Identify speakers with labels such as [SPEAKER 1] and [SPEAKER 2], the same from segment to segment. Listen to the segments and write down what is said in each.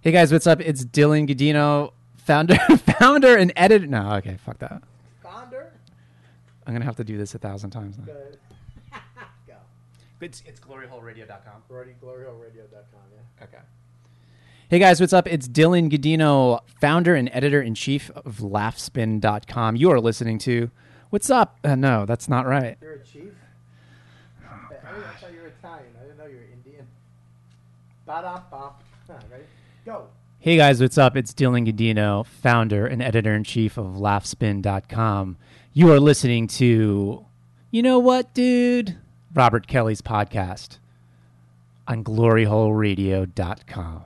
[SPEAKER 1] Hey guys, what's up? It's Dylan Godino, founder, founder and editor. No, okay, fuck that.
[SPEAKER 2] Fonder?
[SPEAKER 1] I'm gonna have to do this a thousand times. Now.
[SPEAKER 2] Good. Go.
[SPEAKER 1] It's, it's gloryholeradio.com.
[SPEAKER 2] RodyGlorioRadio.com, yeah.
[SPEAKER 1] Okay. Hey guys, what's up? It's Dylan Godino, founder and editor in chief of Laughspin.com. You are listening to What's Up? Uh, no, that's not right.
[SPEAKER 2] You're a chief?
[SPEAKER 3] Oh,
[SPEAKER 2] I- I, didn't- I thought you were Italian. I didn't know you were Indian. Ba da bop. Ready? Go.
[SPEAKER 1] Hey guys, what's up? It's Dylan Godino, founder and editor in chief of Laughspin.com. You are listening to, you know what, dude? Robert Kelly's podcast on gloryholeradio.com.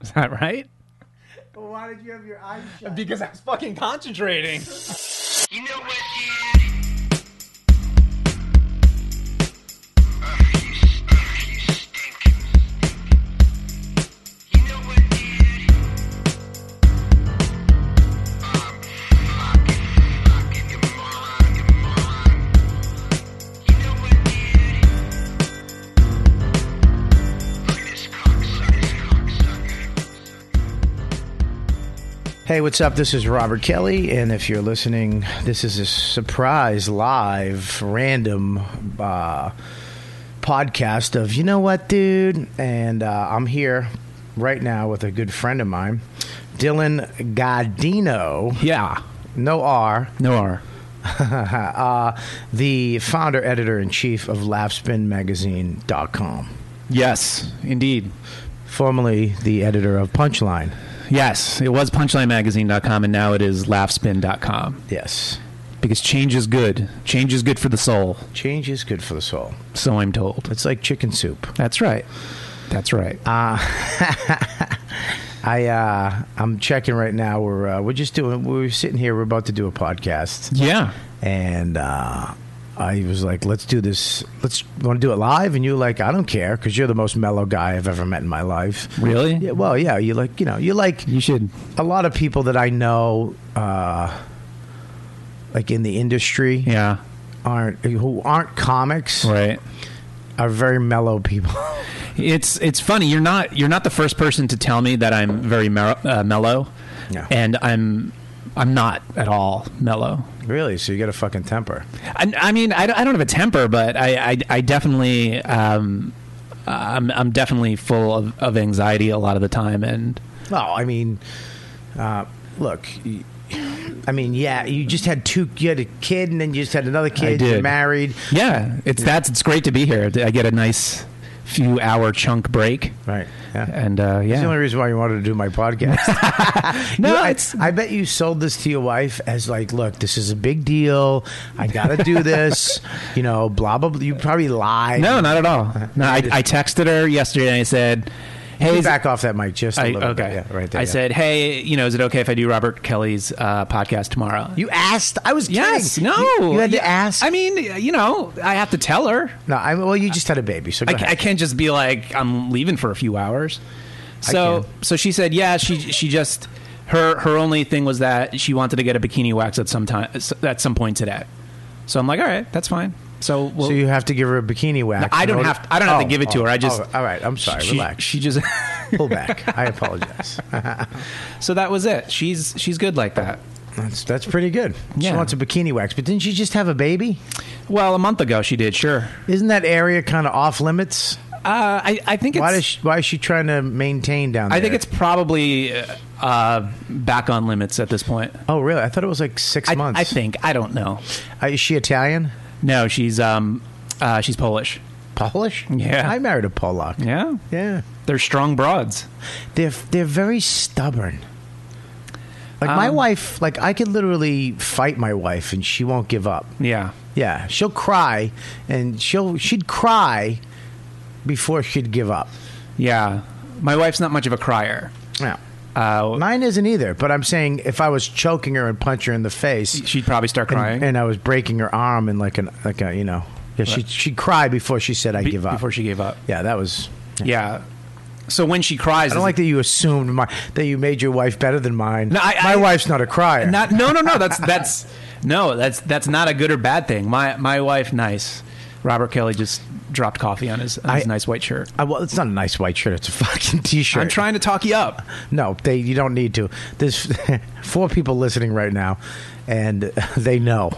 [SPEAKER 1] Is that right?
[SPEAKER 2] Well, why did you have your eyes shut?
[SPEAKER 1] Because I was fucking concentrating.
[SPEAKER 4] You know what, dude? Ugh, you, s- ugh, you stink. You know what, dude? Um, fuck, fuck, you moron, you moron. You know what, dude? Look at this cocksucker, this cocksucker.
[SPEAKER 3] Hey, what's up? This is Robert Kelly, and if you're listening, this is a surprise live random uh, podcast of you know what, dude, and uh, I'm here right now with a good friend of mine, Dylan Godino.
[SPEAKER 1] yeah.
[SPEAKER 3] No R.
[SPEAKER 1] No R.
[SPEAKER 3] uh, the founder, editor in chief of LaughSpinMagazine.com,
[SPEAKER 1] Yes, indeed.
[SPEAKER 3] formerly the editor of Punchline.
[SPEAKER 1] Yes, it was punchlinemagazine.com and now it is laughspin.com
[SPEAKER 3] Yes,
[SPEAKER 1] because change is good. Change is good for the soul,
[SPEAKER 3] change is good for the soul.
[SPEAKER 1] so I'm told.
[SPEAKER 3] It's like chicken soup.
[SPEAKER 1] That's right. That's right.
[SPEAKER 3] Uh, I uh, I'm checking right now. We're uh, we're just doing. We're sitting here. We're about to do a podcast,
[SPEAKER 1] yeah.
[SPEAKER 3] and uh, I was like, "Let's do this. Let's want to do it live." And you're like, "I don't care," because you're the most mellow guy I've ever met in my life.
[SPEAKER 1] Really?
[SPEAKER 3] Yeah. Well, yeah. You like you know you like
[SPEAKER 1] You should.
[SPEAKER 3] a lot of people that I know, uh, like in the industry,
[SPEAKER 1] Yeah.
[SPEAKER 3] aren't who aren't comics
[SPEAKER 1] Right.
[SPEAKER 3] are very mellow people.
[SPEAKER 1] It's it's funny. You're not you're not the first person to tell me that I'm very mer- uh, mellow,
[SPEAKER 3] No.
[SPEAKER 1] and I'm I'm not at all mellow.
[SPEAKER 3] really? So you got a fucking temper.
[SPEAKER 1] I, I mean, I, don't- I don't have a temper, but I I, I definitely um, I'm I'm definitely full of, of anxiety a lot of the time, and
[SPEAKER 3] No, I mean, uh, look. y- I mean, yeah, you just had two. You had a kid, and then you just had another kid.
[SPEAKER 1] did.
[SPEAKER 3] You're married,
[SPEAKER 1] yeah, it's that's it's great to be here. I get a nice few hour chunk break,
[SPEAKER 3] right? Yeah.
[SPEAKER 1] and uh, yeah,
[SPEAKER 3] That's the only reason why you wanted to do my podcast.
[SPEAKER 1] no,
[SPEAKER 3] I,
[SPEAKER 1] it's
[SPEAKER 3] I bet you sold this to your wife as like, look, this is a big deal. I got to do this. you know, blah blah. blah. You probably lied.
[SPEAKER 1] No, not at all.
[SPEAKER 3] Uh-huh.
[SPEAKER 1] No, I, I texted her yesterday and I said, "Hey,
[SPEAKER 3] Get
[SPEAKER 1] is-
[SPEAKER 3] back off that mic just a
[SPEAKER 1] I,
[SPEAKER 3] little
[SPEAKER 1] okay,
[SPEAKER 3] bit. Yeah, right there.
[SPEAKER 1] I
[SPEAKER 3] yeah.
[SPEAKER 1] said, "Hey, you know, is it okay if I do Robert Kelly's uh, podcast tomorrow?"
[SPEAKER 3] you asked. I was
[SPEAKER 1] yes,
[SPEAKER 3] kidding.
[SPEAKER 1] no,
[SPEAKER 3] You, you had
[SPEAKER 1] Yeah,
[SPEAKER 3] to ask.
[SPEAKER 1] I mean, you know, I have to tell her.
[SPEAKER 3] no, I, well, you just had a baby, so go
[SPEAKER 1] I, ca-
[SPEAKER 3] ahead.
[SPEAKER 1] I can't just be like, "I'm leaving for a few hours." So, so she said, "Yeah, she she just her her only thing was that she wanted to get a bikini wax at some time at some point today." So I'm like, "All right, that's fine." So we'll,
[SPEAKER 3] So you have to give her a bikini wax.
[SPEAKER 1] I
[SPEAKER 3] in
[SPEAKER 1] don't
[SPEAKER 3] order-
[SPEAKER 1] have I don't have to
[SPEAKER 3] Oh,
[SPEAKER 1] give it to
[SPEAKER 3] oh,
[SPEAKER 1] her. I just
[SPEAKER 3] oh, all right. I'm sorry.
[SPEAKER 1] she-
[SPEAKER 3] relax.
[SPEAKER 1] She just
[SPEAKER 3] Pull back. I apologize.
[SPEAKER 1] So that was it. She's she's good like that.
[SPEAKER 3] That's that's pretty good.
[SPEAKER 1] Yeah.
[SPEAKER 3] She wants a bikini wax, but didn't she just have a baby?
[SPEAKER 1] Well, a month ago she did. Sure.
[SPEAKER 3] Isn't that area kind of off limits?
[SPEAKER 1] Uh, I I think it's
[SPEAKER 3] Why does she, why is she trying to maintain down there?
[SPEAKER 1] I think it's probably uh, uh, back on limits at this point.
[SPEAKER 3] Oh, really? I thought it was like six
[SPEAKER 1] I,
[SPEAKER 3] months.
[SPEAKER 1] I think I don't know.
[SPEAKER 3] Uh, is she Italian?
[SPEAKER 1] No, she's um uh, she's Polish.
[SPEAKER 3] Polish?
[SPEAKER 1] Yeah.
[SPEAKER 3] I married a Polak.
[SPEAKER 1] Yeah,
[SPEAKER 3] Yeah.
[SPEAKER 1] they're strong broads.
[SPEAKER 3] They're they're very stubborn. Like my
[SPEAKER 1] Um,
[SPEAKER 3] wife, like I could literally fight my wife and she won't give up.
[SPEAKER 1] Yeah.
[SPEAKER 3] Yeah, she'll cry, and she'll she'd cry before she'd give up.
[SPEAKER 1] Yeah. My wife's not much of a crier.
[SPEAKER 3] Yeah.
[SPEAKER 1] Uh,
[SPEAKER 3] Mine isn't either, but I'm saying if I was choking her and punch her in the face,
[SPEAKER 1] she'd probably start crying
[SPEAKER 3] and, and I was breaking her arm and like an like a you know, yeah, she she'd cry before she said I
[SPEAKER 1] be-
[SPEAKER 3] give up.
[SPEAKER 1] before she gave up.
[SPEAKER 3] yeah, that was.
[SPEAKER 1] Yeah. So when she cries,
[SPEAKER 3] I don't
[SPEAKER 1] is-
[SPEAKER 3] like that you assumed my, that you made your wife better than mine.
[SPEAKER 1] No, I-
[SPEAKER 3] my
[SPEAKER 1] I-
[SPEAKER 3] wife's not a crier.
[SPEAKER 1] Not, no, no, no. That's that's no. That's that's not a good or bad thing. My my wife, nice. Robert Kelly just dropped coffee on his, on his
[SPEAKER 3] I-
[SPEAKER 1] nice white shirt.
[SPEAKER 3] I, well, it's not a nice white shirt. It's a fucking t-shirt.
[SPEAKER 1] I'm trying to talk you up.
[SPEAKER 3] No, they. You don't need to. There's four people listening right now, and they know.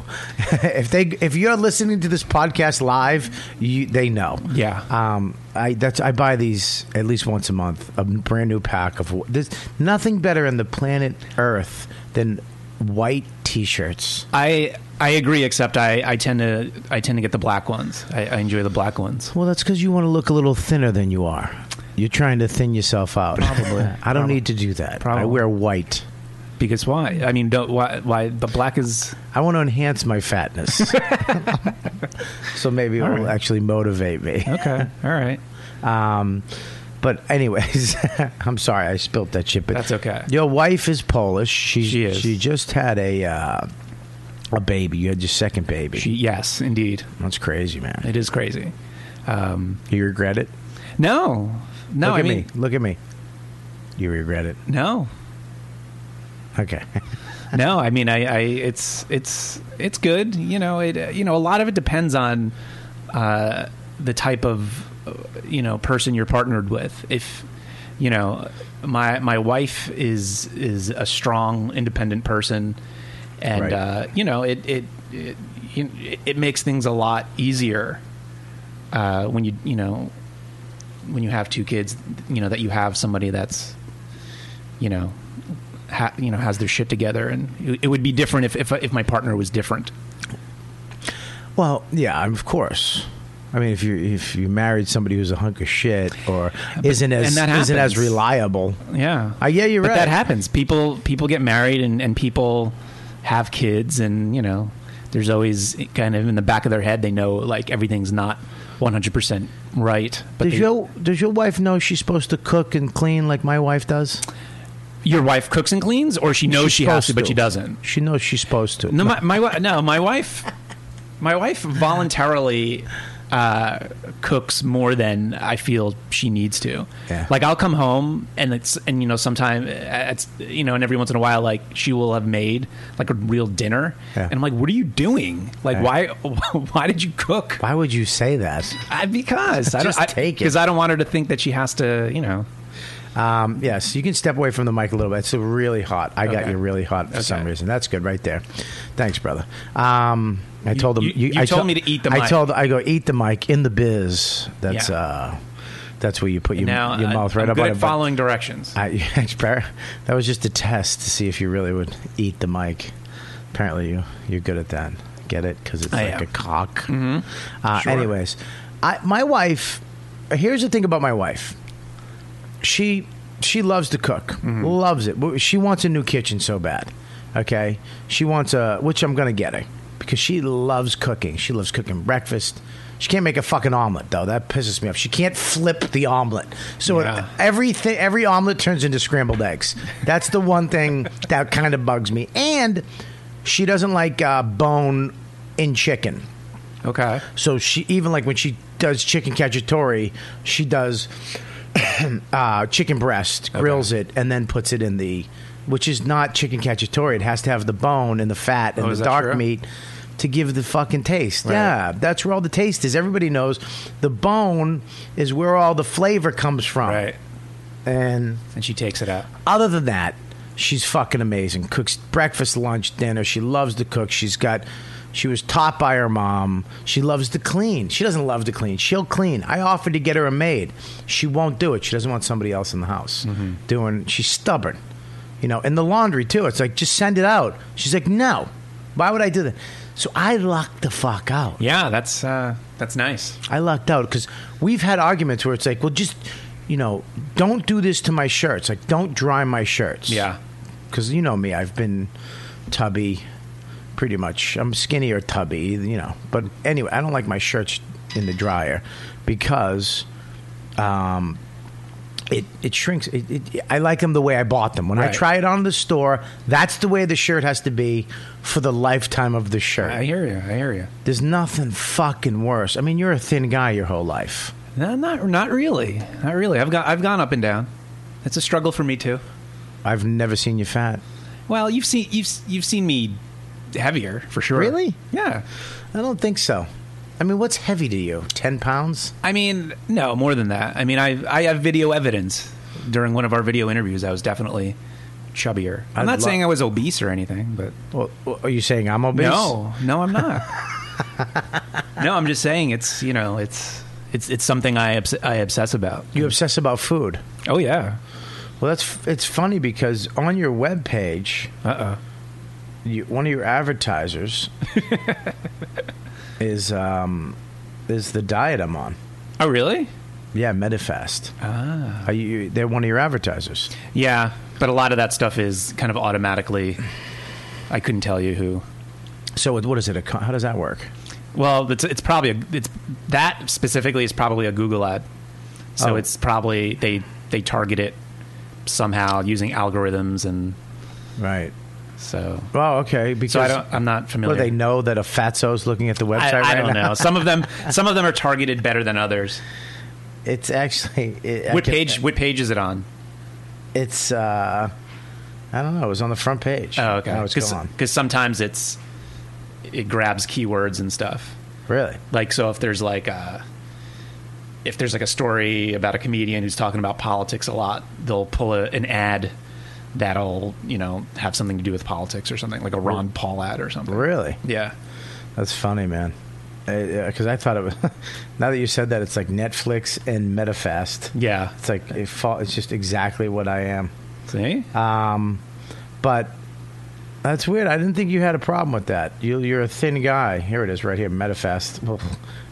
[SPEAKER 3] if they, if you're listening to this podcast live, you, they know.
[SPEAKER 1] Yeah.
[SPEAKER 3] Um. I that's I buy these at least once a month. A brand new pack of there's nothing better on the planet Earth than white t-shirts.
[SPEAKER 1] I I agree, except I, I tend to I tend to get the black ones. I, I enjoy the black ones.
[SPEAKER 3] Well, that's because you want to look a little thinner than you are. You're trying to thin yourself out.
[SPEAKER 1] Probably.
[SPEAKER 3] I don't need to do that. I
[SPEAKER 1] Probably.
[SPEAKER 3] wear white.
[SPEAKER 1] Because why? I mean, don't, why? Why the black is?
[SPEAKER 3] I want to enhance my fatness. so maybe it
[SPEAKER 1] All
[SPEAKER 3] will
[SPEAKER 1] right.
[SPEAKER 3] actually motivate me.
[SPEAKER 1] Okay, all right.
[SPEAKER 3] Um, but anyways, I'm sorry I spilt that shit. But
[SPEAKER 1] That's okay.
[SPEAKER 3] Your wife is Polish. She
[SPEAKER 1] She is.
[SPEAKER 3] She just had a uh, a baby. You had your second baby.
[SPEAKER 1] She, yes, indeed,
[SPEAKER 3] That's crazy, man.
[SPEAKER 1] it is crazy. Um,
[SPEAKER 3] You regret it?
[SPEAKER 1] no, no,
[SPEAKER 3] Look
[SPEAKER 1] I
[SPEAKER 3] at
[SPEAKER 1] mean,
[SPEAKER 3] me. Look at me. You regret it?
[SPEAKER 1] no,
[SPEAKER 3] Okay.
[SPEAKER 1] no, I mean, I, I, it's, it's, it's good. You know, it, uh, you know, a lot of it depends on uh, the type of, uh, you know, person you're partnered with. If, you know, my my wife is is a strong, independent person, and
[SPEAKER 3] Right.
[SPEAKER 1] uh, you know, it it, it you- it makes things a lot easier uh, when you you know when you have two kids, you know that you have somebody that's you know ha- you know has their shit together, and it, it would be different if, if if my partner was different.
[SPEAKER 3] Well, yeah, of course. I mean, if you if you married somebody who's a hunk of shit or isn't
[SPEAKER 1] and
[SPEAKER 3] as
[SPEAKER 1] that
[SPEAKER 3] isn't as
[SPEAKER 1] happens.
[SPEAKER 3] reliable,
[SPEAKER 1] Yeah,
[SPEAKER 3] Uh, yeah, you're
[SPEAKER 1] but
[SPEAKER 3] right.
[SPEAKER 1] That happens. People people get married and and people have kids, and you know there's always kind of in the back of their head they know like everything's not 100 percent right. But
[SPEAKER 3] Does
[SPEAKER 1] they-
[SPEAKER 3] your Does your wife know she's supposed to cook and clean like my wife does?
[SPEAKER 1] your wife cooks and cleans, or she knows
[SPEAKER 3] She's
[SPEAKER 1] she has
[SPEAKER 3] supposed
[SPEAKER 1] to, but she doesn't.
[SPEAKER 3] She knows she's supposed to.
[SPEAKER 1] No, my, my wi- no, my wife, my wife voluntarily uh, cooks more than I feel she needs to.
[SPEAKER 3] Yeah.
[SPEAKER 1] Like I'll come home and it's and you know sometime it's you know and every once in a while like she will have made like a real dinner
[SPEAKER 3] Yeah.
[SPEAKER 1] and I'm like, what are you doing? Like why why did you cook?
[SPEAKER 3] Why would you say that?
[SPEAKER 1] I, because I
[SPEAKER 3] Just
[SPEAKER 1] don't,
[SPEAKER 3] take it.
[SPEAKER 1] because I don't want her to think that she has to you know.
[SPEAKER 3] Um, yes, you can step away from the mic a little bit. It's really hot. I got
[SPEAKER 1] Okay.
[SPEAKER 3] you really hot for some
[SPEAKER 1] Okay.
[SPEAKER 3] reason. That's good, right there. Thanks, brother. Um, I told him.
[SPEAKER 1] you- you
[SPEAKER 3] I
[SPEAKER 1] told
[SPEAKER 3] to-
[SPEAKER 1] me to eat the
[SPEAKER 3] I
[SPEAKER 1] mic.
[SPEAKER 3] told. I go eat the mic in the biz. That's
[SPEAKER 1] Yeah.
[SPEAKER 3] uh, that's where you put your,
[SPEAKER 1] now
[SPEAKER 3] your
[SPEAKER 1] I-
[SPEAKER 3] mouth right
[SPEAKER 1] I'm
[SPEAKER 3] up
[SPEAKER 1] good
[SPEAKER 3] on
[SPEAKER 1] at
[SPEAKER 3] it, but-
[SPEAKER 1] following directions.
[SPEAKER 3] I, Appar- that was just a test to see if you really would eat the mic. Apparently, you you're good at that. Get it? Because it's
[SPEAKER 1] I
[SPEAKER 3] like
[SPEAKER 1] am. Mm-hmm.
[SPEAKER 3] a cock. Uh,
[SPEAKER 1] Sure.
[SPEAKER 3] Anyways, I, my wife. Here's the thing about my wife. She she loves to cook. Loves it. Well, She wants a new kitchen so bad. Okay, she wants a which I'm gonna get her because she loves cooking. She loves cooking breakfast. She can't make a fucking omelet though. That pisses me off. She can't flip the omelet. So
[SPEAKER 1] Yeah.
[SPEAKER 3] everything every omelet turns into scrambled eggs. That's the one thing that kind of bugs me. And she doesn't like uh, bone in chicken.
[SPEAKER 1] okay.
[SPEAKER 3] So she even like when she does chicken cacciatore, she does uh, chicken breast, grills it, and then puts it in the, which is not chicken cacciatore. It has to have the bone and the fat and
[SPEAKER 1] Oh, is
[SPEAKER 3] the
[SPEAKER 1] that
[SPEAKER 3] dark
[SPEAKER 1] true?
[SPEAKER 3] meat to give the fucking taste. Yeah, that's where all the taste is. Everybody knows the bone is where all the flavor comes from.
[SPEAKER 1] Right.
[SPEAKER 3] And
[SPEAKER 1] And she takes it out.
[SPEAKER 3] other than that, she's fucking amazing. Cooks breakfast, lunch, dinner. She loves to cook. She's got. She was taught by her mom. She loves to clean. She doesn't love to clean. She'll clean. I offered to get her a maid. She won't do it. She doesn't want somebody else in the house
[SPEAKER 1] Mm-hmm.
[SPEAKER 3] doing. She's stubborn, you know. And the laundry too. It's like just send it out. She's like, no. Why would I do that? So I lucked the fuck out.
[SPEAKER 1] Yeah, that's uh, that's nice.
[SPEAKER 3] I lucked out because we've had arguments where it's like, well, just you know, don't do this to my shirts. Like, don't dry my shirts.
[SPEAKER 1] Yeah.
[SPEAKER 3] because you know me, I've been tubby, pretty much. I'm skinny or tubby, you know. But anyway, I don't like my shirts in the dryer because um, it, it shrinks. It, it, I like them the way I bought them. When I
[SPEAKER 1] Right.
[SPEAKER 3] try it on the store, that's the way the shirt has to be for the lifetime of the shirt.
[SPEAKER 1] I hear you. I hear you.
[SPEAKER 3] There's nothing fucking worse. I mean, you're a thin guy your whole life.
[SPEAKER 1] No, not not really. Not really. I've got I've gone up and down. It's a struggle for me too.
[SPEAKER 3] I've never seen you fat.
[SPEAKER 1] Well, you've seen you've you've seen me heavier for sure.
[SPEAKER 3] Really?
[SPEAKER 1] Yeah.
[SPEAKER 3] I don't think so. I I mean, what's heavy to you? Ten pounds?
[SPEAKER 1] I mean, no, more than that. I mean, I I have video evidence. During one of our video interviews, I was definitely chubbier. I'm
[SPEAKER 3] I'd
[SPEAKER 1] not
[SPEAKER 3] lo-
[SPEAKER 1] saying I was obese or anything, but
[SPEAKER 3] Well, are you saying I'm obese?
[SPEAKER 1] no, no, I'm not. no, I'm just saying it's you know it's it's it's something I obs- I obsess about.
[SPEAKER 3] You obsess about food.
[SPEAKER 1] Oh yeah.
[SPEAKER 3] Well, that's it's funny because on your webpage,
[SPEAKER 1] Uh
[SPEAKER 3] you, one of your advertisers is um, is the diet I'm on.
[SPEAKER 1] oh. Oh really?
[SPEAKER 3] Yeah, Medifast. Ah, are you, they're one of your advertisers.
[SPEAKER 1] Yeah, but a lot of that stuff is kind of automatically. I couldn't tell you who.
[SPEAKER 3] So it- what is it? A co- how does that work?
[SPEAKER 1] Well, it's it's probably a, it's that specifically is probably a Google ad. So
[SPEAKER 3] Oh.
[SPEAKER 1] it's probably they they target it somehow using algorithms and
[SPEAKER 3] Right.
[SPEAKER 1] so.
[SPEAKER 3] Well, okay. Because
[SPEAKER 1] So I don't. I'm not familiar.
[SPEAKER 3] Well, they know that a fatso's looking at the
[SPEAKER 1] I,
[SPEAKER 3] website
[SPEAKER 1] I
[SPEAKER 3] right
[SPEAKER 1] don't
[SPEAKER 3] now.
[SPEAKER 1] know. Some of them some of them are targeted better than others.
[SPEAKER 3] It's actually it, I
[SPEAKER 1] What
[SPEAKER 3] can-
[SPEAKER 1] page? What page is it on?
[SPEAKER 3] It's uh, I don't know. It was on the front page.
[SPEAKER 1] Oh, okay.
[SPEAKER 3] Now it's gone.
[SPEAKER 1] Because sometimes it's it grabs keywords and stuff.
[SPEAKER 3] Really?
[SPEAKER 1] like so if there's like a if there's like a story about a comedian who's talking about politics a lot they'll pull a, an ad that'll you know have something to do with politics or something like a ron paul ad or something
[SPEAKER 3] Really?
[SPEAKER 1] yeah
[SPEAKER 3] That's funny, man. Because I thought it was. now that you said that, it's like Netflix and MetaFast.
[SPEAKER 1] yeah
[SPEAKER 3] It's like it fa- it's just exactly what I am.
[SPEAKER 1] see
[SPEAKER 3] Um, but that's weird. I didn't think you had a problem with that. You, you're a thin guy. Here it is, right here, Metafast.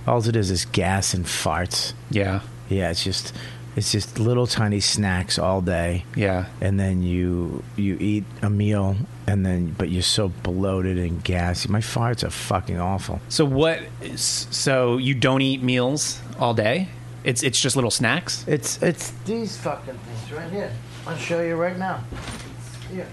[SPEAKER 3] All it is is gas and farts.
[SPEAKER 1] yeah
[SPEAKER 3] Yeah, it's just it's just little tiny snacks all day,
[SPEAKER 1] yeah
[SPEAKER 3] and then you you eat a meal, and then but you're so bloated and gassy. My farts are fucking awful.
[SPEAKER 1] so what is- so you don't eat meals all day it's it's just little snacks
[SPEAKER 3] It's it's
[SPEAKER 2] These fucking things right here.
[SPEAKER 3] I'll show you right now.
[SPEAKER 2] Here.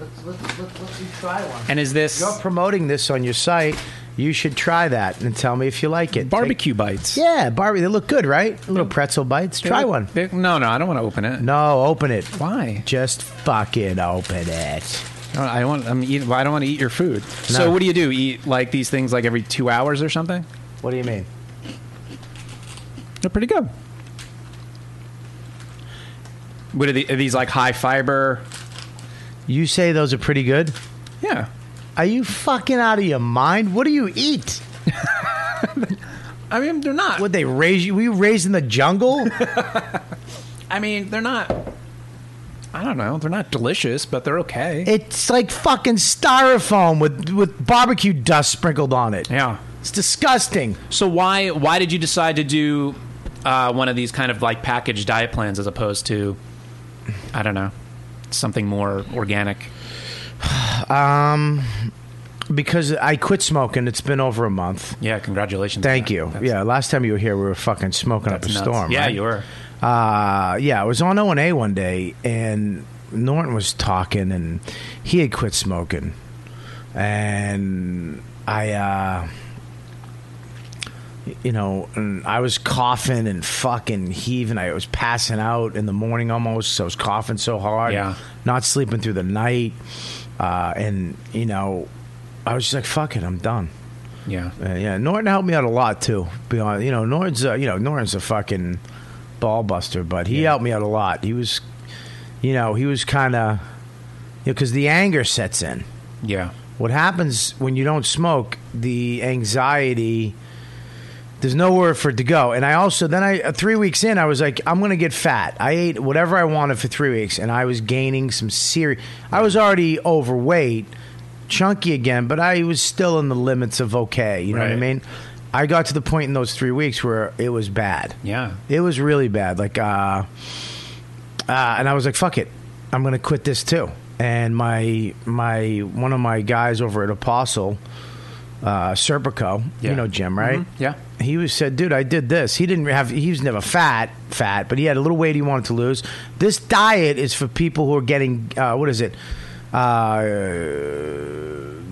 [SPEAKER 2] Let's let's let's let's each try one.
[SPEAKER 1] and is this
[SPEAKER 3] You're promoting this on your site. You should try that and tell me if you like it. Take-
[SPEAKER 1] barbecue Mm-hmm. bites
[SPEAKER 3] Yeah, Barbie, they look good, right? Little pretzel bites. Try
[SPEAKER 1] They're-
[SPEAKER 3] one.
[SPEAKER 1] they're- no no i don't want to open it
[SPEAKER 3] No, open it.
[SPEAKER 1] why
[SPEAKER 3] Just fucking open it.
[SPEAKER 1] No, I want. I'm eating. well, I don't want to eat your food. So
[SPEAKER 3] No.
[SPEAKER 1] what do you do? Eat like these things like every two hours or something?
[SPEAKER 3] What do you mean?
[SPEAKER 1] They're pretty good. What are, the, are these like high fiber?
[SPEAKER 3] You say those are pretty good?
[SPEAKER 1] Yeah,
[SPEAKER 3] Are you fucking out of your mind? What do you eat?
[SPEAKER 1] I mean they're not.
[SPEAKER 3] Would they raise you? Were you raised in the jungle?
[SPEAKER 1] I mean they're not. I don't know. They're not delicious, but they're okay.
[SPEAKER 3] it's like fucking styrofoam with, with barbecue dust sprinkled on it.
[SPEAKER 1] yeah.
[SPEAKER 3] It's disgusting.
[SPEAKER 1] So why why did you decide to do uh, one of these kind of like packaged diet plans as opposed to I don't know something more organic?
[SPEAKER 3] Because I quit smoking. It's been over a month.
[SPEAKER 1] Yeah, congratulations. on
[SPEAKER 3] Thank
[SPEAKER 1] that.
[SPEAKER 3] you.
[SPEAKER 1] That's-
[SPEAKER 3] yeah, last time you were here, we were fucking smoking up a
[SPEAKER 1] that's nuts.
[SPEAKER 3] storm.
[SPEAKER 1] Yeah,
[SPEAKER 3] right?
[SPEAKER 1] you were.
[SPEAKER 3] uh, yeah, I was on O and A one day, and Norton was talking, and he had quit smoking, and I, uh, you know, and I was coughing and fucking heaving. I was passing out in the morning almost. I was coughing so hard,
[SPEAKER 1] Yeah.
[SPEAKER 3] not sleeping through the night, uh, and you know, I was just like, "Fuck it, I'm done."
[SPEAKER 1] Yeah.
[SPEAKER 3] Uh, yeah, Norton helped me out a lot too. Beyond, you know, Norton's uh, you know Norton's a fucking ball buster, but he helped me out a lot. He was, you know, he was kind of, you know, because the anger sets in.
[SPEAKER 1] Yeah.
[SPEAKER 3] What happens when you don't smoke? The anxiety. There's nowhere for it to go, and I also then I uh, three weeks in I was like I'm gonna get fat. I ate whatever I wanted for three weeks, and I was gaining some serious. I was already overweight, chunky again, but I was still in the limits of okay. You know what I
[SPEAKER 1] Right.
[SPEAKER 3] mean? I got to the point in those three weeks where it was bad.
[SPEAKER 1] Yeah.
[SPEAKER 3] It was really bad. Like, uh, uh, and I was like, "Fuck it, I'm gonna quit this too." And my my one of my guys over at Apostle, uh, Serpico,
[SPEAKER 1] Yeah.
[SPEAKER 3] you know Jim, right?
[SPEAKER 1] Mhm. Yeah.
[SPEAKER 3] He was said, "Dude, I did this. He didn't have. He was never fat, fat, but he had a little weight he wanted to lose. This diet is for people who are getting uh, what is it? Uh,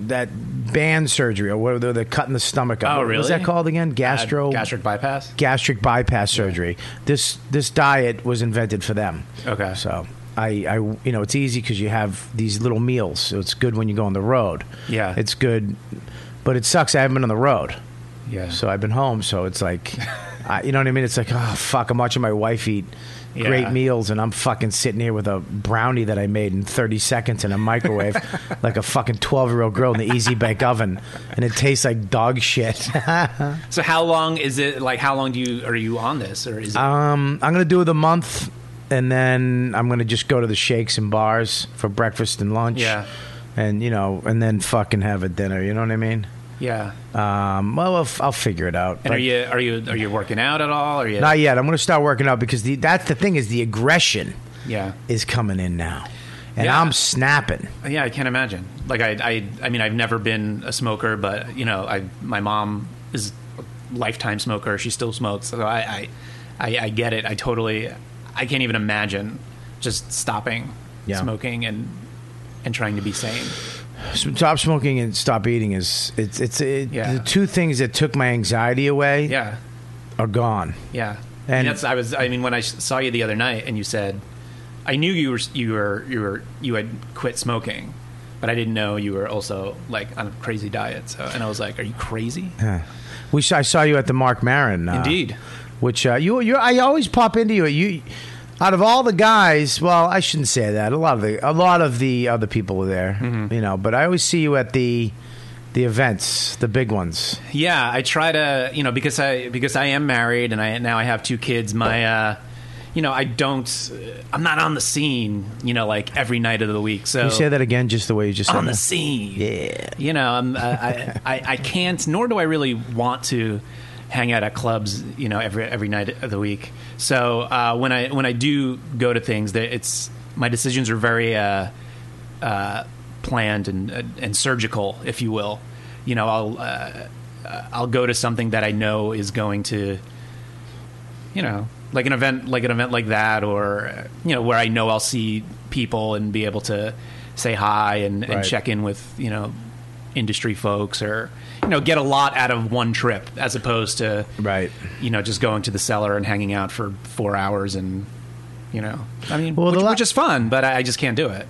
[SPEAKER 3] that band surgery or whatever they're cutting the stomach up.
[SPEAKER 1] Oh,
[SPEAKER 3] What was
[SPEAKER 1] really?
[SPEAKER 3] that called again? Gastro
[SPEAKER 1] Uh, gastric bypass.
[SPEAKER 3] gastric bypass surgery. This this diet was invented for them.
[SPEAKER 1] Okay.
[SPEAKER 3] So I, I you know it's easy because you have these little meals. So it's good when you go on the road.
[SPEAKER 1] Yeah.
[SPEAKER 3] It's good, but it sucks. I haven't been on the road.
[SPEAKER 5] Yeah.
[SPEAKER 3] So I've been home. So it's like, I, you know what I mean? It's like, oh, fuck, I'm watching my wife eat
[SPEAKER 1] Yeah.
[SPEAKER 3] great meals and I'm fucking sitting here with a brownie that I made in 30 seconds in a microwave like a fucking 12 year old girl in the Easy Bake Oven. And it tastes like dog shit.
[SPEAKER 1] So how long is it? Like how long do you are you on this, or is it?
[SPEAKER 3] Um, I'm gonna do the month, and then I'm gonna just go to the shakes and bars for breakfast and lunch.
[SPEAKER 1] Yeah.
[SPEAKER 3] and you know, and then fucking have a dinner. You know what I mean?
[SPEAKER 1] yeah.
[SPEAKER 3] Um, well, I'll, I'll figure it out.
[SPEAKER 1] And are
[SPEAKER 3] but-
[SPEAKER 1] you are you are you working out at all? Are you?
[SPEAKER 3] Not yet. I'm gonna start working out because the that's the thing is the aggression
[SPEAKER 1] yeah.
[SPEAKER 3] is coming in now, and
[SPEAKER 1] Yeah.
[SPEAKER 3] I'm snapping.
[SPEAKER 1] Yeah, I can't imagine. Like I, I, I mean, I've never been a smoker, but you know, I, my mom is a lifetime smoker. She still smokes, so I, I, I, I get it. I totally, I can't even imagine just stopping
[SPEAKER 3] Yeah.
[SPEAKER 1] smoking and and trying to be sane.
[SPEAKER 3] S- Stop smoking and stop eating is it's it's it,
[SPEAKER 1] Yeah.
[SPEAKER 3] the two things that took my anxiety away
[SPEAKER 1] Yeah,
[SPEAKER 3] are gone.
[SPEAKER 1] yeah. And,
[SPEAKER 3] And-
[SPEAKER 1] that's I was. I mean, when I s- saw you the other night, and you said, I knew you were you were you were you had quit smoking. But I didn't know you were also like on a crazy diet. So, and I was like, "Are you crazy?"
[SPEAKER 3] Yeah. We saw, I saw you at the Mark Maron. Uh,
[SPEAKER 1] Indeed.
[SPEAKER 3] Which uh, you you I always pop into you. You out of all the guys, well, I shouldn't say that. A lot of the a lot of the other people were there,
[SPEAKER 1] Mm-hmm.
[SPEAKER 3] you know. But I always see you at the the events, the big ones.
[SPEAKER 1] yeah i try to you know because i because i am married and i now i have two kids my uh you know i don't i'm not on the scene you know like every night of the week so
[SPEAKER 3] you say that again, just the way you just
[SPEAKER 1] on
[SPEAKER 3] said
[SPEAKER 1] the
[SPEAKER 3] that.
[SPEAKER 1] scene
[SPEAKER 3] Yeah.
[SPEAKER 1] you know I'm, uh, I, I i can't nor do i really want to hang out at clubs you know every every night of the week so uh when i when i do go to things that it's my decisions are very uh uh, planned and uh, and surgical, if you will. You know, I'll uh, I'll go to something that I know is going to, you know, like an event like an event like that, or uh, you know, where I know I'll see people and be able to say hi and,
[SPEAKER 3] Right.
[SPEAKER 1] and check in with you know industry folks or you know get a lot out of one trip as opposed to
[SPEAKER 3] Right.
[SPEAKER 1] you know just going to the cellar and hanging out for four hours and you know i mean
[SPEAKER 3] Well, the
[SPEAKER 1] which,
[SPEAKER 3] la-
[SPEAKER 1] which is fun but I, I just can't do it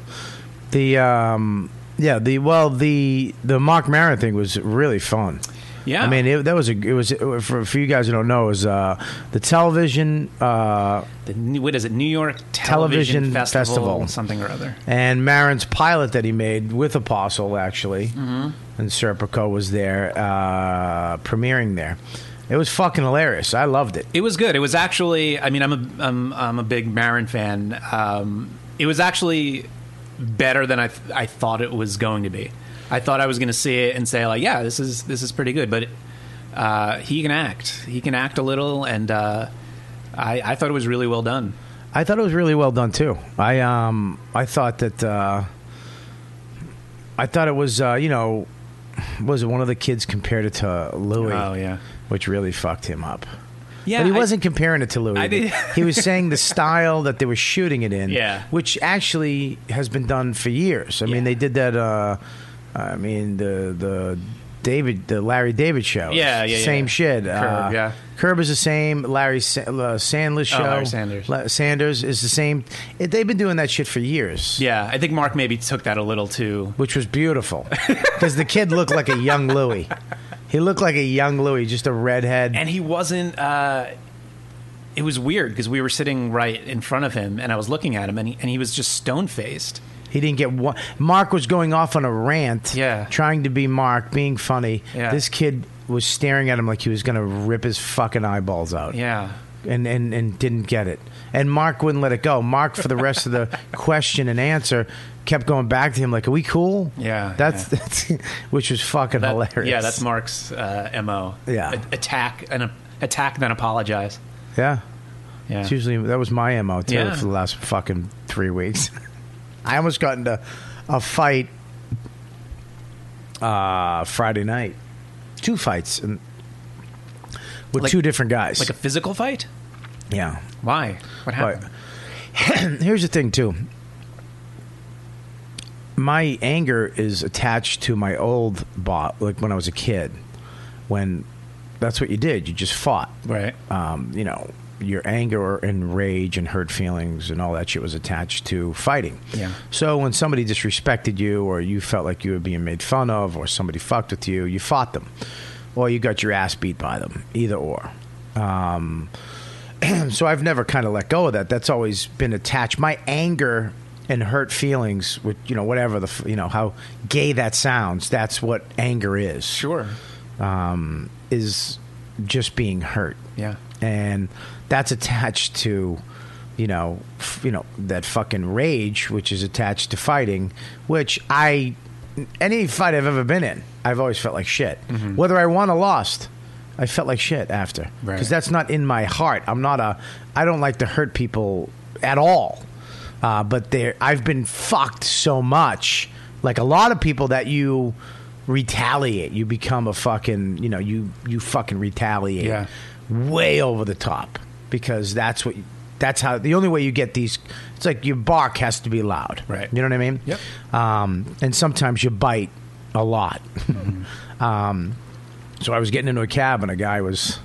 [SPEAKER 3] The um yeah the well the the Mark Maron thing was really fun.
[SPEAKER 1] Yeah.
[SPEAKER 3] I mean it, that was a it was for, for you guys who don't know it was uh, the television. Uh,
[SPEAKER 1] the new- what is it? New York
[SPEAKER 3] Television
[SPEAKER 1] Television, Festival,
[SPEAKER 3] Festival.
[SPEAKER 1] something or other.
[SPEAKER 3] and Marin's pilot that he made with Apostle actually,
[SPEAKER 1] Mm-hmm.
[SPEAKER 3] and Serpico was there uh, premiering there. It was fucking hilarious. I loved it.
[SPEAKER 1] It was good. It was actually. I mean, I'm a I'm, I'm a big Marin fan. Um, it was actually better than I th- I thought it was going to be. I thought I was going to see it and say like, yeah, this is this is pretty good. But uh, he can act. He can act a little, and uh, I I thought it was really well done.
[SPEAKER 3] I thought it was really well done too. I um I thought that uh, I thought it was uh, you know was it one of the kids compared it to Louis?
[SPEAKER 1] Oh, yeah.
[SPEAKER 3] which really fucked him up.
[SPEAKER 1] Yeah,
[SPEAKER 3] but he
[SPEAKER 1] I-
[SPEAKER 3] wasn't comparing it to Louis.
[SPEAKER 1] I did-
[SPEAKER 3] he was saying the style that they were shooting it in,
[SPEAKER 1] Yeah.
[SPEAKER 3] which actually has been done for years. I mean,
[SPEAKER 1] Yeah.
[SPEAKER 3] they did that. Uh, I mean, the the David, the Larry David show.
[SPEAKER 1] Yeah, yeah, yeah.
[SPEAKER 3] same shit. Uh,
[SPEAKER 1] Curb, yeah.
[SPEAKER 3] Curb is the same. Larry Sa- uh, Sandler show.
[SPEAKER 1] Oh, Larry Sanders.
[SPEAKER 3] La- Sanders is the same. It, they've been doing that shit for years.
[SPEAKER 1] Yeah, I think Mark maybe took that a little too.
[SPEAKER 3] Which was beautiful because the kid looked like a young Louis. He looked like a young Louis, just a redhead.
[SPEAKER 1] and he wasn't uh it was weird because we were sitting right in front of him and i was looking at him and he, and he was just stone faced
[SPEAKER 3] He didn't get one. Mark was going off on a rant.
[SPEAKER 1] Yeah.
[SPEAKER 3] Trying to be Mark, being funny.
[SPEAKER 1] Yeah.
[SPEAKER 3] This kid was staring at him like he was going to rip his fucking eyeballs out.
[SPEAKER 1] yeah
[SPEAKER 3] And, and, and didn't get it. And Mark wouldn't let it go. Mark, for the rest of the question and answer, kept going back to him like, are we cool?
[SPEAKER 1] Yeah,
[SPEAKER 3] That's,
[SPEAKER 1] yeah.
[SPEAKER 3] that's which was fucking
[SPEAKER 1] That-
[SPEAKER 3] hilarious.
[SPEAKER 1] yeah that's mark's uh mo
[SPEAKER 3] Yeah.
[SPEAKER 1] A- attack and a- attack then apologize
[SPEAKER 3] Yeah.
[SPEAKER 1] yeah
[SPEAKER 3] It's usually, that was my MO too
[SPEAKER 1] Yeah.
[SPEAKER 3] for the last fucking three weeks. I almost got into a fight uh, Friday night. Two fights and with
[SPEAKER 1] Like-
[SPEAKER 3] two different guys.
[SPEAKER 1] like Ah. a physical fight
[SPEAKER 3] yeah.
[SPEAKER 1] why what happened
[SPEAKER 3] But here's the thing too. My anger is attached to my old bot, like when I was a kid. When that's what you did, you just fought
[SPEAKER 1] right
[SPEAKER 3] um, you know, your anger and rage and hurt feelings and all that shit was attached to fighting.
[SPEAKER 1] Yeah.
[SPEAKER 3] So when somebody disrespected you or you felt like you were being made fun of or somebody fucked with you, you fought them. or you got your ass beat by them. Either or. Um, so I've never kind of let go of that. That's always been attached. My anger and hurt feelings, with you know, whatever the f- you know how gay that sounds. That's what anger is.
[SPEAKER 1] Sure.
[SPEAKER 3] Um, is just being hurt.
[SPEAKER 1] Yeah.
[SPEAKER 3] and that's attached to you know f- you know that fucking rage which is attached to fighting which i any fight i've ever been in i've always felt like shit
[SPEAKER 1] Mm-hmm.
[SPEAKER 3] whether i won or lost i felt like shit after because
[SPEAKER 1] Right.
[SPEAKER 3] that's not in my heart i'm not a i don't like to hurt people at all uh, but there i've been fucked so much like a lot of people that you retaliate you become a fucking you know you you fucking retaliate
[SPEAKER 1] Yeah.
[SPEAKER 3] way over the top because that's what that's how the only way you get these it's like your bark has to be loud
[SPEAKER 1] Right.
[SPEAKER 3] you know what i mean
[SPEAKER 1] Yep.
[SPEAKER 3] um, and sometimes you bite a lot
[SPEAKER 1] Mm-hmm.
[SPEAKER 3] um, so i was getting into a cab and a guy was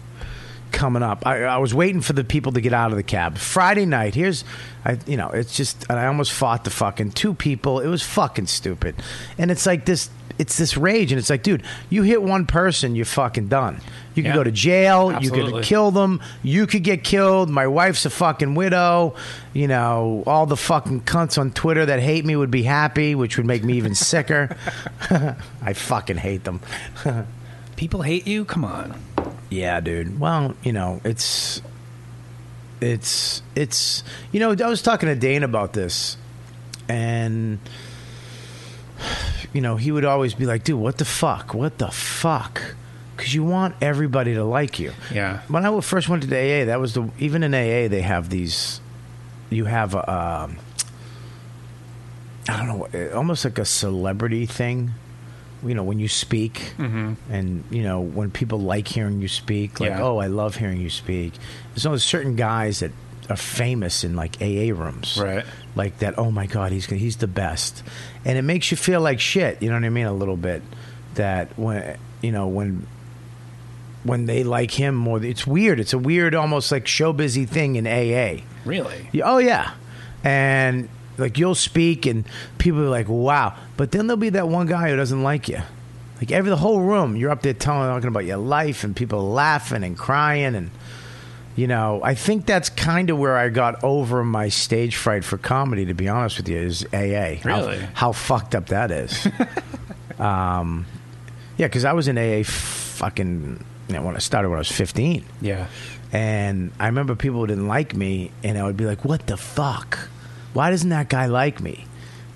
[SPEAKER 3] coming up I, I was waiting for the people to get out of the cab friday night here's i you know it's just and i almost fought the fucking two people it was fucking stupid and it's like this it's this rage and it's like dude you hit one person you're fucking done you
[SPEAKER 1] Yeah.
[SPEAKER 3] can go to jail you
[SPEAKER 1] Absolutely.
[SPEAKER 3] could kill them you could get killed my wife's a fucking widow you know all the fucking cunts on twitter that hate me would be happy which would make me even sicker i fucking hate them
[SPEAKER 1] People hate you. Come on.
[SPEAKER 3] yeah dude well you know it's it's it's you know i was talking to dane about this and you know he would always be like dude what the fuck what the fuck because you want everybody to like you
[SPEAKER 1] Yeah.
[SPEAKER 3] when I first went to the AA, that was the even in AA they have these. You have a, um, I don't know, what- almost like a celebrity thing. You know, when you speak, and you know when people like hearing you speak, like
[SPEAKER 1] Mm-hmm. Yeah.
[SPEAKER 3] oh, I love hearing you speak. There's only certain guys that are famous in like AA rooms,
[SPEAKER 1] Right.
[SPEAKER 3] Like that. Oh my God, he's he's the best, and it makes you feel like shit. You know what I mean? A little bit that when you know when when they like him more. It's weird. It's a weird, almost like show busy thing in AA.
[SPEAKER 1] Really?
[SPEAKER 3] Yeah, Oh yeah, and like you'll speak, and people are like, "Wow!" But then there'll be that one guy who doesn't like you. Like every the whole room, you're up there telling talking about your life, and people laughing and crying, and you know, I think that's kind of where I got over my stage fright for comedy. To be honest with you, is AA. How-
[SPEAKER 1] Really?
[SPEAKER 3] How, fucked up that is. um, yeah, because I was in AA fucking you know, when I started when I was 15.
[SPEAKER 1] Yeah.
[SPEAKER 3] And I remember people didn't like me, and I would be like, "What the fuck? Why doesn't that guy like me?"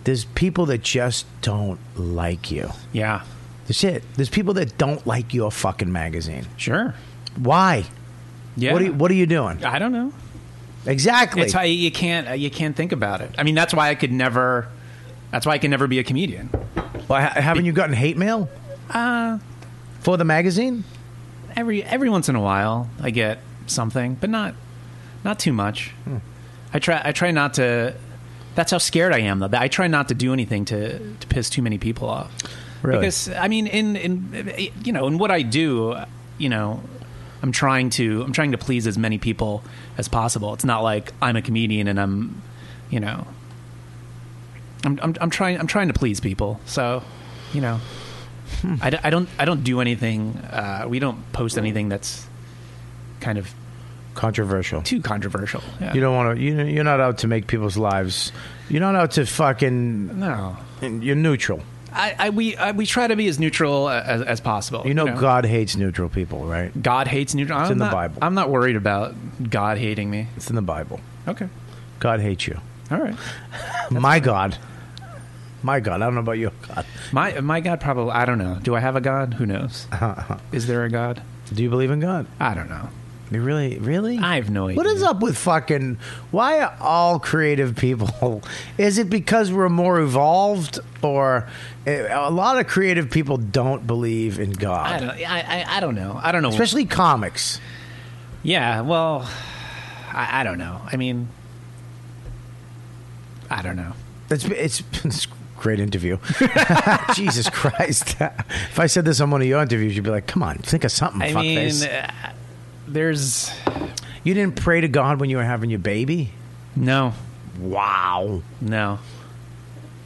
[SPEAKER 3] There's people that just don't like you.
[SPEAKER 1] Yeah.
[SPEAKER 3] That's it. There's people that don't like your fucking magazine.
[SPEAKER 1] Sure.
[SPEAKER 3] Why?
[SPEAKER 1] Yeah.
[SPEAKER 3] What are you, What are you doing?
[SPEAKER 1] I don't know.
[SPEAKER 3] Exactly.
[SPEAKER 1] It's how you you can't uh, you can't think about it. I mean, that's why I could never. That's why I can never be a comedian.
[SPEAKER 3] Why, ha- haven't you gotten hate mail
[SPEAKER 1] Uh,
[SPEAKER 3] for the magazine?
[SPEAKER 1] every every once in a while I get something, but not not too much. I try I try not to. That's how scared I am, though. I try not to do anything to, to piss too many people off.
[SPEAKER 3] Really?
[SPEAKER 1] Because I mean, in in you know, in what I do, you know, I'm trying to I'm trying to please as many people as possible. It's not like I'm a comedian and I'm, you know, I'm I'm, I'm trying I'm trying to please people. So, you know, I, d- I don't I don't do anything. Uh, we don't post anything that's kind of
[SPEAKER 3] Controversial.
[SPEAKER 1] too controversial. Yeah.
[SPEAKER 3] You don't want to. You, you're not out to make people's lives. You're not out to fucking.
[SPEAKER 1] no.
[SPEAKER 3] You're neutral.
[SPEAKER 1] I, I we I, we try to be as neutral as, as possible.
[SPEAKER 3] You know, God hates neutral people, right?
[SPEAKER 1] God hates neutral. I'm
[SPEAKER 3] in the
[SPEAKER 1] not,
[SPEAKER 3] Bible.
[SPEAKER 1] I'm not worried about God hating me.
[SPEAKER 3] It's in the Bible.
[SPEAKER 1] Okay.
[SPEAKER 3] God hates you.
[SPEAKER 1] All right.
[SPEAKER 3] my God. My God. I don't know about your God.
[SPEAKER 1] My my God probably I don't know. Do I have a God? Who knows? Is there a God?
[SPEAKER 3] Do you believe in God?
[SPEAKER 1] I don't know.
[SPEAKER 3] You really, really?
[SPEAKER 1] I have no idea.
[SPEAKER 3] What is up with fucking? Why are all creative people? Is it because we're more evolved, or eh, a lot of creative people don't believe in
[SPEAKER 1] I
[SPEAKER 3] God,
[SPEAKER 1] don't I, I, I don't know. I don't know.
[SPEAKER 3] especially comics?
[SPEAKER 1] yeah, well I, I don't know. I mean I don't know.
[SPEAKER 3] It's it's, it's a great interview. Jesus Christ! if I said this on one of your interviews, you'd be like, "Come on, think of something."
[SPEAKER 1] I mean
[SPEAKER 3] fuckface.
[SPEAKER 1] uh, there's
[SPEAKER 3] you didn't pray to God when you were having your baby.
[SPEAKER 1] no.
[SPEAKER 3] Wow.
[SPEAKER 1] No.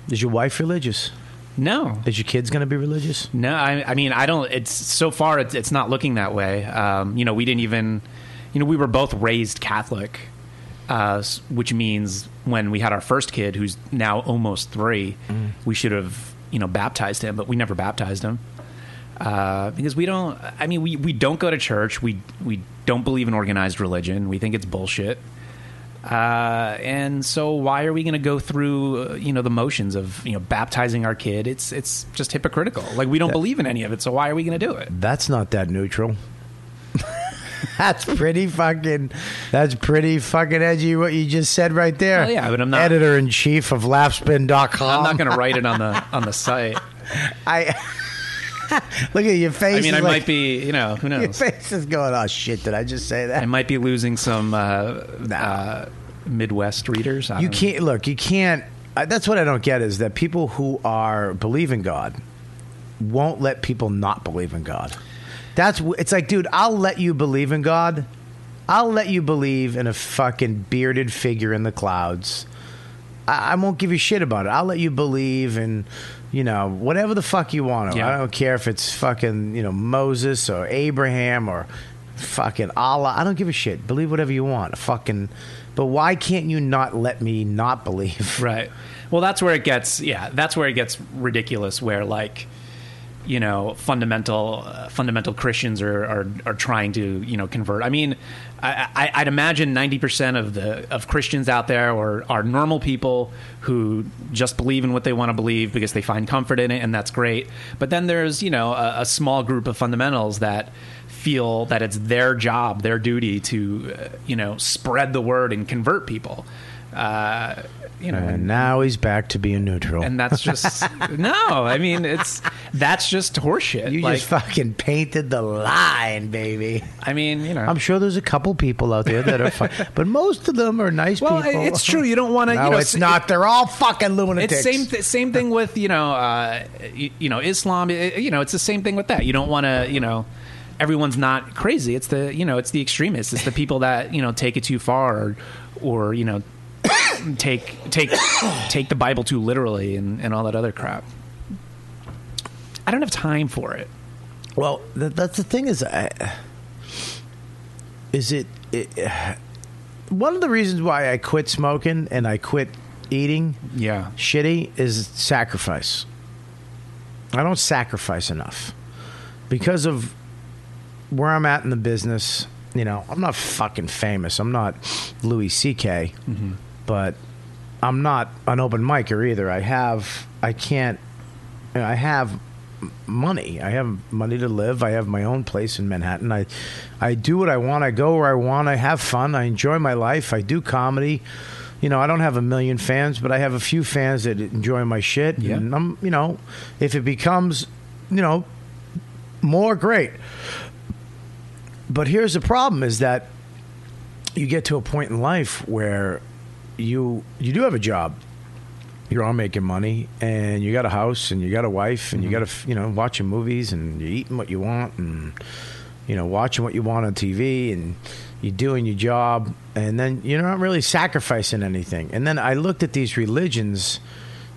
[SPEAKER 3] Is your wife religious?
[SPEAKER 1] No,
[SPEAKER 3] Is your kids going to be religious?
[SPEAKER 1] No, I, I mean, I don't. It's so far, it's, it's not looking that way. Um, you know, we didn't even, you know, we were both raised Catholic, uh, s- which means when we had our first kid, who's now almost three, we should have, you know, baptized him, but we never baptized him. Uh, because we don't, I mean, we, we don't go to church. We, we don't believe in organized religion. We think it's bullshit. Uh, and so why are we going to go through uh, you know the motions of you know baptizing our kid? It's it's just hypocritical. Like we don't believe in any of it, so why are we going to do it?
[SPEAKER 3] That's not that neutral. that's pretty fucking. That's pretty fucking edgy. What you just said right there.
[SPEAKER 1] Well, yeah, but I'm not-
[SPEAKER 3] editor in chief of laughspin.com.
[SPEAKER 1] I'm not going to write it on the on the site.
[SPEAKER 3] I look at your face.
[SPEAKER 1] I mean,
[SPEAKER 3] is
[SPEAKER 1] I
[SPEAKER 3] like-
[SPEAKER 1] might be you know who
[SPEAKER 3] Your
[SPEAKER 1] knows.
[SPEAKER 3] face is going. Oh shit! Did I just say that?
[SPEAKER 1] I might be losing some uh, uh, Midwest readers. I
[SPEAKER 3] you
[SPEAKER 1] don't-
[SPEAKER 3] can't look. You can't. I, that's what I don't get is that people who are believe in God won't let people not believe in God. That's wh- it's like, dude, I'll let you believe in God. I'll let you believe in a fucking bearded figure in the clouds. I, I won't give you shit about it. I'll let you believe in, you know, whatever the fuck you want to.
[SPEAKER 1] Yeah.
[SPEAKER 3] I don't care if it's fucking, you know, Moses or Abraham or fucking Allah. I don't give a shit. Believe whatever you want. Fucking. But why can't you not let me not believe?
[SPEAKER 1] Right. Well, that's where it gets. Yeah, that's where it gets ridiculous. Where like, you know, fundamental uh, fundamental Christians are, are are trying to you know convert. I mean, I, I, I'd imagine ninety percent of the of Christians out there are are normal people who just believe in what they want to believe because they find comfort in it, and that's great. But then there's you know a, a small group of fundamentals that feel that it's their job, their duty to uh, you know spread the word and convert people. Uh, you know,
[SPEAKER 3] And now he's back to being neutral.
[SPEAKER 1] and that's just no. I mean, it's that's just horseshit.
[SPEAKER 3] you
[SPEAKER 1] like,
[SPEAKER 3] just fucking painted the line, baby.
[SPEAKER 1] I mean, you know,
[SPEAKER 3] I'm sure there's a couple people out there that are fine, but most of them are nice
[SPEAKER 1] Well,
[SPEAKER 3] people.
[SPEAKER 1] it's true. You don't wanna,
[SPEAKER 3] No,
[SPEAKER 1] you know,
[SPEAKER 3] it's
[SPEAKER 1] s-
[SPEAKER 3] not. They're all fucking lunatics.
[SPEAKER 1] it's same th- same thing with you know uh, you, you know Islam. i- you know, it's the same thing with that. You don't want to you know. Everyone's not crazy. It's the you know, it's the extremists. It's the people that you know take it too far, or, or you know, take take take the Bible too literally, and, and all that other crap. I don't have time for it.
[SPEAKER 3] Well, th- that's the thing is, I, is it, it one of the reasons why I quit smoking and I quit eating
[SPEAKER 1] Yeah,
[SPEAKER 3] shitty is sacrifice. I don't sacrifice enough because of where I'm at in the business. You know, I'm not fucking famous. I'm not Louis C.K. But I'm not an open micer either. I have, I can't, you know, I have m- money. I have money to live. I have my own place in Manhattan. I, I do what I want. I go where I want. I have fun. I enjoy my life. I do comedy. You know, I don't have a million fans, but I have a few fans that enjoy my shit.
[SPEAKER 1] Yeah.
[SPEAKER 3] And I'm, you know, if it becomes, you know, more great. But here's the problem is that you get to a point in life where you you do have a job. You're all making money and you got a house and you got a wife and you got to, you know, watching movies and you're eating what you want and you know, watching what you want on TV and you're doing your job and then you're not really sacrificing anything. And then I looked at these religions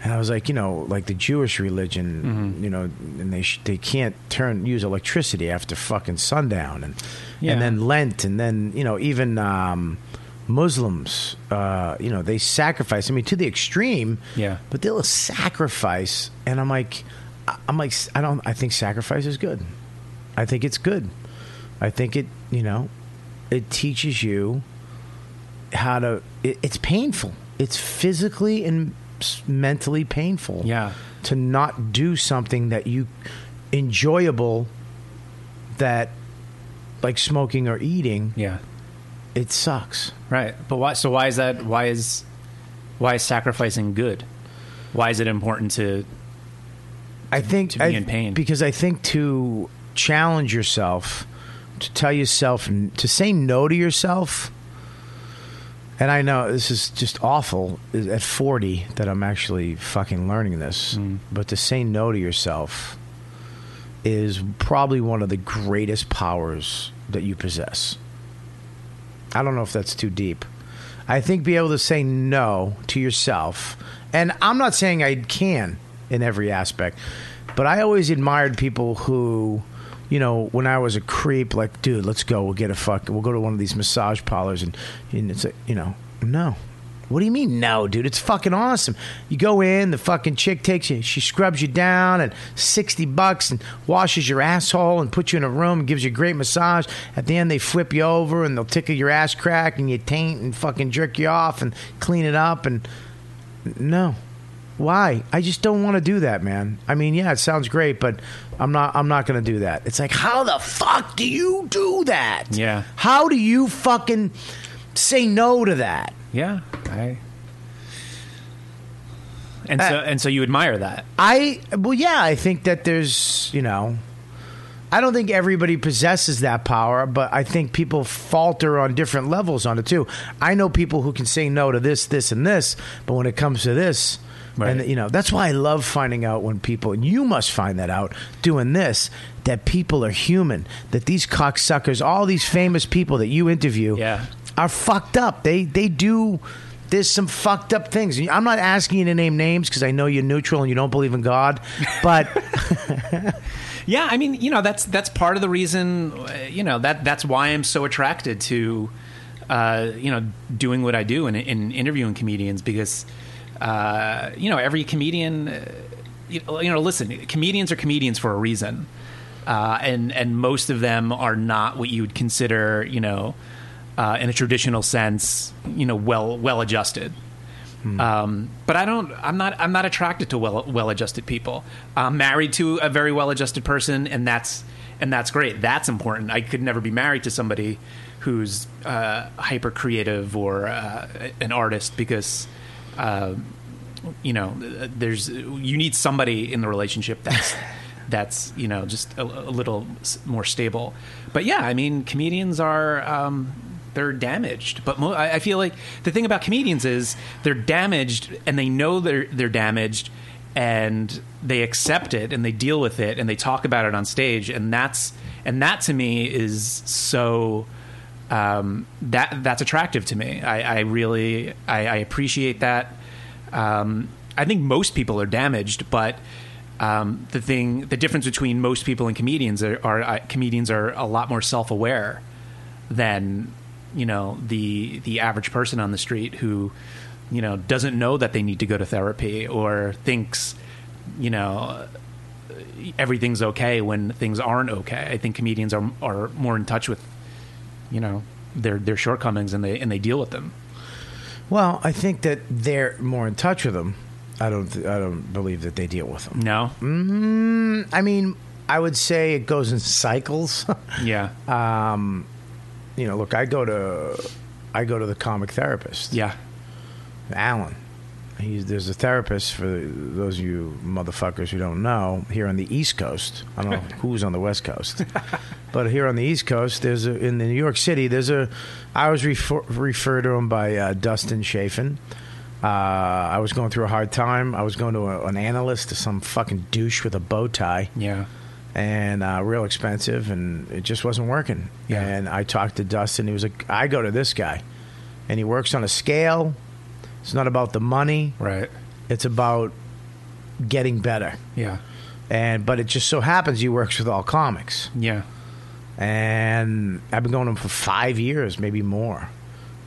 [SPEAKER 3] and I was like, you know, like the Jewish religion, you know, and they sh- they can't turn use electricity after fucking sundown and
[SPEAKER 1] Yeah.
[SPEAKER 3] and then Lent, and then you know even um, Muslims, uh, you know they sacrifice. I mean, to the extreme.
[SPEAKER 1] Yeah.
[SPEAKER 3] But they'll sacrifice, and I'm like, I- I'm like, I don't. I think sacrifice is good. I think it's good. I think it, you know, it teaches you how to. It, it's painful. It's physically and s- mentally painful.
[SPEAKER 1] Yeah.
[SPEAKER 3] To not do something that you enjoyable that like smoking or eating,
[SPEAKER 1] yeah.
[SPEAKER 3] it sucks.
[SPEAKER 1] Right. But why so why is that why is why is sacrificing good? Why is it important to
[SPEAKER 3] I think
[SPEAKER 1] to be
[SPEAKER 3] I-
[SPEAKER 1] in pain.
[SPEAKER 3] because I think to challenge yourself, to tell yourself n- to say no to yourself. And I know this is just awful is at 40 that I'm actually fucking learning this,
[SPEAKER 1] Mm-hmm.
[SPEAKER 3] but to say no to yourself is probably one of the greatest powers that you possess. I don't know if that's too deep. I think be able to say no to yourself, and I'm not saying I can. in every aspect. But I always admired people who, you know, when I was a creep, like, dude, let's go. We'll get a fuck. We'll go to one of these massage parlors, and, and it's like, you know, no. What do you mean no, dude? It's fucking awesome. You go in, the fucking chick takes you, she scrubs you down at 60 bucks and washes your asshole and puts you in a room and gives you a great massage. At the end, they flip you over and they'll tickle your ass crack and you taint and fucking jerk you off and clean it up. And no. Why? I just don't want to do that, man. I mean, yeah, it sounds great, but I'm not I'm not going to do that. It's like, how the fuck do you do that?
[SPEAKER 1] Yeah.
[SPEAKER 3] How do you fucking say no to that?
[SPEAKER 1] Yeah, I. And so
[SPEAKER 3] Uh,
[SPEAKER 1] and so you admire that.
[SPEAKER 3] I well, yeah, I think that there's you know, I don't think everybody possesses that power, but I think people falter on different levels on it too. I know people who can say no to this, this, and this, but when it comes to this.
[SPEAKER 1] Right.
[SPEAKER 3] And you know that's why I love finding out when people and you must find that out doing this that people are human that these cocksuckers all these famous people that you interview
[SPEAKER 1] Yeah.
[SPEAKER 3] are fucked up. They they do. There's some fucked up things. I'm not asking you to name names because I know you're neutral and you don't believe in God, but
[SPEAKER 1] Yeah, I mean, you know, that's that's part of the reason, uh, you know, that that's why I'm so attracted to, uh, you know, doing what I do and in, interviewing comedians because, uh, you know, every comedian, uh, you you know, listen, comedians are comedians for a reason, uh, and and most of them are not what you would consider, you know, uh, in a traditional sense, you know, well well adjusted. Um, but I don't. I'm not. I'm not attracted to well well-adjusted people. I'm married to a very well-adjusted person, and that's and that's great. That's important. I could never be married to somebody who's uh, hyper creative or uh, an artist because. Uh, you know, there's you need somebody in the relationship that's that's you know just a, a little s- more stable. But yeah, I mean, comedians are um, they're damaged. But mo- I I feel like the thing about comedians is they're damaged, and they know they're they're damaged, and they accept it, and they deal with it, and they talk about it on stage, and that's and that to me is so um, that that's attractive to me. I, I really I, I appreciate that. Um, I think most people are damaged, but um, the thing the difference between most people and comedians are, are uh, comedians are a lot more self aware than you know the the average person on the street who you know doesn't know that they need to go to therapy or thinks you know everything's okay when things aren't okay. I think comedians are are more in touch with you know their their shortcomings and they and they deal with them.
[SPEAKER 3] well, I think that they're more in touch with them. I don't. th- I don't believe that they deal with them.
[SPEAKER 1] No,
[SPEAKER 3] Mm, I mean, I would say it goes in cycles.
[SPEAKER 1] yeah,
[SPEAKER 3] you know, look, I go to, I go to the comic therapist.
[SPEAKER 1] yeah,
[SPEAKER 3] Alan. He's, there's a therapist for those of you motherfuckers who don't know here on the East Coast. I don't know who's on the West Coast, but here on the East Coast, there's a, in the New York City. There's a. I was refer, referred to him by uh, Dustin Chafin. Uh, I was going through a hard time. I was going to a, an analyst, to some fucking douche with a bow tie
[SPEAKER 1] yeah,
[SPEAKER 3] and uh, real expensive, and it just wasn't working.
[SPEAKER 1] Yeah.
[SPEAKER 3] And I talked to Dustin. He was like, "I go to this guy, and he works on a scale. It's not about the money.
[SPEAKER 1] right,
[SPEAKER 3] It's about getting better.
[SPEAKER 1] yeah,
[SPEAKER 3] And but it just so happens he works with all comics.
[SPEAKER 1] yeah,
[SPEAKER 3] And I've been going to him for five years, maybe more.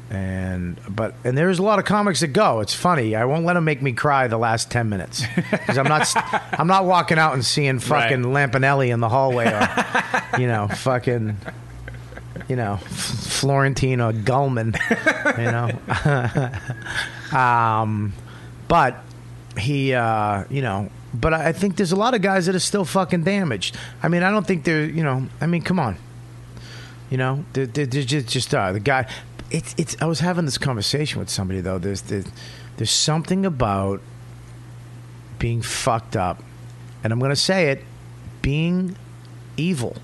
[SPEAKER 3] And but and there's a lot of comics that go. It's funny. I won't let him make me cry the last ten minutes because I'm not I'm not walking out and seeing fucking Lampanelli in the hallway or you know, fucking, you know, F- Florentine or Gullman, you know. um, but he, uh, you know, but I I think there's a lot of guys that are still fucking damaged. I mean, I don't think they're, you know, I mean, come on, you know, they're, they're, they're just, just uh, the guy. It's, it's. I was having this conversation with somebody though. There's, there's, there's something about being fucked up, and I'm going to say it, being evil,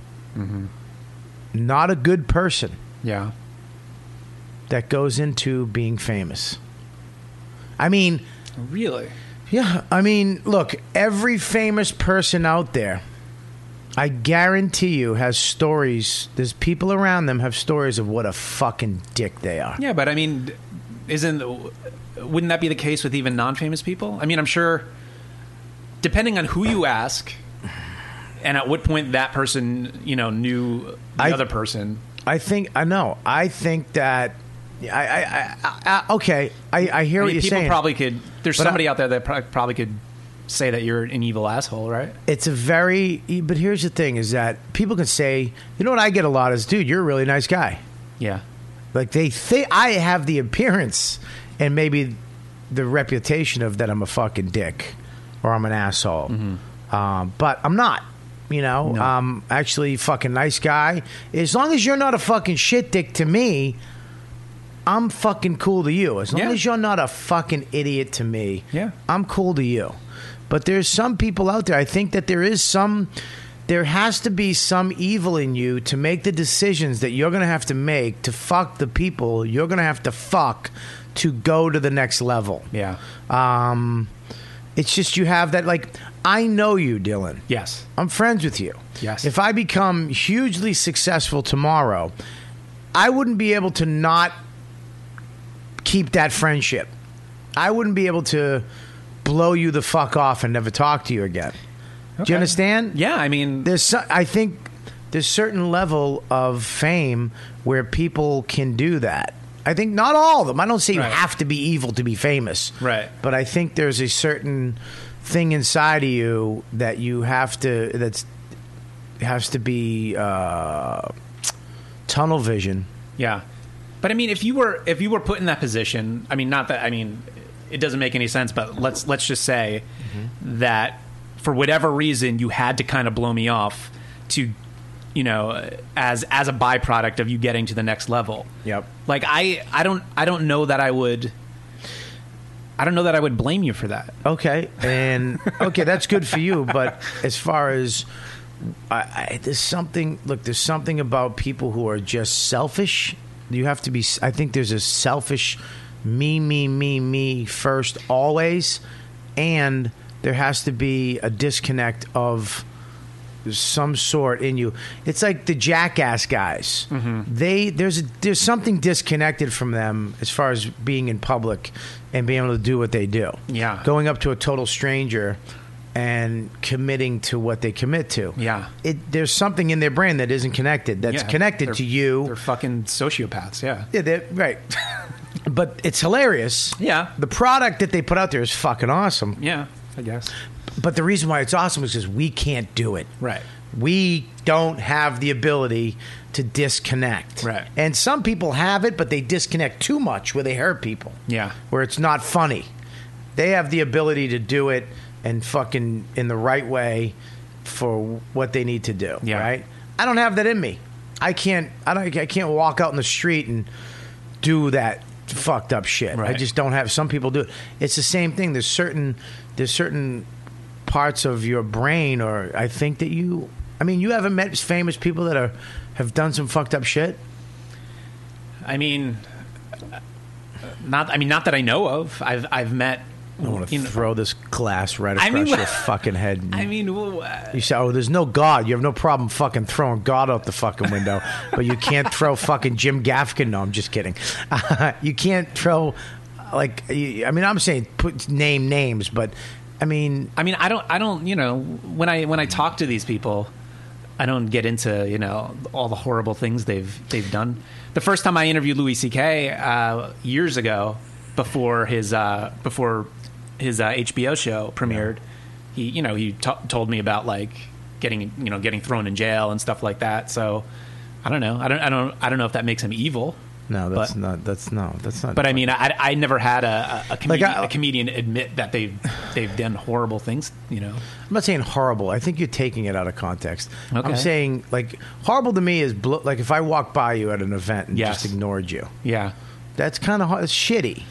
[SPEAKER 3] not a good person
[SPEAKER 1] yeah,
[SPEAKER 3] that goes into being famous. I mean,
[SPEAKER 1] really,
[SPEAKER 3] yeah, I mean, look, every famous person out there, I guarantee you, has stories. There's people around them have stories of what a fucking dick they are.
[SPEAKER 1] yeah. But I mean, isn't wouldn't that be the case with even non-famous people? I mean, I'm sure. depending on who you ask, and at what point that person you know knew the
[SPEAKER 3] I-
[SPEAKER 1] other person.
[SPEAKER 3] I think I know. I think that I, I, I, I- I okay. I, I hear
[SPEAKER 1] I
[SPEAKER 3] what
[SPEAKER 1] mean,
[SPEAKER 3] you're
[SPEAKER 1] people
[SPEAKER 3] saying.
[SPEAKER 1] probably could. There's
[SPEAKER 3] But I-
[SPEAKER 1] somebody out there that prob- probably could say that you're an evil asshole, right?
[SPEAKER 3] it's a very. But here's the thing: is that people can say, you know what I get a lot is, dude, you're a really nice guy.
[SPEAKER 1] Yeah.
[SPEAKER 3] Like they think I have the appearance and maybe the reputation of that I'm a fucking dick or I'm an asshole,
[SPEAKER 1] Mm-hmm.
[SPEAKER 3] um, but I'm not. You know, I'm actually fucking nice guy. As long as you're not a fucking shit dick to me, I'm fucking cool to you. As long
[SPEAKER 1] Yeah.
[SPEAKER 3] as you're not a fucking idiot to me,
[SPEAKER 1] Yeah.
[SPEAKER 3] I'm cool to you. But there's some people out there. I think that there is some, there has to be some evil in you to make the decisions that you're going to have to make to fuck the people you're going to have to fuck to go to the next level.
[SPEAKER 1] Yeah.
[SPEAKER 3] Um, it's just you have that, like, I know you, Dylan.
[SPEAKER 1] Yes.
[SPEAKER 3] I'm friends with you.
[SPEAKER 1] Yes.
[SPEAKER 3] If I become hugely successful tomorrow, I wouldn't be able to not keep that friendship. I wouldn't be able to blow you the fuck off and never talk to you again. Do
[SPEAKER 1] Okay.
[SPEAKER 3] you understand?
[SPEAKER 1] Yeah. I mean,
[SPEAKER 3] There's so, I think there's certain level of fame where people can do that. I think not all of them. I don't say
[SPEAKER 1] Right.
[SPEAKER 3] you have to be evil to be famous.
[SPEAKER 1] Right.
[SPEAKER 3] But I think there's a certain thing inside of you that you have to that's has to be uh, tunnel vision.
[SPEAKER 1] Yeah, but I mean, if you were if you were put in that position, I mean, not that I mean, it doesn't make any sense. But let's let's just say
[SPEAKER 3] Mm-hmm.
[SPEAKER 1] that for whatever reason, you had to kind of blow me off to, you know, as as a byproduct of you getting to the next level.
[SPEAKER 3] Yep.
[SPEAKER 1] Like I I don't I don't know that I would. I don't know that I would blame you for that.
[SPEAKER 3] Okay, and okay, that's good for you. But as far as I, I, there's something. Look, there's something about people who are just selfish. You have to be. I think there's a selfish, me, me, me, me first always, and there has to be a disconnect of some sort in you. It's like the jackass guys. They there's a, there's something disconnected from them as far as being in public and being able to do what they do.
[SPEAKER 1] Yeah.
[SPEAKER 3] going up to a total stranger and committing to what they commit to.
[SPEAKER 1] Yeah.
[SPEAKER 3] it, there's something in their brain that isn't connected. That's
[SPEAKER 1] Yeah.
[SPEAKER 3] connected
[SPEAKER 1] They're-
[SPEAKER 3] to you.
[SPEAKER 1] They're fucking sociopaths. Yeah.
[SPEAKER 3] Yeah, they're, right. but it's hilarious.
[SPEAKER 1] Yeah.
[SPEAKER 3] the product that they put out there is fucking awesome.
[SPEAKER 1] Yeah. I guess.
[SPEAKER 3] But the reason why it's awesome is because we can't do it.
[SPEAKER 1] Right.
[SPEAKER 3] We don't have the ability to disconnect.
[SPEAKER 1] Right.
[SPEAKER 3] And some people have it, but they disconnect too much where they hurt people.
[SPEAKER 1] Yeah.
[SPEAKER 3] Where it's not funny. They have the ability to do it and fucking in the right way for what they need to do.
[SPEAKER 1] Yeah.
[SPEAKER 3] Right. I don't have that in me. I can't. I don't. I can't walk out in the street and do that fucked up shit. I
[SPEAKER 1] Right.
[SPEAKER 3] just don't have. Some people do it. It's the same thing. There's certain. There's certain parts of your brain, or I think that you. I mean, you haven't met famous people that are have done some fucked up shit.
[SPEAKER 1] I mean, not. I mean, not that I know of. I've I've met.
[SPEAKER 3] I want to
[SPEAKER 1] you know-
[SPEAKER 3] throw this glass right
[SPEAKER 1] I
[SPEAKER 3] across
[SPEAKER 1] mean,
[SPEAKER 3] your fucking head.
[SPEAKER 1] I mean, w- w-
[SPEAKER 3] you say, "Oh, there's no God. You have no problem fucking throwing God out the fucking window, but you can't throw fucking Jim Gaffigan." No, I'm just kidding. you can't throw like. you- I mean, I'm saying put name names, but I mean,
[SPEAKER 1] I mean, I don't, I don't, you know, when I when I talk to these people, I don't get into you know all the horrible things they've they've done. The first time I interviewed Louis C.K. Uh, years ago, before his uh, before his uh, HBO show premiered, he you know he t- told me about like getting you know getting thrown in jail and stuff like that. So I don't know, I don't, I don't, I don't know if that makes him evil.
[SPEAKER 3] no, that's
[SPEAKER 1] but-
[SPEAKER 3] not. That's no, that's not.
[SPEAKER 1] But I mean, I, I never had a, a, a, comedian,
[SPEAKER 3] I-
[SPEAKER 1] a comedian admit that they've they've done horrible things. You know,
[SPEAKER 3] I'm not saying horrible. I think you're taking it out of context.
[SPEAKER 1] Okay.
[SPEAKER 3] I'm saying like horrible to me is blo- like if I walk by you at an event and
[SPEAKER 1] Yes.
[SPEAKER 3] just ignored you.
[SPEAKER 1] yeah,
[SPEAKER 3] That's kind of it's shitty.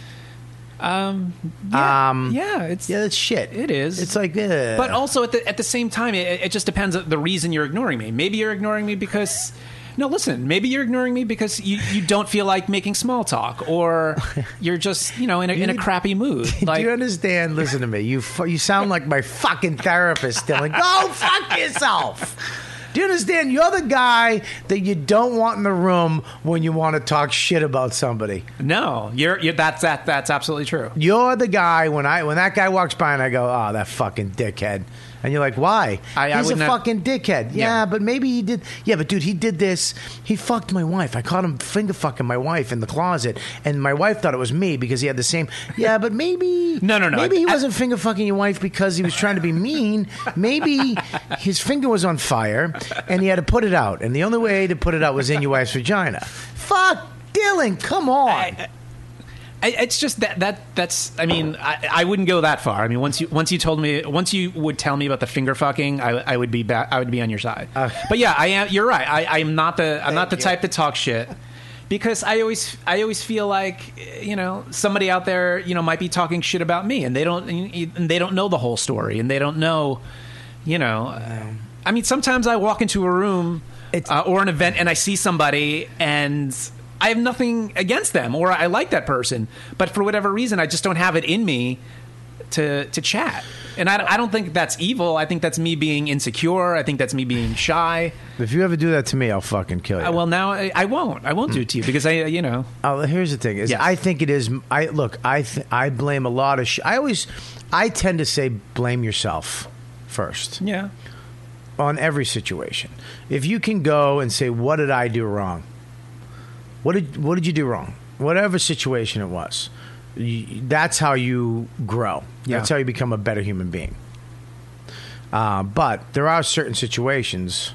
[SPEAKER 1] um,
[SPEAKER 3] Yeah, um,
[SPEAKER 1] yeah, it's
[SPEAKER 3] yeah, that's shit.
[SPEAKER 1] It is.
[SPEAKER 3] It's like, eh.
[SPEAKER 1] But also at the at the same time, it, it just depends on the reason you're ignoring me. Maybe you're ignoring me because. No, listen. Maybe you're ignoring me because you, you don't feel like making small talk, or you're just you know in a, in a crappy mood. Like
[SPEAKER 3] Do you understand? Listen to me. You fu- you sound like my fucking therapist, Dylan. Go fuck yourself. Do you understand? You're the guy that you don't want in the room when you want to talk shit about somebody.
[SPEAKER 1] No, you're, you're that's that that's absolutely true.
[SPEAKER 3] You're the guy when I when that guy walks by and I go, oh, that fucking dickhead. And you're like, why?
[SPEAKER 1] I- I
[SPEAKER 3] He's a
[SPEAKER 1] wouldn't have-
[SPEAKER 3] fucking dickhead. Yeah,
[SPEAKER 1] Yeah.
[SPEAKER 3] but maybe he did. Yeah, but dude, he did this. He fucked my wife. I caught him finger fucking my wife in the closet, and my wife thought it was me because he had the same. Yeah, but maybe
[SPEAKER 1] No, no, no.
[SPEAKER 3] Maybe he
[SPEAKER 1] I-
[SPEAKER 3] wasn't finger fucking your wife because he was trying to be mean. Maybe his finger was on fire, and he had to put it out. And the only way to put it out was in your wife's vagina. Fuck, Dylan, come on.
[SPEAKER 1] I, it's just that that that's. I mean, I, I wouldn't go that far. I mean, once you once you told me once you would tell me about the finger fucking, I, I would be back. I would be on your side. but yeah, I am. You're right. I, I'm not the I'm not the
[SPEAKER 3] Uh, you.
[SPEAKER 1] type to talk shit because I always I always feel like you know somebody out there you know might be talking shit about me and they don't and they don't know the whole story and they don't know you know. uh, I mean, sometimes I walk into a room
[SPEAKER 3] It's-
[SPEAKER 1] uh, or an event and I see somebody and I have nothing against them or I like that person, but for whatever reason, I just don't have it in me to to chat. And I, I don't think that's evil. I think that's me being insecure. I think that's me being shy.
[SPEAKER 3] If you ever do that to me, I'll fucking kill you.
[SPEAKER 1] Uh, well, now I, I won't. I
[SPEAKER 3] Hmm.
[SPEAKER 1] won't do it to you because I, you know,
[SPEAKER 3] Oh, here's the thing: is
[SPEAKER 1] Yes.
[SPEAKER 3] I think it is. I look. I th- I blame a lot of. Sh- I always. I tend to say blame yourself first
[SPEAKER 1] yeah,
[SPEAKER 3] on every situation. If you can go and say, "What did I do wrong? What did What did you do wrong? Whatever situation it was, you, that's how you grow.
[SPEAKER 1] Yeah.
[SPEAKER 3] That's how you become a better human being. Uh, but there are certain situations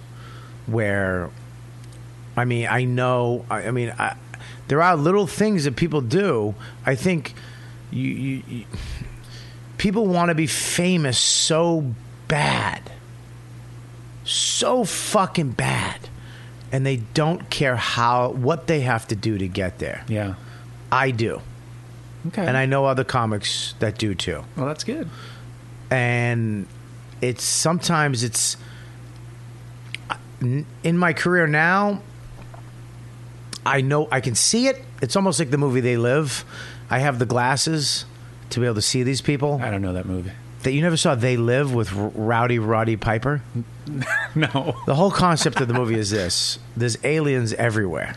[SPEAKER 3] where, I mean, I know. I, I mean, I, there are little things that people do. I think you, you, you people want to be famous so bad so fucking bad and they don't care how what they have to do to get there
[SPEAKER 1] yeah.
[SPEAKER 3] i do
[SPEAKER 1] Okay.
[SPEAKER 3] and i know other comics that do too
[SPEAKER 1] well, that's good.
[SPEAKER 3] and it's sometimes it's in my career now i know i can see it it's almost like the movie they live i have the glasses to be able to see these people
[SPEAKER 1] I don't know that movie.
[SPEAKER 3] that you never saw they live with R- rowdy roddy piper
[SPEAKER 1] No.
[SPEAKER 3] The whole concept of the movie is this: there's aliens everywhere.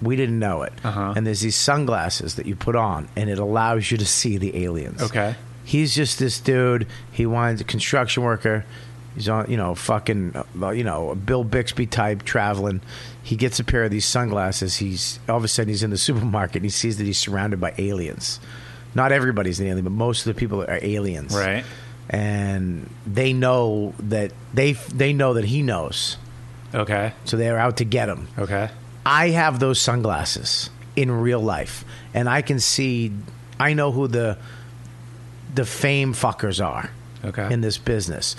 [SPEAKER 3] We didn't know it,
[SPEAKER 1] Uh-huh.
[SPEAKER 3] and there's these sunglasses that you put on, and it allows you to see the aliens.
[SPEAKER 1] Okay.
[SPEAKER 3] he's just this dude. He winds a construction worker. He's on, you know, fucking, uh, well, you know, a Bill Bixby type traveling. He gets a pair of these sunglasses. He's all of a sudden he's in the supermarket. and He sees that he's surrounded by aliens. Not everybody's an alien, but most of the people are aliens
[SPEAKER 1] Right.
[SPEAKER 3] and they know that they they know that he knows,
[SPEAKER 1] Okay.
[SPEAKER 3] so they're out to get him.
[SPEAKER 1] Okay.
[SPEAKER 3] I have those sunglasses in real life, and I can see. I know who the the fame fuckers are
[SPEAKER 1] Okay.
[SPEAKER 3] in this business.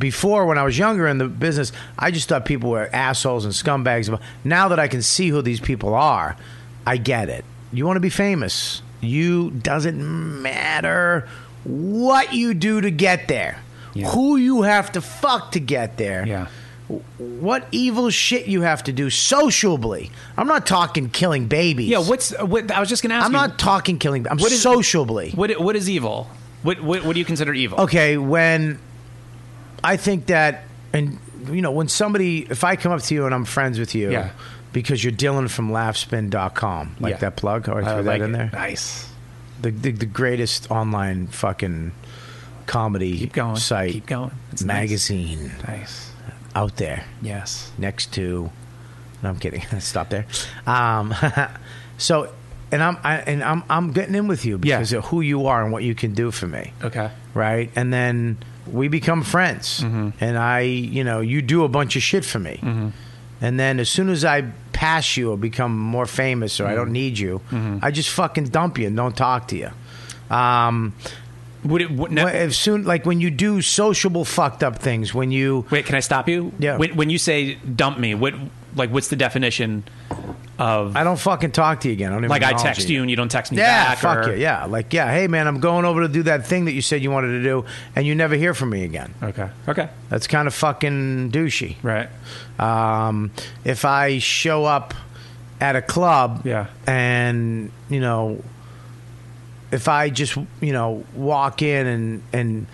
[SPEAKER 3] Before, when I was younger in the business, I just thought people were assholes and scumbags. Now that I can see who these people are, I get it. You want to be famous. You doesn't matter what you do to get there,
[SPEAKER 1] Yeah.
[SPEAKER 3] who you have to fuck to get there
[SPEAKER 1] Yeah.
[SPEAKER 3] what evil shit you have to do sociably. I'm not talking killing babies.
[SPEAKER 1] Yeah. What's what? I was just gonna ask.
[SPEAKER 3] I'm
[SPEAKER 1] you,
[SPEAKER 3] not talking killing. I'm
[SPEAKER 1] What is-
[SPEAKER 3] sociably
[SPEAKER 1] What what is evil? What what, what do you consider evil?
[SPEAKER 3] okay. When I think that, and you know, when somebody, if I come up to you and I'm friends with you,
[SPEAKER 1] Yeah.
[SPEAKER 3] because you're Dylan from laughspin.com, like
[SPEAKER 1] Yeah.
[SPEAKER 3] that plug, or I
[SPEAKER 1] I
[SPEAKER 3] threw
[SPEAKER 1] like
[SPEAKER 3] that in
[SPEAKER 1] it.
[SPEAKER 3] there.
[SPEAKER 1] Nice.
[SPEAKER 3] The, the the greatest online fucking comedy
[SPEAKER 1] Keep going.
[SPEAKER 3] site
[SPEAKER 1] Keep going. It's nice.
[SPEAKER 3] magazine
[SPEAKER 1] Nice.
[SPEAKER 3] out there.
[SPEAKER 1] Yes.
[SPEAKER 3] next to. No, I'm kidding. Stop there. Um, so, and I'm I, and I'm I'm getting in with you because
[SPEAKER 1] Yeah.
[SPEAKER 3] of who you are and what you can do for me,
[SPEAKER 1] Okay.
[SPEAKER 3] right? And then we become friends,
[SPEAKER 1] Mm-hmm.
[SPEAKER 3] and I, you know, you do a bunch of shit for me, and then as soon as I pass you or become more famous or I
[SPEAKER 1] Mm-hmm.
[SPEAKER 3] don't need you, I just fucking dump you and don't talk to you. Um,
[SPEAKER 1] Would it? Would, no,
[SPEAKER 3] wh- as soon like when you do sociable fucked up things, when you
[SPEAKER 1] wait. Can I stop you?
[SPEAKER 3] Yeah.
[SPEAKER 1] When, when you say dump me, what like what's the definition of
[SPEAKER 3] I don't fucking talk to you again. I don't even
[SPEAKER 1] like I
[SPEAKER 3] acknowledge
[SPEAKER 1] text you and you don't text me
[SPEAKER 3] yeah,
[SPEAKER 1] back?
[SPEAKER 3] fuck
[SPEAKER 1] or,
[SPEAKER 3] you. Yeah, like yeah. Hey, man, I'm going over to do that thing that you said you wanted to do, and you never hear from me again.
[SPEAKER 1] Okay. Okay.
[SPEAKER 3] That's kind of fucking douchey.
[SPEAKER 1] Right.
[SPEAKER 3] Um, if I show up at a club,
[SPEAKER 1] Yeah.
[SPEAKER 3] and you know, if I just you know walk in and and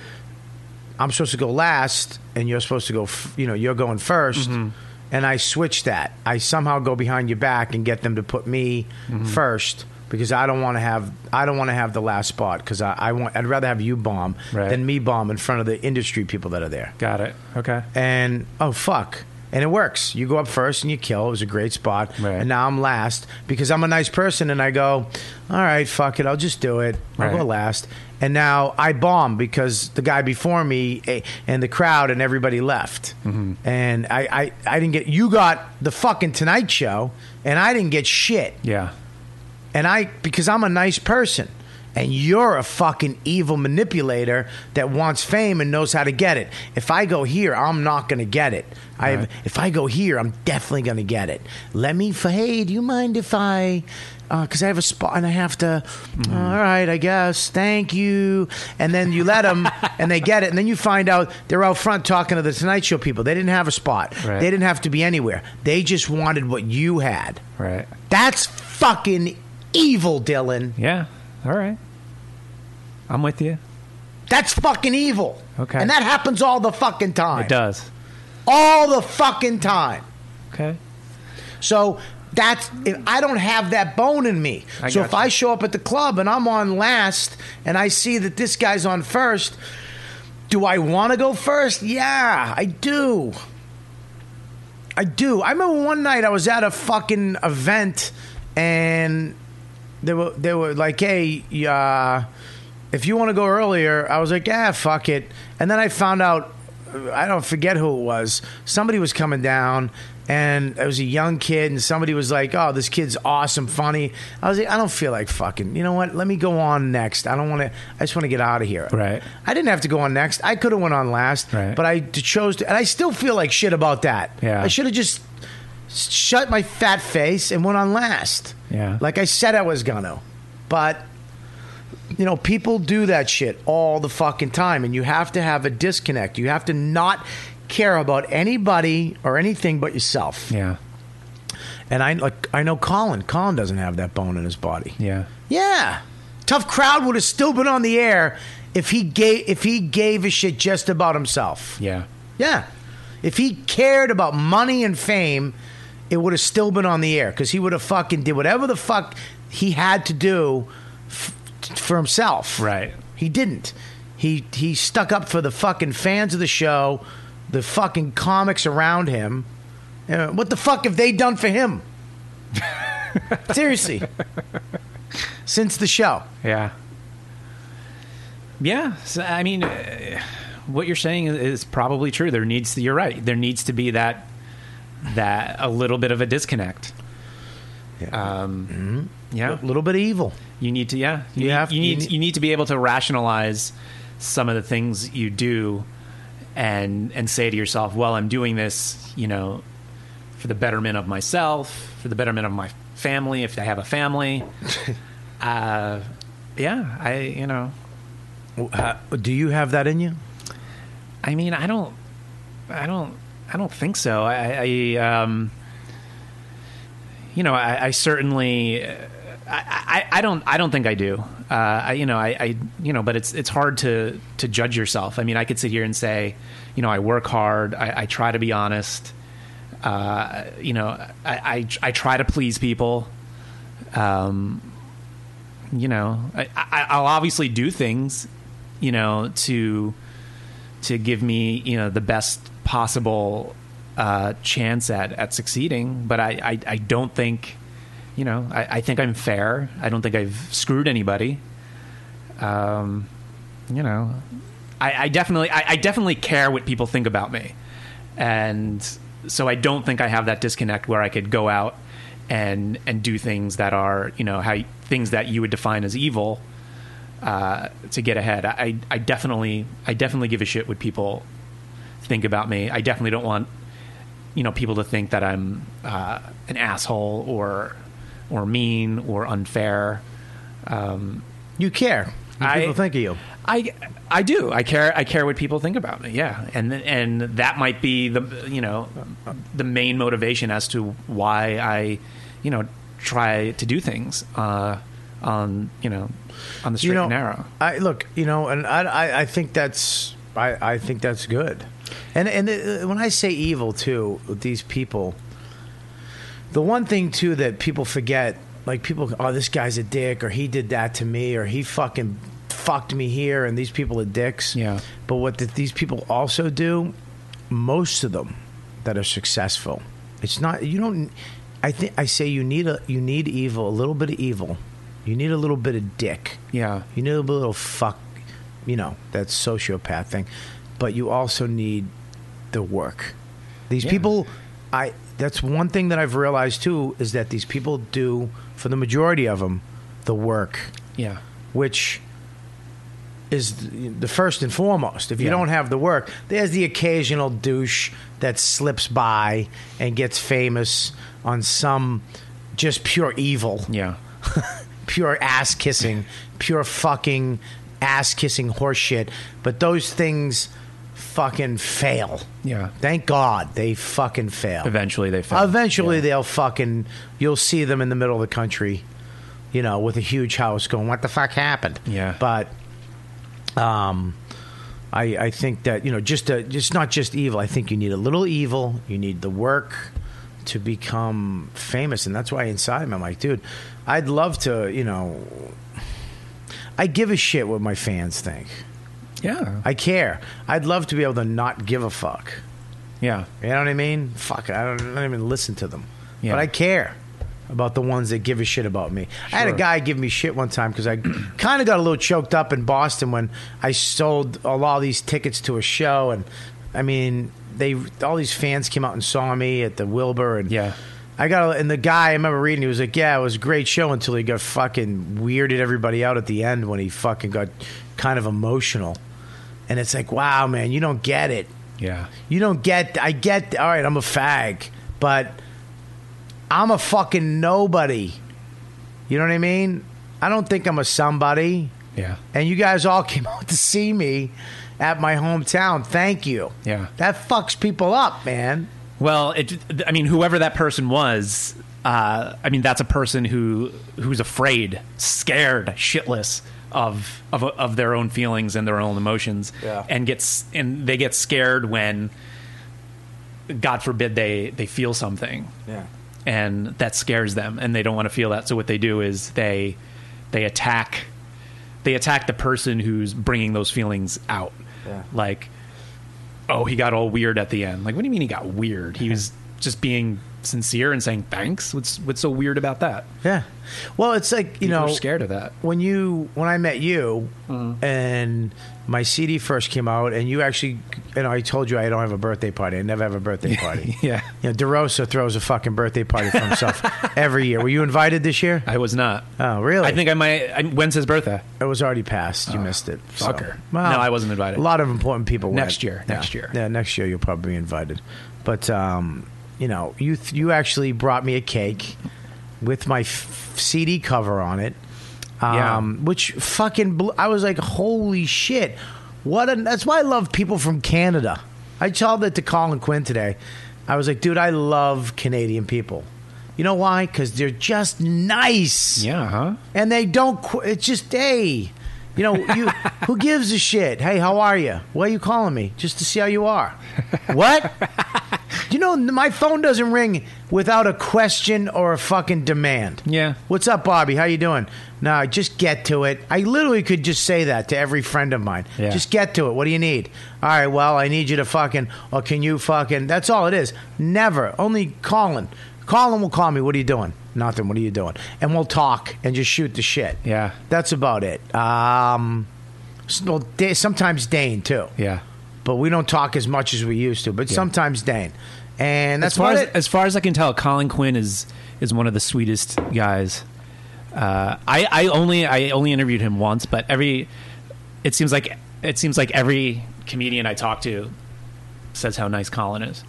[SPEAKER 3] I'm supposed to go last, and you're supposed to go. F- you know, you're going 1st
[SPEAKER 1] Mm-hmm.
[SPEAKER 3] and I switch that. I somehow go behind your back and get them to put me
[SPEAKER 1] Mm-hmm.
[SPEAKER 3] first because I don't want to have I don't want to have the last spot because I, I want I'd rather have you bomb
[SPEAKER 1] Right.
[SPEAKER 3] than me bomb in front of the industry people that are there
[SPEAKER 1] Got it. Okay.
[SPEAKER 3] and oh fuck and it works you go up first and you kill it was a great spot
[SPEAKER 1] Right.
[SPEAKER 3] and now i'm last because i'm a nice person and i go all right fuck it i'll just do it i'll go
[SPEAKER 1] Right.
[SPEAKER 3] last and now i bomb because the guy before me eh, and the crowd and everybody left
[SPEAKER 1] Mm-hmm.
[SPEAKER 3] and I, I i didn't get you got the fucking tonight show and i didn't get shit
[SPEAKER 1] Yeah.
[SPEAKER 3] and I because I'm a nice person and you're a fucking evil manipulator that wants fame and knows how to get it. If I go here, I'm not going to get it. I if I go here, I'm definitely going to get it. Let me f- hey, do you mind if I because I have a spot and I have to. "All right, I guess. Thank you. And then you let them, and they get it. And then you find out they're out front talking to the Tonight Show people. They didn't have a spot.
[SPEAKER 1] Right.
[SPEAKER 3] They didn't have to be anywhere. They just wanted what you had.
[SPEAKER 1] Right.
[SPEAKER 3] That's fucking evil, Dylan.
[SPEAKER 1] Yeah. All right. I'm with you.
[SPEAKER 3] That's fucking evil.
[SPEAKER 1] Okay.
[SPEAKER 3] And that happens all the fucking time.
[SPEAKER 1] It does.
[SPEAKER 3] All the fucking time.
[SPEAKER 1] Okay.
[SPEAKER 3] So that's if I don't have that bone in me.
[SPEAKER 1] I gotcha.
[SPEAKER 3] so if I show up at the club and I'm on last and I see that this guy's on first, do I want to go first? Yeah, I do. I do. I remember one night I was at a fucking event and they were they were like, "Hey, uh, if you want to go earlier," I was like, "Yeah, fuck it." And then I found out I don't forget who it was. Somebody was coming down, and it was a young kid, and somebody was like, "Oh, this kid's awesome, funny." I was like, "I don't feel like fucking. You know what? Let me go on next. I don't want to. I just want to get out of here."
[SPEAKER 1] Right.
[SPEAKER 3] I didn't have to go on next. I could have went on last,
[SPEAKER 1] Right.
[SPEAKER 3] but I d- chose to, and I still feel like shit about that.
[SPEAKER 1] Yeah.
[SPEAKER 3] I should have just shut my fat face and went on last.
[SPEAKER 1] Yeah.
[SPEAKER 3] Like I said I was gonna. But you know, people do that shit all the fucking time and you have to have a disconnect. You have to not care about anybody or anything but yourself.
[SPEAKER 1] Yeah.
[SPEAKER 3] And I like I know Colin. Colin doesn't have that bone in his body.
[SPEAKER 1] Yeah.
[SPEAKER 3] Yeah. Tough crowd would have still been on the air if he gave if he gave a shit just about himself.
[SPEAKER 1] Yeah.
[SPEAKER 3] Yeah. If he cared about money and fame, it would have still been on the air because he would have fucking did whatever the fuck he had to do f- for himself.
[SPEAKER 1] Right.
[SPEAKER 3] He didn't. He he stuck up for the fucking fans of the show, the fucking comics around him. Uh, what the fuck have they done for him? Seriously. Since the show.
[SPEAKER 1] Yeah. Yeah. So, I mean, uh, what you're saying is, is probably true. There needs to, you're right. There needs to be that, that a little bit of a disconnect. Yeah. Um,
[SPEAKER 3] A
[SPEAKER 1] Yeah.
[SPEAKER 3] little bit of evil.
[SPEAKER 1] You need to, yeah. You,
[SPEAKER 3] You
[SPEAKER 1] need-
[SPEAKER 3] have-
[SPEAKER 1] you,
[SPEAKER 3] you
[SPEAKER 1] need, you,
[SPEAKER 3] need-
[SPEAKER 1] need, to be able to rationalize some of the things you do and, and say to yourself, well, I'm doing this, you know, for the betterment of myself, for the betterment of my family, if I have a family. uh, yeah. I, you know,
[SPEAKER 3] Uh, do you have that in you?
[SPEAKER 1] I mean, I don't, I don't, I don't think so. I, I um, you know, I, I certainly, uh, I, I, I don't, I don't think I do. Uh, I, you know, I, I, you know, but it's, it's hard to, to judge yourself. I mean, I could sit here and say, you know, I work hard. I, I try to be honest. Uh, you know, I, I, I try to please people. Um, you know, I, I, I'll obviously do things, you know, to, to give me you know the best possible uh, chance at at succeeding. But I I, I don't think you know I, I think I'm fair. I don't think I've screwed anybody. Um, you know, I, I definitely I, I definitely care what people think about me, and so I don't think I have that disconnect where I could go out and and do things that are you know how y- things that you would define as evil uh, to get ahead. I, I definitely I definitely give a shit what people think about me. I definitely don't want you know people to think that I'm uh, an asshole or or mean or unfair.
[SPEAKER 3] You care. What
[SPEAKER 1] I-
[SPEAKER 3] people think of you.
[SPEAKER 1] I I do. I care. I care what people think about me. Yeah, and and that might be the you know the main motivation as to why I you know try to do things uh, on you know on the straight
[SPEAKER 3] you know,
[SPEAKER 1] and narrow.
[SPEAKER 3] I look, you know, and I, I, I think that's I, I think that's good. And and uh, when I say evil too, with these people, the one thing too that people forget, like people, oh, this guy's a dick, or he did that to me, or he fucking fucked me here, and these people are dicks.
[SPEAKER 5] Yeah.
[SPEAKER 3] But what that these people also do, most of them that are successful, it's not you don't. I think I say you need a you need evil, a little bit of evil, you need a little bit of dick.
[SPEAKER 5] Yeah.
[SPEAKER 3] You need a little fuck, you know, that sociopath thing, but you also need the work. These
[SPEAKER 5] Yeah.
[SPEAKER 3] people, I that's one thing that I've realized too is that these people do for the majority of them the work,
[SPEAKER 5] Yeah.
[SPEAKER 3] which is th- the first and foremost. If you
[SPEAKER 5] Yeah.
[SPEAKER 3] don't have the work, there's the occasional douche that slips by and gets famous on some just pure evil
[SPEAKER 5] Yeah.
[SPEAKER 3] pure ass kissing, pure fucking ass kissing horseshit. But those things fucking fail.
[SPEAKER 5] Yeah.
[SPEAKER 3] Thank God they fucking fail.
[SPEAKER 1] Eventually they fail.
[SPEAKER 3] Eventually they'll fucking you'll see them in the middle of the country, you know, with a huge house going, What the fuck happened?
[SPEAKER 1] Yeah.
[SPEAKER 3] But um I I think that, you know, just a, just not just evil. I think you need a little evil, you need the work to become famous and that's why inside me I'm like, dude, I'd love to, you know I give a shit what my fans think.
[SPEAKER 1] Yeah.
[SPEAKER 3] I care. I'd love to be able to not give a fuck.
[SPEAKER 1] Yeah.
[SPEAKER 3] You know what I mean? Fuck, I don't, I don't even listen to them.
[SPEAKER 1] Yeah.
[SPEAKER 3] But I care about the ones that give a shit about me. I had a
[SPEAKER 1] Sure.
[SPEAKER 3] guy give me shit one time because I kind of got a little choked up in Boston when I sold a lot of these tickets to a show, and I mean, they all these fans came out and saw me at the Wilbur, and
[SPEAKER 1] Yeah.
[SPEAKER 3] I got a- and the guy I remember reading. He was like, "Yeah, it was a great show until he got fucking weirded everybody out at the end when he fucking got kind of emotional." And it's like, "Wow, man, you don't get it."
[SPEAKER 1] Yeah.
[SPEAKER 3] You don't get. I get. All right, I'm a fag, but I'm a fucking nobody. You know what I mean? I don't think I'm a somebody.
[SPEAKER 1] Yeah.
[SPEAKER 3] And you guys all came out to see me at my hometown. Thank you.
[SPEAKER 1] Yeah.
[SPEAKER 3] That fucks people up, man.
[SPEAKER 1] Well, it, I mean, whoever that person was, uh, I mean, that's a person who who's afraid, scared, shitless of of, of their own feelings and their own emotions,
[SPEAKER 3] Yeah.
[SPEAKER 1] and gets and they get scared when, God forbid, they they feel something,
[SPEAKER 3] Yeah.
[SPEAKER 1] and that scares them, and they don't want to feel that. So what they do is they they attack they attack the person who's bringing those feelings out,
[SPEAKER 3] Yeah.
[SPEAKER 1] like oh, he got all weird at the end. Like, what do you mean he got weird? He was just being sincere and saying thanks. What's what's so weird about that?
[SPEAKER 3] Yeah. Well, it's like you
[SPEAKER 1] People
[SPEAKER 3] know,
[SPEAKER 1] are scared Mm-hmm. of that.
[SPEAKER 3] when you when I met you and my CD first came out, and you actually, you know, I told you I don't have a birthday party. I never have a birthday party.
[SPEAKER 1] Yeah.
[SPEAKER 3] You know, DeRosa throws a fucking birthday party for himself every year. Were you invited this year?
[SPEAKER 1] I was not.
[SPEAKER 3] Oh, really?
[SPEAKER 1] I think I might. I, when's his birthday?
[SPEAKER 3] it was already passed. You missed it.
[SPEAKER 1] fucker. Oh. No, I wasn't invited.
[SPEAKER 3] A lot of important people went.
[SPEAKER 1] Next year,
[SPEAKER 3] Yeah.
[SPEAKER 1] next year.
[SPEAKER 3] Yeah, next year you'll probably be invited. But um, you know, you th- you actually brought me a cake with my f- CD cover on it.
[SPEAKER 1] Yeah.
[SPEAKER 3] Um, which fucking blew, I was like, holy shit! What? A, that's why I love people from Canada. I told that to Colin Quinn today. I was like, dude, I love Canadian people. You know why? Because they're just nice
[SPEAKER 1] Yeah. Huh.
[SPEAKER 3] and they don't. Qu- it's just hey, you know, you who gives a shit? Hey, how are you? Why are you calling me? Just to see how you are. What? you know, my phone doesn't ring without a question or a fucking demand.
[SPEAKER 1] Yeah.
[SPEAKER 3] What's up, Bobby? How you doing? No, just get to it. I literally could just say that to every friend of mine.
[SPEAKER 1] Yeah.
[SPEAKER 3] Just get to it. What do you need? All right. Well, I need you to fucking. Or can you fucking? That's all it is. Never. Only Colin. Colin will call me. What are you doing? Nothing. What are you doing? And we'll talk and just shoot the shit.
[SPEAKER 1] Yeah.
[SPEAKER 3] That's about it. Um. s- Well, Da- sometimes Dane too.
[SPEAKER 1] Yeah.
[SPEAKER 3] But we don't talk as much as we used to. But sometimes Dane. And that's
[SPEAKER 1] as far
[SPEAKER 3] about
[SPEAKER 1] as,
[SPEAKER 3] it.
[SPEAKER 1] as far as I can tell, Colin Quinn is is one of the sweetest guys. Uh, I I only I only interviewed him once, but every it seems like it seems like every comedian I talk to says how nice Colin is.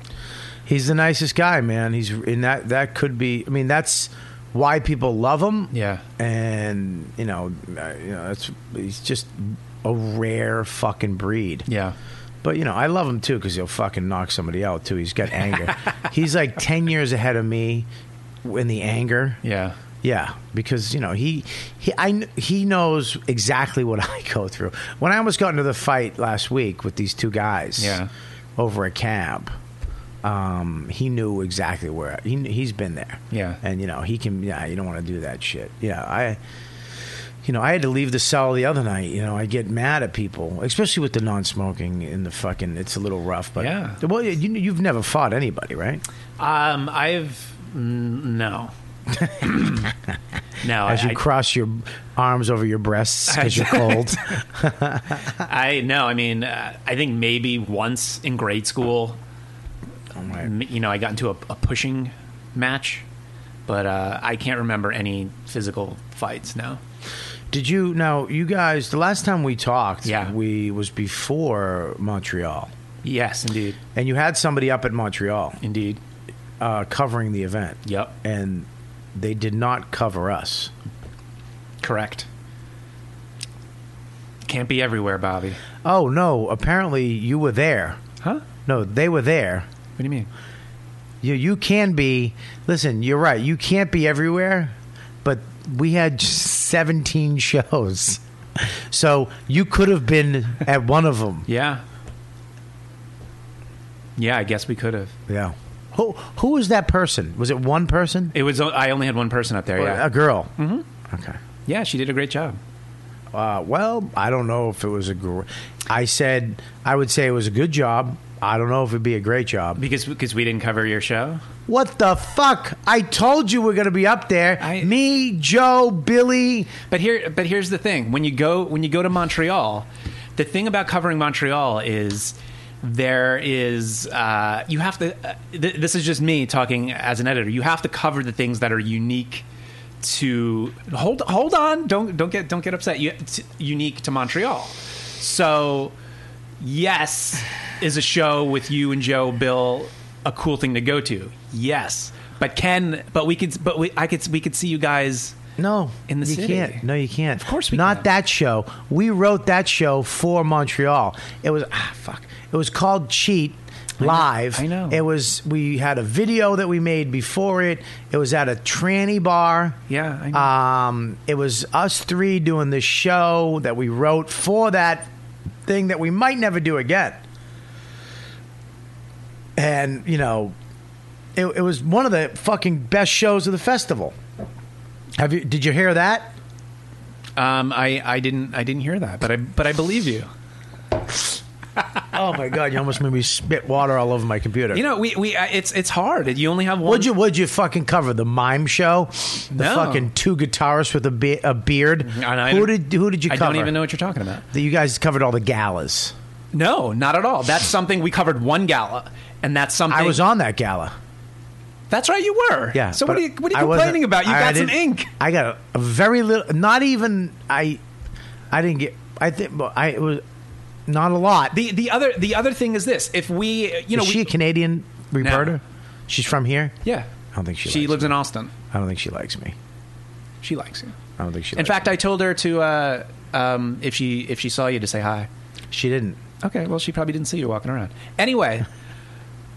[SPEAKER 3] He's the nicest guy, man. He's in that that could be. I mean, that's why people love him.
[SPEAKER 1] Yeah.
[SPEAKER 3] and you know, uh, you know, that's he's just a rare fucking breed.
[SPEAKER 1] Yeah.
[SPEAKER 3] But you know, I love him too because he'll fucking knock somebody out too. He's got anger. he's like ten years ahead of me in the anger.
[SPEAKER 1] Yeah.
[SPEAKER 3] Yeah, because you know he he I kn- he knows exactly what I go through. When I almost got into the fight last week with these two guys,
[SPEAKER 1] Yeah.
[SPEAKER 3] over a cab, um, he knew exactly where he kn- he's been there.
[SPEAKER 1] Yeah.
[SPEAKER 3] and you know he can. Yeah, you don't want to do that shit. Yeah, I. You know, I had to leave the cell the other night. You know, I get mad at people, especially with the non-smoking in the fucking. It's a little rough, but
[SPEAKER 1] Yeah.
[SPEAKER 3] Well, you, you've never fought anybody, right?
[SPEAKER 1] Um, I've n- no, no.
[SPEAKER 3] As
[SPEAKER 1] I,
[SPEAKER 3] you cross your arms over your breasts because you're cold.
[SPEAKER 1] I, I no. I mean, uh, I think maybe once in grade school,
[SPEAKER 3] Oh my
[SPEAKER 1] m- you know, I got into a, a pushing match, but uh, I can't remember any physical fights now.
[SPEAKER 3] Did you now? You guys, the last time we talked,
[SPEAKER 1] Yeah.
[SPEAKER 3] we was before Montreal,
[SPEAKER 1] Yes, indeed,
[SPEAKER 3] and you had somebody up at Montreal
[SPEAKER 1] indeed.
[SPEAKER 3] uh, covering the event.
[SPEAKER 1] Yep,
[SPEAKER 3] and they did not cover us.
[SPEAKER 1] correct. Can't be everywhere, Bobby.
[SPEAKER 3] Oh no! Apparently, you were there.
[SPEAKER 1] Huh? What
[SPEAKER 3] No, they were there.
[SPEAKER 1] do you mean?
[SPEAKER 3] You you can be. Listen, you're right. You can't be everywhere, but we had 17 shows, so you could have been at one of them.
[SPEAKER 1] Yeah. Yeah, I guess we could have.
[SPEAKER 3] Yeah. Who who was that person? Was it one person?
[SPEAKER 1] It was. o- I only had one person up there.
[SPEAKER 3] Or
[SPEAKER 1] Yeah.
[SPEAKER 3] A girl. Mm-hmm. Okay.
[SPEAKER 1] Yeah, she did a great job.
[SPEAKER 3] Uh, well, I don't know if it was a. Gr- I said I would say it was a good job. I don't know if it'd be a great job.
[SPEAKER 1] Because because we didn't cover your show.
[SPEAKER 3] What the fuck? I told you we're gonna be up there.
[SPEAKER 1] I-
[SPEAKER 3] Me, Joe, Billy.
[SPEAKER 1] But here but here's the thing. When you go when you go to Montreal, the thing about covering Montreal is there is uh, you have to uh, th- this is just me talking as an editor. You have to cover the things that are unique to hold hold on. Don't don't get don't get upset. You it's unique to Montreal. So yes is a show with you and Joe Bill a cool thing to go to. Yes. But can but we could but we I could we could see you guys
[SPEAKER 3] No,
[SPEAKER 1] In the
[SPEAKER 3] you
[SPEAKER 1] city.
[SPEAKER 3] can't. No, you can't. Of
[SPEAKER 1] course we
[SPEAKER 3] not
[SPEAKER 1] can.
[SPEAKER 3] that show. We wrote that show for Montreal. It was ah fuck. It was called Cheat Live.
[SPEAKER 1] I know.
[SPEAKER 3] It was. We had a video that we made before it. It was at a tranny bar.
[SPEAKER 1] Yeah, I know.
[SPEAKER 3] Um, it was us three doing the show that we wrote for that thing that we might never do again. And you know, it, it was one of the fucking best shows of the festival. Have you? Did you hear that?
[SPEAKER 1] Um, I, I didn't I didn't hear that, but I but I believe you.
[SPEAKER 3] Oh my god! You almost made me spit water all over my computer.
[SPEAKER 1] You know, we we uh, it's it's hard. You only have one.
[SPEAKER 3] Would you would you fucking cover the mime show? The
[SPEAKER 1] No.
[SPEAKER 3] fucking two guitarists with a, be- a beard.
[SPEAKER 1] And I-
[SPEAKER 3] who did who did you
[SPEAKER 1] I
[SPEAKER 3] cover?
[SPEAKER 1] don't even know what you're talking about.
[SPEAKER 3] That you guys covered all the galas.
[SPEAKER 1] No, not at all. That's something we covered one gala, and that's something
[SPEAKER 3] I was on that gala.
[SPEAKER 1] That's right, you were.
[SPEAKER 3] Yeah.
[SPEAKER 1] So
[SPEAKER 3] but
[SPEAKER 1] what are you what are
[SPEAKER 3] I
[SPEAKER 1] you
[SPEAKER 3] wasn't-
[SPEAKER 1] complaining about? You
[SPEAKER 3] I- I
[SPEAKER 1] got some
[SPEAKER 3] didn't-
[SPEAKER 1] ink.
[SPEAKER 3] I got a, a very little. Not even. I. I didn't get. I think. well, I it was not a lot.
[SPEAKER 1] The the other the other thing is this: if we you know
[SPEAKER 3] Is she
[SPEAKER 1] we,
[SPEAKER 3] a Canadian reporter? She's from here.
[SPEAKER 1] yeah,
[SPEAKER 3] I don't think she.
[SPEAKER 1] she
[SPEAKER 3] likes
[SPEAKER 1] lives
[SPEAKER 3] me.
[SPEAKER 1] in Austin.
[SPEAKER 3] I don't think she likes me.
[SPEAKER 1] She likes you.
[SPEAKER 3] I don't think she.
[SPEAKER 1] In
[SPEAKER 3] likes
[SPEAKER 1] fact, I told her to uh, um, if she if she saw you to say hi.
[SPEAKER 3] me. she didn't.
[SPEAKER 1] Okay, well, she probably didn't see you walking around. Anyway,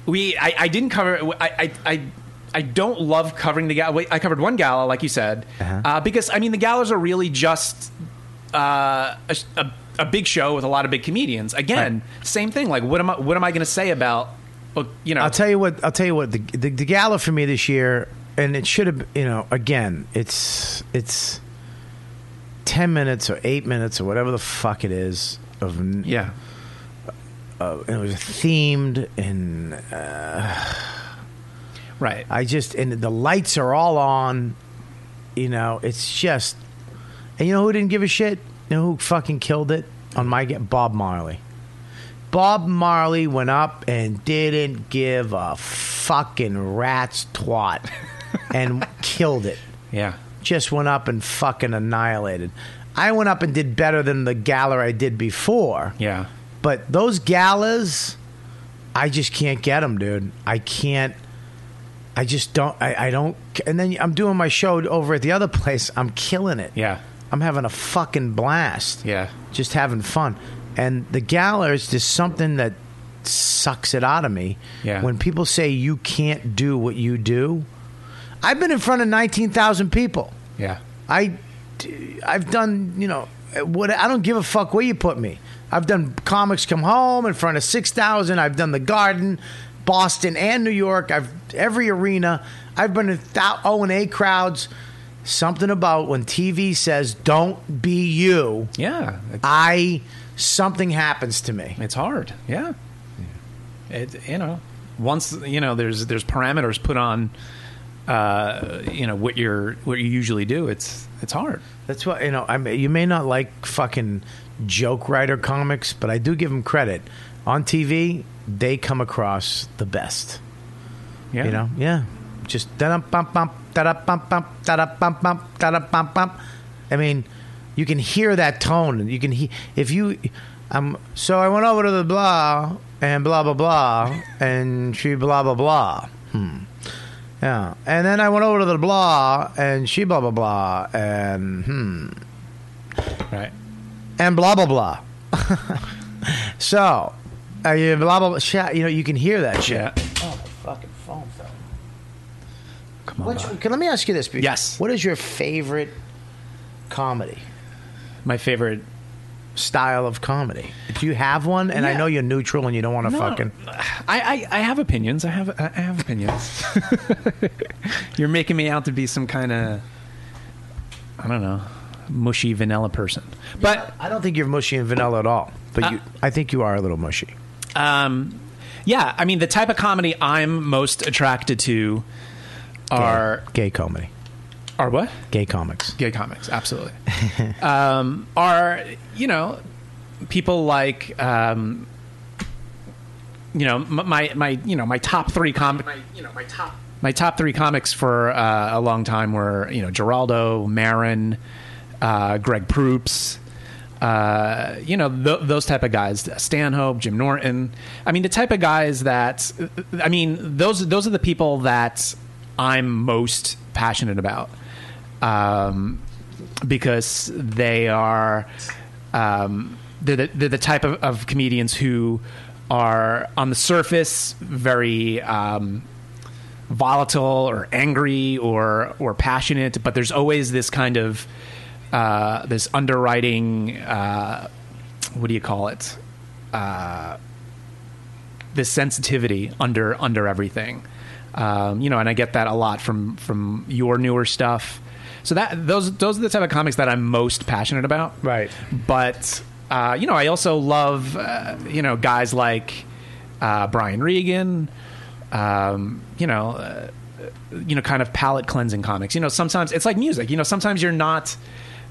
[SPEAKER 1] we I, I didn't cover I I. I I don't love covering the gala. I covered one gala, like you said,
[SPEAKER 3] Uh-huh.
[SPEAKER 1] uh because I mean the galas are really just uh, a, a, a big show with a lot of big comedians. Again, same thing. Like, what am I? What am I going to say about? uh, You know,
[SPEAKER 3] I'll tell you what. I'll tell you what. The, the the gala for me this year, and it should have. You know, again, it's it's ten minutes or eight minutes or whatever the fuck it is of n-
[SPEAKER 1] yeah,
[SPEAKER 3] uh, and it was themed and
[SPEAKER 1] right.
[SPEAKER 3] I just and the lights are all on. You know, it's just and you know who didn't give a shit? You know who fucking killed it on my get Bob Marley. Bob Marley went up and didn't give a fucking rat's twat and killed it.
[SPEAKER 1] yeah,
[SPEAKER 3] Just went up and fucking annihilated. I went up and did better than the gala I did before.
[SPEAKER 1] yeah.
[SPEAKER 3] But those galas, I just can't get them, dude. I can't. I just don't. I, I don't. And then I'm doing my show over at the other place. I'm killing it.
[SPEAKER 1] Yeah.
[SPEAKER 3] I'm having a fucking blast.
[SPEAKER 1] Yeah.
[SPEAKER 3] Just having fun. And the gala is just something that sucks it out of me.
[SPEAKER 1] Yeah.
[SPEAKER 3] When people say you can't do what you do, I've been in front of 19,000 people.
[SPEAKER 1] Yeah.
[SPEAKER 3] I, I've done, you know, what I don't give a fuck where you put me. I've done comics come home in front of six thousand. I've done the Garden, Boston and New York. I've every arena. I've been in thou- O and A crowds. Something about when TV says "Don't be you,"
[SPEAKER 1] Yeah. It's,
[SPEAKER 3] I something happens to me.
[SPEAKER 1] it's hard. Yeah. It, you know, once you know there's there's parameters put on uh you know what you're what you usually do it's it's hard
[SPEAKER 3] That's why you know. I mean, you may not like fucking joke writer comics, but I do give them credit. On TV, they come across the best.
[SPEAKER 1] yeah
[SPEAKER 3] You know, yeah. Just da dum bump bump da da bump bump da da bump bump da da bump bump. I mean, you can hear that tone, and you can hear if you. Um, so I went over to the blah and blah blah blah, and she blah blah blah. Hmm. Yeah, and then I went over to the blah and she blah blah blah and hmm
[SPEAKER 1] right
[SPEAKER 3] and blah blah blah. so, uh, you blah blah blah. shit, You know, you can hear that shit.
[SPEAKER 1] yeah
[SPEAKER 3] Oh, the fucking phone fell.
[SPEAKER 1] come on
[SPEAKER 3] What's, can, let me ask you this. Pete.
[SPEAKER 1] Yes.
[SPEAKER 3] What is your favorite comedy
[SPEAKER 1] my favorite
[SPEAKER 3] style of comedy? Do you have one? And I
[SPEAKER 1] Yeah.
[SPEAKER 3] know you're neutral and you don't want to
[SPEAKER 1] No.
[SPEAKER 3] fucking.
[SPEAKER 1] I, I, I have opinions. I have I I have opinions. You're making me out to be some kind of I don't know mushy vanilla person, but
[SPEAKER 3] I don't think you're mushy and vanilla at all. But
[SPEAKER 1] Uh,
[SPEAKER 3] you, I think you are a little mushy.
[SPEAKER 1] um, yeah. I mean, the type of comedy I'm most attracted to are
[SPEAKER 3] gay comedy,
[SPEAKER 1] are what
[SPEAKER 3] gay comics.
[SPEAKER 1] gay comics, absolutely. um, are you know people like um, you know m- my my you know my top three comic my you know my top my top three comics for uh, a long time were you know Geraldo, Marin, uh, Greg Proops. Uh, you know th- those type of guys, Stanhope, Jim Norton. I mean, the type of guys that I mean those those are the people that I'm most passionate about um, because they are um, they're, the, they're the type of, of comedians who are on the surface very um, volatile or angry or or passionate, but there's always this kind of uh, this underwriting uh, what do you call it Uh, this sensitivity under under everything. Um, you know, and I get that a lot from from your newer stuff. So that those those are the type of comics that I'm most passionate about.
[SPEAKER 3] Right.
[SPEAKER 1] But uh, you know, I also love uh, you know guys like uh, Brian Regan. Um, you know, uh, you know, kind of palate cleansing comics. You know, sometimes it's like music. You know, sometimes you're not.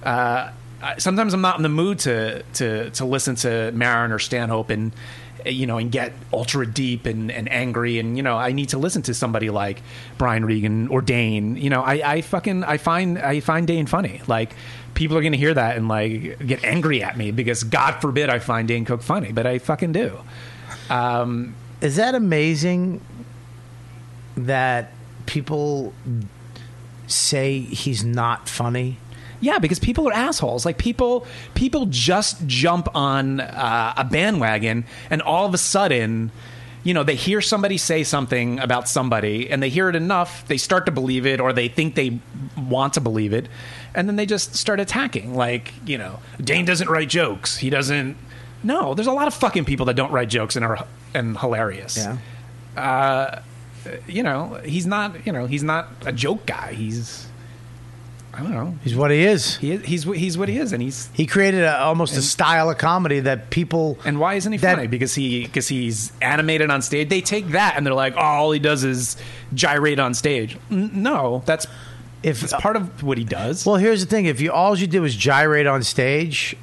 [SPEAKER 1] Uh, I- sometimes I'm not in the mood to to to listen to Marin or Stanhope and uh, you know and get ultra deep and, and angry and you know I need to listen to somebody like Brian Regan or Dane. You know, I, I fucking I find I find Dane funny. Like people are going to hear that and like get angry at me because God forbid I find Dane Cook funny, but I fucking do.
[SPEAKER 3] Is that amazing? That people say he's not funny.
[SPEAKER 1] Yeah, because people are assholes. Like people, people just jump on uh, a bandwagon, and all of a sudden, you know, they hear somebody say something about somebody, and they hear it enough, they start to believe it, or they think they want to believe it, and then they just start attacking. Like, you know, Dane doesn't write jokes. He doesn't. No, there's a lot of fucking people that don't write jokes and are and hilarious you know, he's not, you know, he's not a joke guy. He's, I don't know.
[SPEAKER 3] he's what he is.
[SPEAKER 1] He is, he's wh- he's what he is, and he's
[SPEAKER 3] He created a, almost a style of comedy that people
[SPEAKER 1] and why isn't he
[SPEAKER 3] That-
[SPEAKER 1] funny? Because he because he's animated on stage. They take that and they're like, oh, all he does is gyrate on stage. N- no, that's
[SPEAKER 3] if
[SPEAKER 1] it's part of what he does.
[SPEAKER 3] well, here's the thing: if you all you did was gyrate on stage,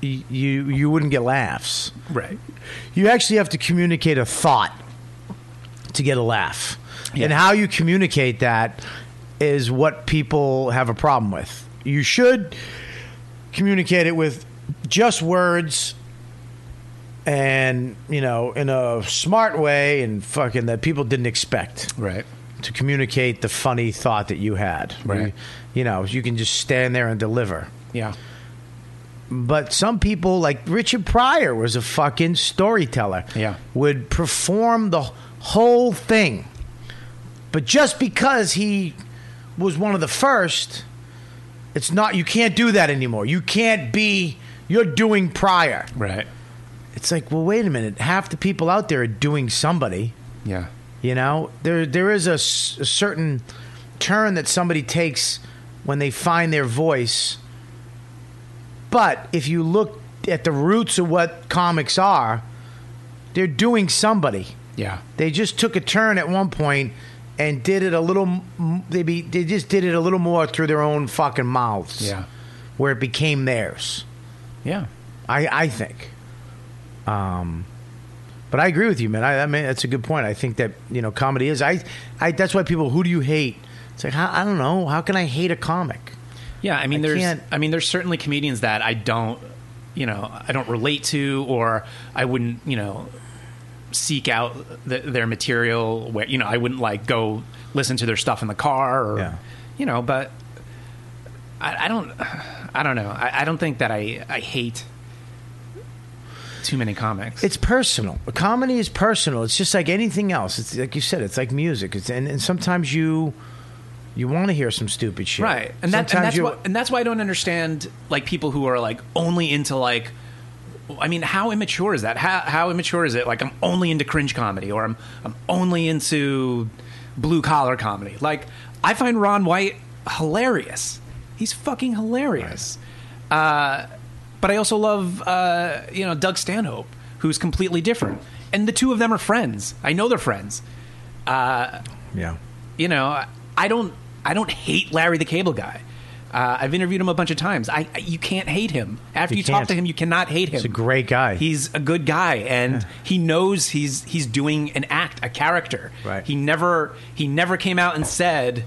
[SPEAKER 3] y- you you wouldn't get laughs.
[SPEAKER 1] right.
[SPEAKER 3] You actually have to communicate a thought to get a laugh, and how you communicate that is what people have a problem with. You should communicate it with just words and you know in a smart way and fucking that people didn't expect
[SPEAKER 1] Right.
[SPEAKER 3] to communicate the funny thought that you had.
[SPEAKER 1] Right.
[SPEAKER 3] You, you know, you can just stand there and deliver.
[SPEAKER 1] Yeah.
[SPEAKER 3] But some people, like Richard Pryor, was a fucking storyteller.
[SPEAKER 1] Yeah.
[SPEAKER 3] Would perform the whole thing But just because he was one of the first, it's not. You can't do that anymore. You can't be. You're doing prior.
[SPEAKER 1] Right.
[SPEAKER 3] It's like, well, wait a minute. Half the people out there are doing somebody.
[SPEAKER 1] Yeah.
[SPEAKER 3] You know, there there is a, s- a certain turn that somebody takes when they find their voice. But if you look at the roots of what comics are, they're doing somebody.
[SPEAKER 1] Yeah.
[SPEAKER 3] They just took a turn at one point and did it a little. m- m- They be, they just did it a little more through their own fucking mouths.
[SPEAKER 1] Yeah.
[SPEAKER 3] where it became theirs.
[SPEAKER 1] Yeah.
[SPEAKER 3] I I think. Um, but I agree with you, man. I, I mean, that's a good point. I think that you know, comedy is. I, I that's why people. Who do you hate? It's like how, I don't know. How can I hate a comic?
[SPEAKER 1] Yeah, I mean,
[SPEAKER 3] I
[SPEAKER 1] there's,
[SPEAKER 3] can't-
[SPEAKER 1] I mean, there's certainly comedians that I don't, you know, I don't relate to, or I wouldn't, you know, seek out th their material. Where you know, I wouldn't like go listen to their stuff in the car, or
[SPEAKER 3] Yeah.
[SPEAKER 1] you know, but I, I don't, I don't know. I, I don't think that I, I hate too many comics.
[SPEAKER 3] It's personal. Comedy is personal. It's just like anything else. It's like you said. It's like music. It's and, and sometimes you, you want to hear some stupid shit.
[SPEAKER 1] right and, that, and
[SPEAKER 3] Sometimes
[SPEAKER 1] that's
[SPEAKER 3] you-
[SPEAKER 1] what and that's why i don't understand like people who are like only into like i mean how immature is that how, how immature is it like i'm only into cringe comedy or i'm i'm only into blue collar comedy like i find ron white hilarious he's fucking hilarious uh, but i also love uh, you know doug stanhope who's completely different and the two of them are friends i know they're friends
[SPEAKER 3] Yeah.
[SPEAKER 1] you know, I don't I don't hate Larry the Cable Guy. Uh, I've interviewed him a bunch of times. I you can't hate him after
[SPEAKER 3] You
[SPEAKER 1] you, talk
[SPEAKER 3] can't.
[SPEAKER 1] to him. You cannot hate him.
[SPEAKER 3] He's a great guy.
[SPEAKER 1] He's a good guy, and he knows he's he's doing an act, a character.
[SPEAKER 3] Right.
[SPEAKER 1] He never he never came out and said,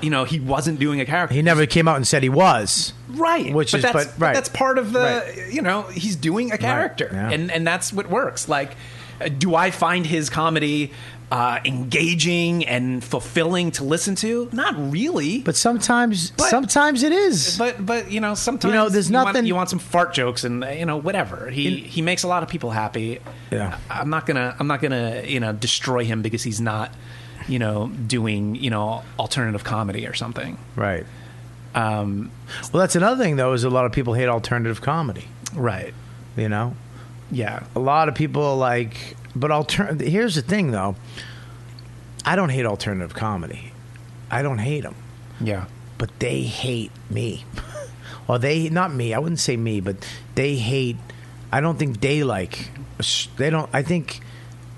[SPEAKER 1] you know, he wasn't doing a character.
[SPEAKER 3] He never came out and said he was.
[SPEAKER 1] right.
[SPEAKER 3] Which
[SPEAKER 1] but
[SPEAKER 3] is
[SPEAKER 1] that's,
[SPEAKER 3] but right.
[SPEAKER 1] that's part of the
[SPEAKER 3] Right.
[SPEAKER 1] you know he's doing a character,
[SPEAKER 3] yeah.
[SPEAKER 1] and and that's what works. Like, uh, do I find his comedy? Uh, engaging and fulfilling to listen to? Not really.
[SPEAKER 3] But sometimes,
[SPEAKER 1] But-
[SPEAKER 3] sometimes it is.
[SPEAKER 1] But but you know sometimes
[SPEAKER 3] You know, there's
[SPEAKER 1] want-
[SPEAKER 3] nothing-
[SPEAKER 1] you want some fart jokes and you know whatever he he makes a lot of people happy.
[SPEAKER 3] Yeah.
[SPEAKER 1] I- I'm not gonna I'm not gonna you know destroy him because he's not you know doing you know alternative comedy or something.
[SPEAKER 3] Right. Um, well, that's another thing, though, is a lot of people hate alternative comedy.
[SPEAKER 1] Right.
[SPEAKER 3] You know,
[SPEAKER 1] Yeah.
[SPEAKER 3] a lot of people are like, but altern. Here's the thing, though. I don't hate alternative comedy. I don't hate them,
[SPEAKER 1] Yeah.
[SPEAKER 3] but they hate me, or they not me. I wouldn't say me, but they hate. I don't think they like. They don't. I think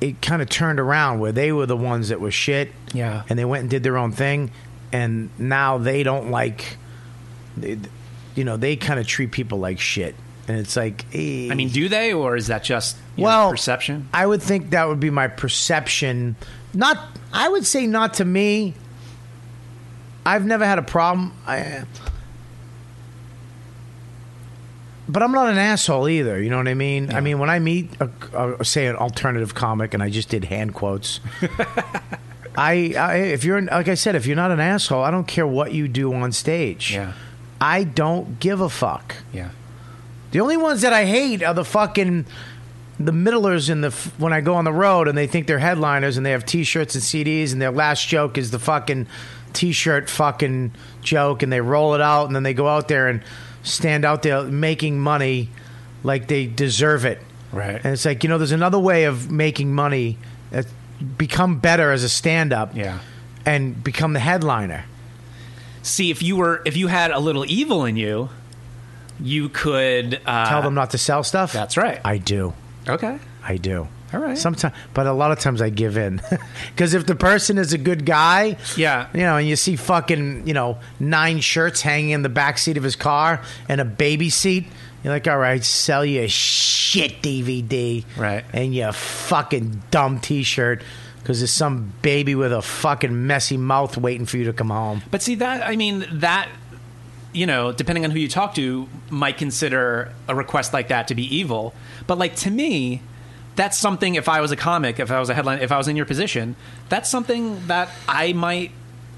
[SPEAKER 3] it kind of turned around where they were the ones that were shit.
[SPEAKER 1] Yeah.
[SPEAKER 3] and they went and did their own thing, and now they don't like. They, you know, they kind of treat people like shit, and it's like. eh.
[SPEAKER 1] I mean, do they or is that just you know,
[SPEAKER 3] well,
[SPEAKER 1] perception?
[SPEAKER 3] I would think that would be my perception. Not, I would say not to me. I've never had a problem. I, but I'm not an asshole either. You know what I mean? I mean, when I meet, a, a, say, an alternative comic, and I just did hand quotes. I, I, if you're, an- like I said, if you're not an asshole, I don't care what you do on stage.
[SPEAKER 1] Yeah.
[SPEAKER 3] I don't give a fuck.
[SPEAKER 1] Yeah.
[SPEAKER 3] The only ones that I hate are the fucking the middlers in the f- when I go on the road and they think they're headliners and they have T-shirts and CDs and their last joke is the fucking T-shirt fucking joke and they roll it out and then they go out there and stand out there making money like they deserve it.
[SPEAKER 1] Right.
[SPEAKER 3] And it's like you know, there's another way of making money. That become better as a stand-up.
[SPEAKER 1] Yeah.
[SPEAKER 3] And become the headliner.
[SPEAKER 1] See if you were if you had a little evil in you, you could uh,
[SPEAKER 3] Tell them not to sell stuff.
[SPEAKER 1] That's right.
[SPEAKER 3] I do.
[SPEAKER 1] Okay.
[SPEAKER 3] I do.
[SPEAKER 1] All right.
[SPEAKER 3] Sometimes, but a lot of times I give in because if the person is a good guy,
[SPEAKER 1] Yeah.
[SPEAKER 3] you know, and you see fucking you know nine shirts hanging in the back seat of his car and a baby seat, you're like, all right, sell your shit DVD,
[SPEAKER 1] Right.
[SPEAKER 3] and your fucking dumb T-shirt because there's some baby with a fucking messy mouth waiting for you to come home.
[SPEAKER 1] But see that I mean that you know, depending on who you talk to, might consider a request like that to be evil. But like to me, that's something if I was a comic, if I was a headline, if I was in your position, that's something that I might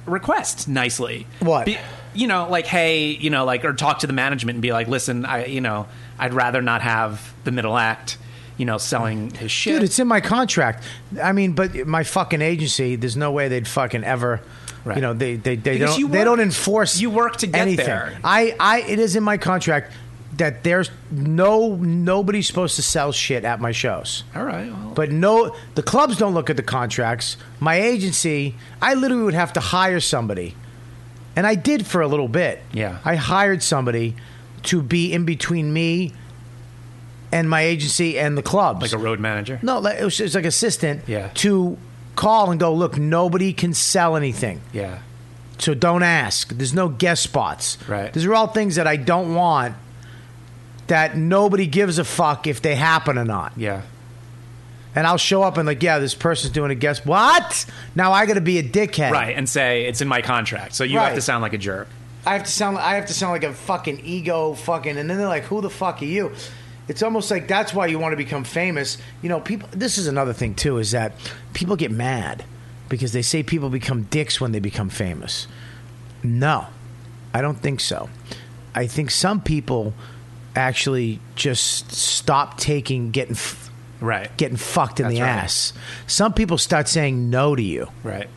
[SPEAKER 1] request nicely.
[SPEAKER 3] What?
[SPEAKER 1] you know, like hey, you know, like or talk to the management and be like, "Listen, I you know, I'd rather not have the middle act you know, selling his shit.
[SPEAKER 3] Dude, it's in my contract. I mean, but my fucking agency, there's no way they'd fucking ever.
[SPEAKER 1] Right.
[SPEAKER 3] You know, they they, they
[SPEAKER 1] Because
[SPEAKER 3] don't
[SPEAKER 1] you
[SPEAKER 3] they
[SPEAKER 1] work-
[SPEAKER 3] don't enforce
[SPEAKER 1] you work to get
[SPEAKER 3] anything.
[SPEAKER 1] there.
[SPEAKER 3] I I it is in my contract that there's no nobody's supposed to sell shit at my shows.
[SPEAKER 1] All right. Well,
[SPEAKER 3] But no, the clubs don't look at the contracts. My agency, I literally would have to hire somebody. And I did for a little bit.
[SPEAKER 1] Yeah.
[SPEAKER 3] I hired somebody to be in between me and my agency and the clubs.
[SPEAKER 1] like a road manager.
[SPEAKER 3] No, like, it was just like assistant
[SPEAKER 1] Yeah.
[SPEAKER 3] to call and go, look, nobody can sell anything.
[SPEAKER 1] Yeah.
[SPEAKER 3] So don't ask. There's no guest spots.
[SPEAKER 1] Right.
[SPEAKER 3] These are all things that I don't want that nobody gives a fuck if they happen or not.
[SPEAKER 1] Yeah.
[SPEAKER 3] And I'll show up and like, yeah, this person's doing a guest. What? Now I got to be a dickhead.
[SPEAKER 1] Right. And say it's in my contract, so you
[SPEAKER 3] Right.
[SPEAKER 1] have to sound like a jerk.
[SPEAKER 3] I have to sound. I have to sound like a fucking ego fucking. And then they're like, "Who the fuck are you?" It's almost like that's why you want to become famous. You know, people. This is another thing too is that people get mad because they say people become dicks when they become famous. No, I don't think so. I think some people actually just stop taking getting f-
[SPEAKER 1] Right.
[SPEAKER 3] getting fucked in
[SPEAKER 1] That's
[SPEAKER 3] the
[SPEAKER 1] right.
[SPEAKER 3] ass. Some people start saying no to you.
[SPEAKER 1] right.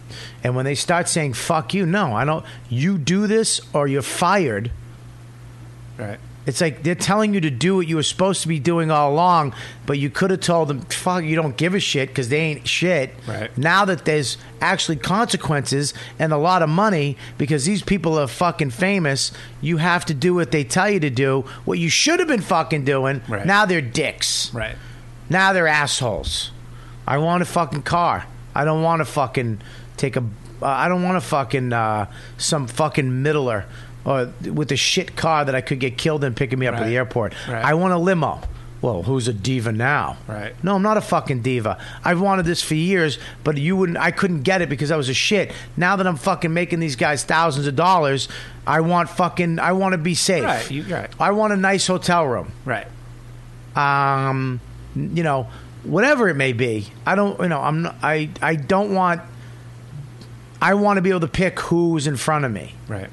[SPEAKER 3] And when they start saying "fuck you," no, I don't. You do this or you're fired.
[SPEAKER 1] Right.
[SPEAKER 3] It's like they're telling you to do what you were supposed to be doing all along, but you could have told them, "Fuck, you don't give a shit" because they ain't shit.
[SPEAKER 1] Right.
[SPEAKER 3] Now that there's actually consequences and a lot of money because these people are fucking famous, you have to do what they tell you to do. What you should have been fucking doing.
[SPEAKER 1] Right.
[SPEAKER 3] Now they're dicks.
[SPEAKER 1] Right.
[SPEAKER 3] Now they're assholes. I want a fucking car. I don't want to fucking take a. Uh, I don't want to fucking uh, some fucking middler or with a shit car that I could get killed in picking me up at
[SPEAKER 1] Right.
[SPEAKER 3] the airport.
[SPEAKER 1] Right.
[SPEAKER 3] I want a limo. Well, who's a diva now?
[SPEAKER 1] Right.
[SPEAKER 3] No, I'm not a fucking diva. I've wanted this for years, but you wouldn't. I couldn't get it because I was a shit. Now that I'm fucking making these guys thousands of dollars, I want fucking. I want to be safe.
[SPEAKER 1] Right, you- right.
[SPEAKER 3] I want a nice hotel room
[SPEAKER 1] Right.
[SPEAKER 3] um, you know, whatever it may be. I don't, you know, I'm not, I I don't want. I want to be able to pick who's in front of me.
[SPEAKER 1] Right.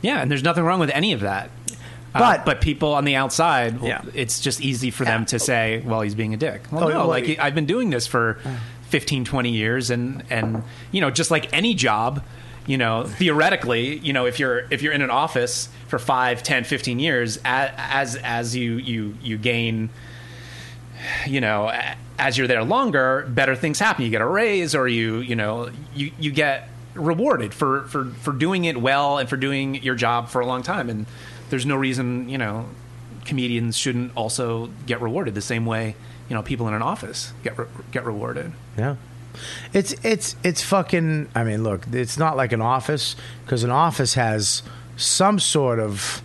[SPEAKER 1] Yeah, and there's nothing wrong with any of that. Uh,
[SPEAKER 3] But-
[SPEAKER 1] but people on the outside, well,
[SPEAKER 3] Yeah.
[SPEAKER 1] it's just easy for them to say, "Well, he's being a dick." Well,
[SPEAKER 3] Oh,
[SPEAKER 1] no,
[SPEAKER 3] well,
[SPEAKER 1] like
[SPEAKER 3] he-
[SPEAKER 1] I've been doing this for 15, 20 years, and and you know, just like any job, you know, theoretically, you know, if you're if you're in an office for 5, 10, 15 years, as as, as you you you gain you know a- as you're there longer better things happen you get a raise or you you know you you get rewarded for for for doing it well and for doing your job for a long time and there's no reason you know comedians shouldn't also get rewarded the same way you know people in an office get re- get rewarded
[SPEAKER 3] Yeah. It's it's it's fucking. I mean, look, it's not like an office because an office has some sort of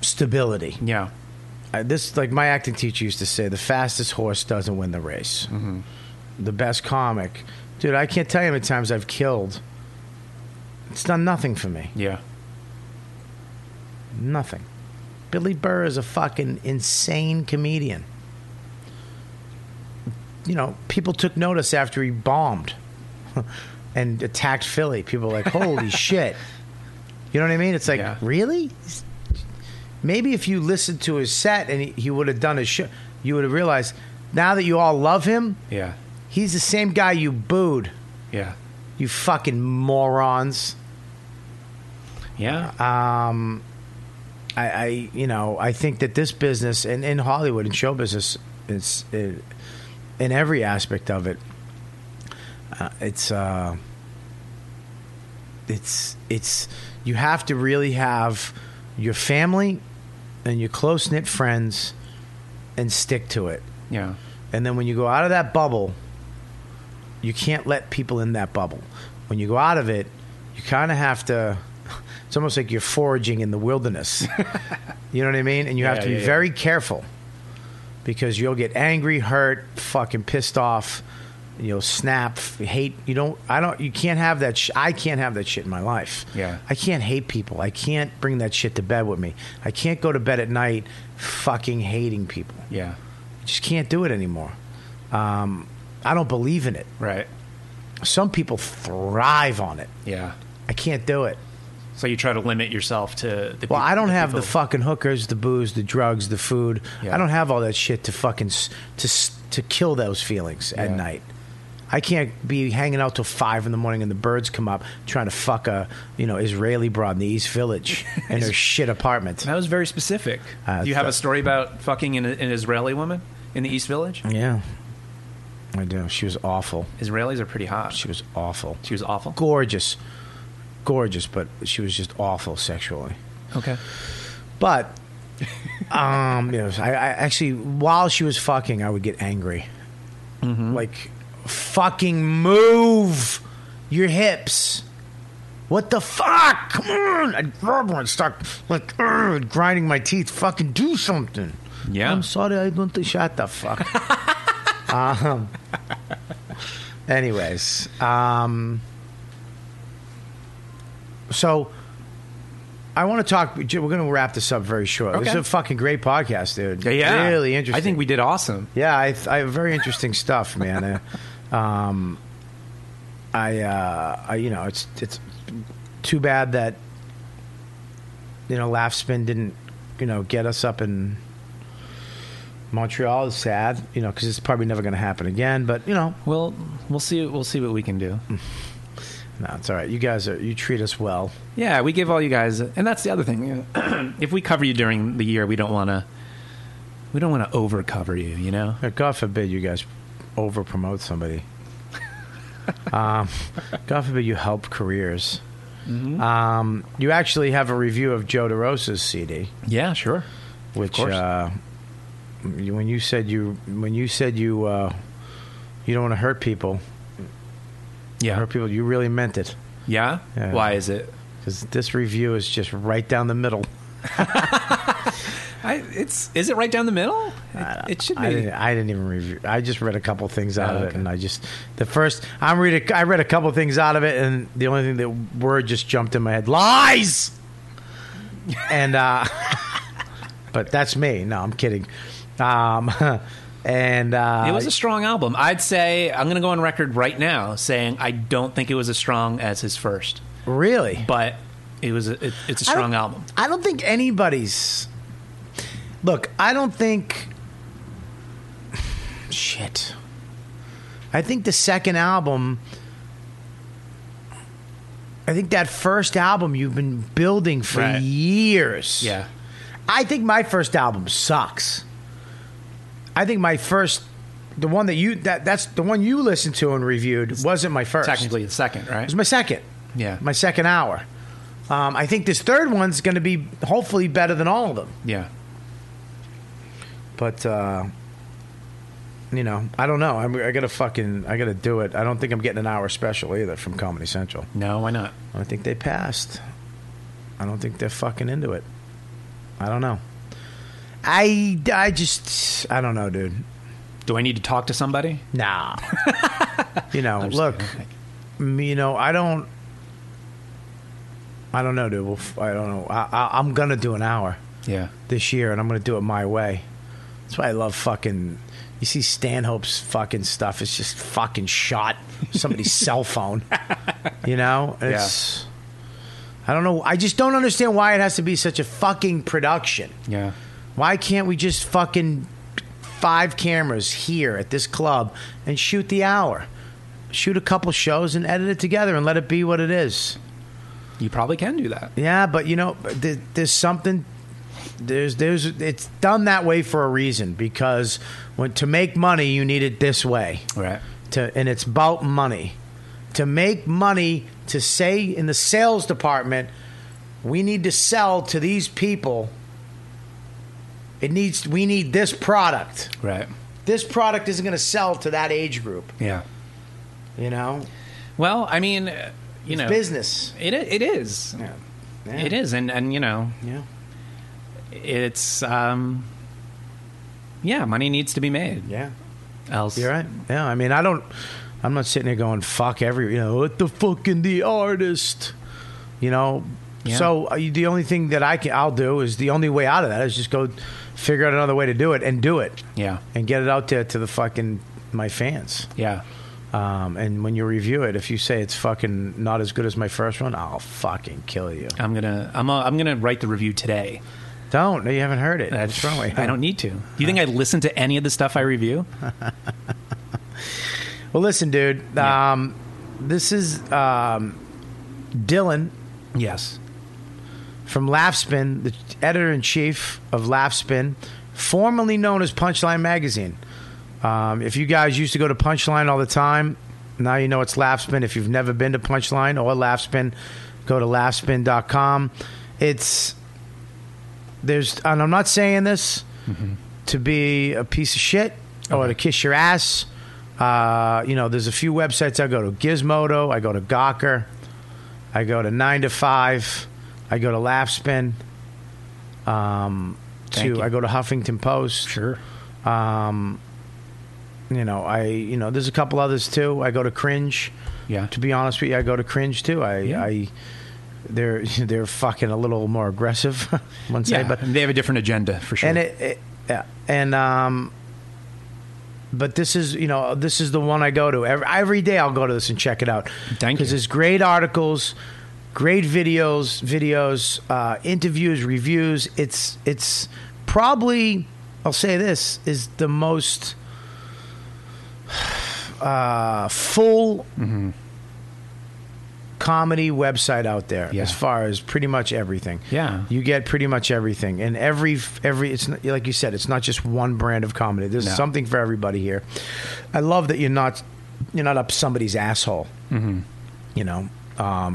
[SPEAKER 3] stability.
[SPEAKER 1] yeah
[SPEAKER 3] I, this like my acting teacher used to say the fastest horse doesn't win the race the best comic dude i can't tell you how many times i've killed it's done nothing for me
[SPEAKER 1] yeah
[SPEAKER 3] nothing billy burr is a fucking insane comedian you know people took notice after he bombed and attacked philly people were like holy shit you know what i mean it's like
[SPEAKER 1] Yeah.
[SPEAKER 3] really maybe if you listened to his set and he, he would have done his show, you would have realized now that you all love him,
[SPEAKER 1] yeah
[SPEAKER 3] he's the same guy you booed,
[SPEAKER 1] yeah
[SPEAKER 3] you fucking morons.
[SPEAKER 1] yeah
[SPEAKER 3] I, I you know, I think that this business and in Hollywood and show business is it, in every aspect of it. Uh, it's uh, it's it's you have to really have your family and your close knit friends and stick to it.
[SPEAKER 1] yeah
[SPEAKER 3] And then when you go out of that bubble, you can't let people in that bubble. When you go out of it, you kind of have to. It's almost like you're foraging in the wilderness. you know what I mean? And you have
[SPEAKER 1] Yeah,
[SPEAKER 3] to be
[SPEAKER 1] yeah, yeah.
[SPEAKER 3] very careful because you'll get angry, hurt, fucking pissed off. You'll snap, f- hate. You don't. I don't. You can't have that. Sh- I can't have that shit in my life.
[SPEAKER 1] Yeah.
[SPEAKER 3] I can't hate people. I can't bring that shit to bed with me. I can't go to bed at night, fucking hating people
[SPEAKER 1] yeah
[SPEAKER 3] just can't do it anymore. Um, I don't believe in it.
[SPEAKER 1] right
[SPEAKER 3] Some people thrive on it.
[SPEAKER 1] yeah
[SPEAKER 3] I can't do it.
[SPEAKER 1] So you try to limit yourself to the
[SPEAKER 3] Well, I don't have the
[SPEAKER 1] people-
[SPEAKER 3] fucking hookers, the booze, the drugs, the food.
[SPEAKER 1] Yeah.
[SPEAKER 3] I don't have all that shit to fucking s- to s- to kill those feelings at
[SPEAKER 1] Yeah.
[SPEAKER 3] night. I can't be hanging out till five in the morning and the birds come up trying to fuck a you know Israeli broad in the East Village in her shit apartment.
[SPEAKER 1] That was very specific.
[SPEAKER 3] Uh,
[SPEAKER 1] Do you have
[SPEAKER 3] th-
[SPEAKER 1] a story about fucking an, an Israeli woman in the East Village?
[SPEAKER 3] Yeah, I do. She was awful.
[SPEAKER 1] Israelis are pretty hot.
[SPEAKER 3] She was awful.
[SPEAKER 1] She was awful.
[SPEAKER 3] Gorgeous, gorgeous, but she was just awful sexually.
[SPEAKER 1] Okay.
[SPEAKER 3] But um, you know, I, I actually while she was fucking, I would get angry. Like, fucking move your hips. What the fuck? Come on! I'd grab her and start like "Ugh," grinding my teeth. Fucking do something.
[SPEAKER 1] Yeah.
[SPEAKER 3] I'm sorry, I don't shut the fuck. um. Anyways, um. So. I want to talk. We're going to wrap this up very short. This
[SPEAKER 1] Okay.
[SPEAKER 3] is a fucking great podcast, dude.
[SPEAKER 1] Yeah, yeah.
[SPEAKER 3] really interesting.
[SPEAKER 1] I think we did awesome.
[SPEAKER 3] Yeah, I, I have very interesting stuff, man. Uh, um, I, uh, I, you know, it's it's too bad that you know Laugh Spin didn't you know get us up in Montreal. It's sad, you know, because it's probably never going to happen again. But you know,
[SPEAKER 1] Well, we'll see. We'll see what we can do.
[SPEAKER 3] no, it's all right. You guys are you treat us well.
[SPEAKER 1] Yeah, we give all you guys, and that's the other thing. you know, if we cover you during the year, we don't want to. We don't want to overcover you. You know.
[SPEAKER 3] Uh, God forbid you guys over promote somebody. um, God forbid you help careers.
[SPEAKER 1] Mm-hmm.
[SPEAKER 3] Um, you actually have a review of Joe DeRosa's CD,
[SPEAKER 1] Yeah, sure.
[SPEAKER 3] which
[SPEAKER 1] course.
[SPEAKER 3] uh, you- when you said you when you said you uh, you don't want to hurt people,
[SPEAKER 1] Yeah.
[SPEAKER 3] hurt people, you really meant it
[SPEAKER 1] Yeah.
[SPEAKER 3] Yeah.
[SPEAKER 1] Why is it?
[SPEAKER 3] because this review is just right down the middle.
[SPEAKER 1] I, it's is it right down the middle? It, it should
[SPEAKER 3] I didn't,
[SPEAKER 1] be.
[SPEAKER 3] I didn't even review. I just read a couple things out
[SPEAKER 1] Oh,
[SPEAKER 3] of it,
[SPEAKER 1] okay.
[SPEAKER 3] and I just the first I'm read. A, I read a couple things out of it, and the only thing that word just jumped in my head: lies. and uh, but that's me. No, I'm kidding. Um, and uh,
[SPEAKER 1] It was a strong album. I'd say I'm going to go on record right now saying I don't think it was as strong as his first,
[SPEAKER 3] really.
[SPEAKER 1] but it was. A, it, it's a
[SPEAKER 3] I
[SPEAKER 1] strong
[SPEAKER 3] don't-
[SPEAKER 1] album.
[SPEAKER 3] I don't think anybody's. Look, I don't think. Shit. I think the second album. I think that first album you've been building for
[SPEAKER 1] Right.
[SPEAKER 3] years.
[SPEAKER 1] Yeah.
[SPEAKER 3] I think my first album sucks. I think my first, the one that you that that's the one you listened to and reviewed wasn't my first.
[SPEAKER 1] Technically, the second, right?
[SPEAKER 3] It was my second.
[SPEAKER 1] Yeah.
[SPEAKER 3] My second hour. Um, I think this third one's going to be hopefully better than all of them.
[SPEAKER 1] Yeah.
[SPEAKER 3] But, uh, you know, I don't know. I'm, I got to fucking, I got to do it. I don't think I'm getting an hour special either from Comedy Central.
[SPEAKER 1] No, why not?
[SPEAKER 3] I think they passed. I don't think they're fucking into it. I don't know. I, I just, I don't know, dude.
[SPEAKER 1] Do I need to talk to somebody?
[SPEAKER 3] Nah. you know,
[SPEAKER 1] I'm just
[SPEAKER 3] look,
[SPEAKER 1] kidding.
[SPEAKER 3] m- you know, I don't. I don't know, dude. We'll, f- I don't know. I, I, I'm gonna do an hour
[SPEAKER 1] Yeah.
[SPEAKER 3] this year, and I'm gonna do it my way. That's why I love fucking. You see Stanhope's fucking stuff. It's just fucking shot somebody's cell phone. You know, it's. I don't know. I just don't understand why it has to be such a fucking production.
[SPEAKER 1] Yeah.
[SPEAKER 3] Why can't we just fucking five cameras here at this club and shoot the hour? Shoot a couple shows and edit it together and let it be what it is.
[SPEAKER 1] You probably can do that.
[SPEAKER 3] Yeah, but you know, there, there's something. There's there's it's done that way for a reason because when to make money you need it this way
[SPEAKER 1] Right.
[SPEAKER 3] to and it's about money to make money to say in the sales department we need to sell to these people it needs we need this product
[SPEAKER 1] Right.
[SPEAKER 3] this product isn't going to sell to that age group
[SPEAKER 1] Yeah.
[SPEAKER 3] you know
[SPEAKER 1] Well, I mean, uh, you know,
[SPEAKER 3] business
[SPEAKER 1] It i- it is.
[SPEAKER 3] yeah.
[SPEAKER 1] It is, and and you know,
[SPEAKER 3] yeah
[SPEAKER 1] it's um, yeah, money needs to be made.
[SPEAKER 3] yeah
[SPEAKER 1] Else,
[SPEAKER 3] You're right. Yeah, I mean, I don't. I'm not sitting there going fuck every. You know, what the fucking the artist. You know,
[SPEAKER 1] Yeah.
[SPEAKER 3] so uh, the only thing that I can I'll do is the only way out of that is just go figure out another way to do it and do it
[SPEAKER 1] Yeah.
[SPEAKER 3] and get it out there to the fucking my fans.
[SPEAKER 1] Yeah.
[SPEAKER 3] Um, and when you review it, if you say it's fucking not as good as my first one, I'll fucking kill you.
[SPEAKER 1] I'm gonna I'm uh, I'm gonna write the review today.
[SPEAKER 3] Don't. No, you haven't heard it. That's wrong with you.
[SPEAKER 1] I don't need to. You think I listen to any of the stuff I review?
[SPEAKER 3] Well, listen, dude.
[SPEAKER 1] Yeah.
[SPEAKER 3] Um, this is um, Dylan
[SPEAKER 1] Yes.
[SPEAKER 3] from Laughspin, the editor in chief of Laughspin, formerly known as Punchline Magazine. Um, if you guys used to go to Punchline all the time, now you know it's Laughspin. If you've never been to Punchline or Laughspin, go to laughspin.com. It's there's, and I'm not saying this
[SPEAKER 1] Mm-hmm.
[SPEAKER 3] to be a piece of shit or to kiss your ass. Uh, you know, there's a few websites I go to Gizmodo, I go to Gawker, I go to Nine to Five, I go to Laughspin, um,
[SPEAKER 1] Thank
[SPEAKER 3] to
[SPEAKER 1] you.
[SPEAKER 3] I go to Huffington Post.
[SPEAKER 1] Sure.
[SPEAKER 3] You know, I you know, there's a couple others too. I go to Cringe.
[SPEAKER 1] Yeah.
[SPEAKER 3] To be honest with you, I go to Cringe too. I,
[SPEAKER 1] Yeah.
[SPEAKER 3] I they're they're fucking a little more aggressive, one say,
[SPEAKER 1] Yeah,
[SPEAKER 3] but
[SPEAKER 1] they have a different agenda for sure.
[SPEAKER 3] and it, it yeah and um but this is you know this is the one i go to every, every day i'll go to this and check it out
[SPEAKER 1] Thank
[SPEAKER 3] because
[SPEAKER 1] you.
[SPEAKER 3] there's great articles great videos videos uh, interviews reviews it's it's probably i'll say this is the most uh, full
[SPEAKER 1] Mm-hmm.
[SPEAKER 3] comedy website out there
[SPEAKER 1] Yeah.
[SPEAKER 3] as far as pretty much everything
[SPEAKER 1] Yeah.
[SPEAKER 3] you get pretty much everything, and every every it's not, like you said, it's not just one brand of comedy. There's
[SPEAKER 1] No.
[SPEAKER 3] something for everybody here. I love that you're not you're not up somebody's asshole. Mm-hmm. You know,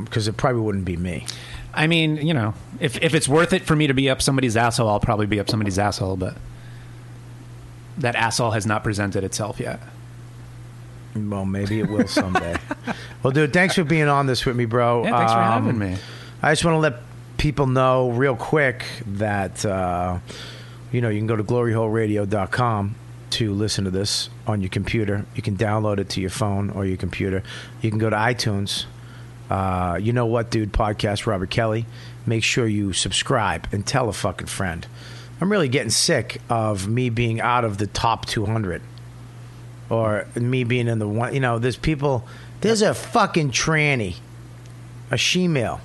[SPEAKER 3] because it probably wouldn't be me.
[SPEAKER 1] I mean, you know, if if it's worth it for me to be up somebody's asshole, I'll probably be up somebody's asshole, but that asshole has not presented itself yet.
[SPEAKER 3] Well, maybe it will someday. well, dude, thanks for being on this with me, bro.
[SPEAKER 1] Yeah, thanks for
[SPEAKER 3] Um,
[SPEAKER 1] having me.
[SPEAKER 3] I just want to let people know real quick that uh, you know you can go to gloryholeradio.com to listen to this on your computer. You can download it to your phone or your computer. You can go to iTunes. Uh, you know what, dude? Podcast Robert Kelly. Make sure you subscribe and tell a fucking friend. I'm really getting sick of me being out of the top 200 or me being in the one. You know, there's people. There's a fucking tranny, a shemale,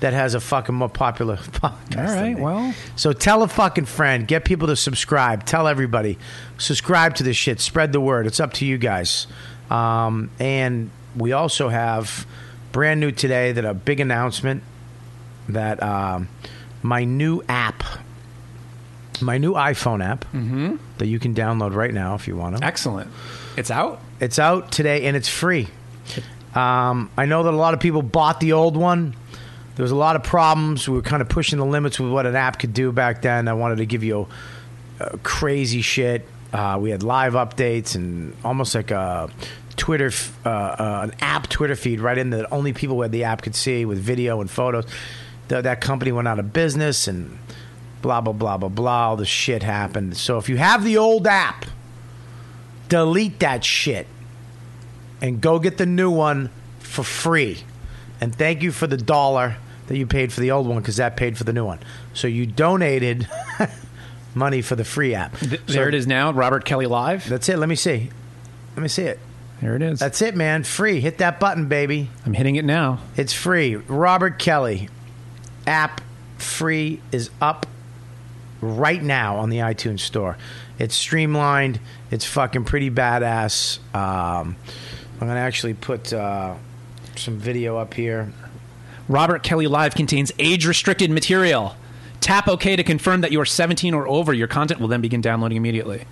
[SPEAKER 3] that has a fucking more popular podcast.
[SPEAKER 1] All
[SPEAKER 3] than
[SPEAKER 1] right,
[SPEAKER 3] me.
[SPEAKER 1] well.
[SPEAKER 3] So tell a fucking friend. Get people to subscribe. Tell everybody. Subscribe to this shit. Spread the word. It's up to you guys. Um, and we also have brand new today that a big announcement that um, my new app, my new iPhone app
[SPEAKER 1] Mm-hmm.
[SPEAKER 3] that you can download right now if you want to.
[SPEAKER 1] Excellent. It's out?
[SPEAKER 3] It's out today and it's free. Um, I know that a lot of people bought the old one. There was a lot of problems. We were kind of pushing the limits with what an app could do back then. I wanted to give you uh, crazy shit. Uh, we had live updates and almost like a Twitter, f- uh, uh, an app Twitter feed right in that only people with the app could see with video and photos. Th- that company went out of business and blah, blah, blah, blah, blah. All this shit happened. So if you have the old app, delete that shit and go get the new one for free. And thank you for the dollar that you paid for the old one because that paid for the new one. So you donated money for the free app.
[SPEAKER 1] Th-
[SPEAKER 3] So
[SPEAKER 1] there it is now, Robert Kelly Live.
[SPEAKER 3] That's it. Let me see. Let me see it.
[SPEAKER 1] There it is.
[SPEAKER 3] That's it, man. Free. Hit that button, baby.
[SPEAKER 1] I'm hitting it now.
[SPEAKER 3] It's free. Robert Kelly app free is up right now on the iTunes store. It's streamlined. It's fucking pretty badass. Um, I'm gonna actually put uh, some video up here.
[SPEAKER 1] Robert Kelly Live contains age restricted material. Tap OK to confirm that you are 17 or over. Your content will then begin downloading immediately.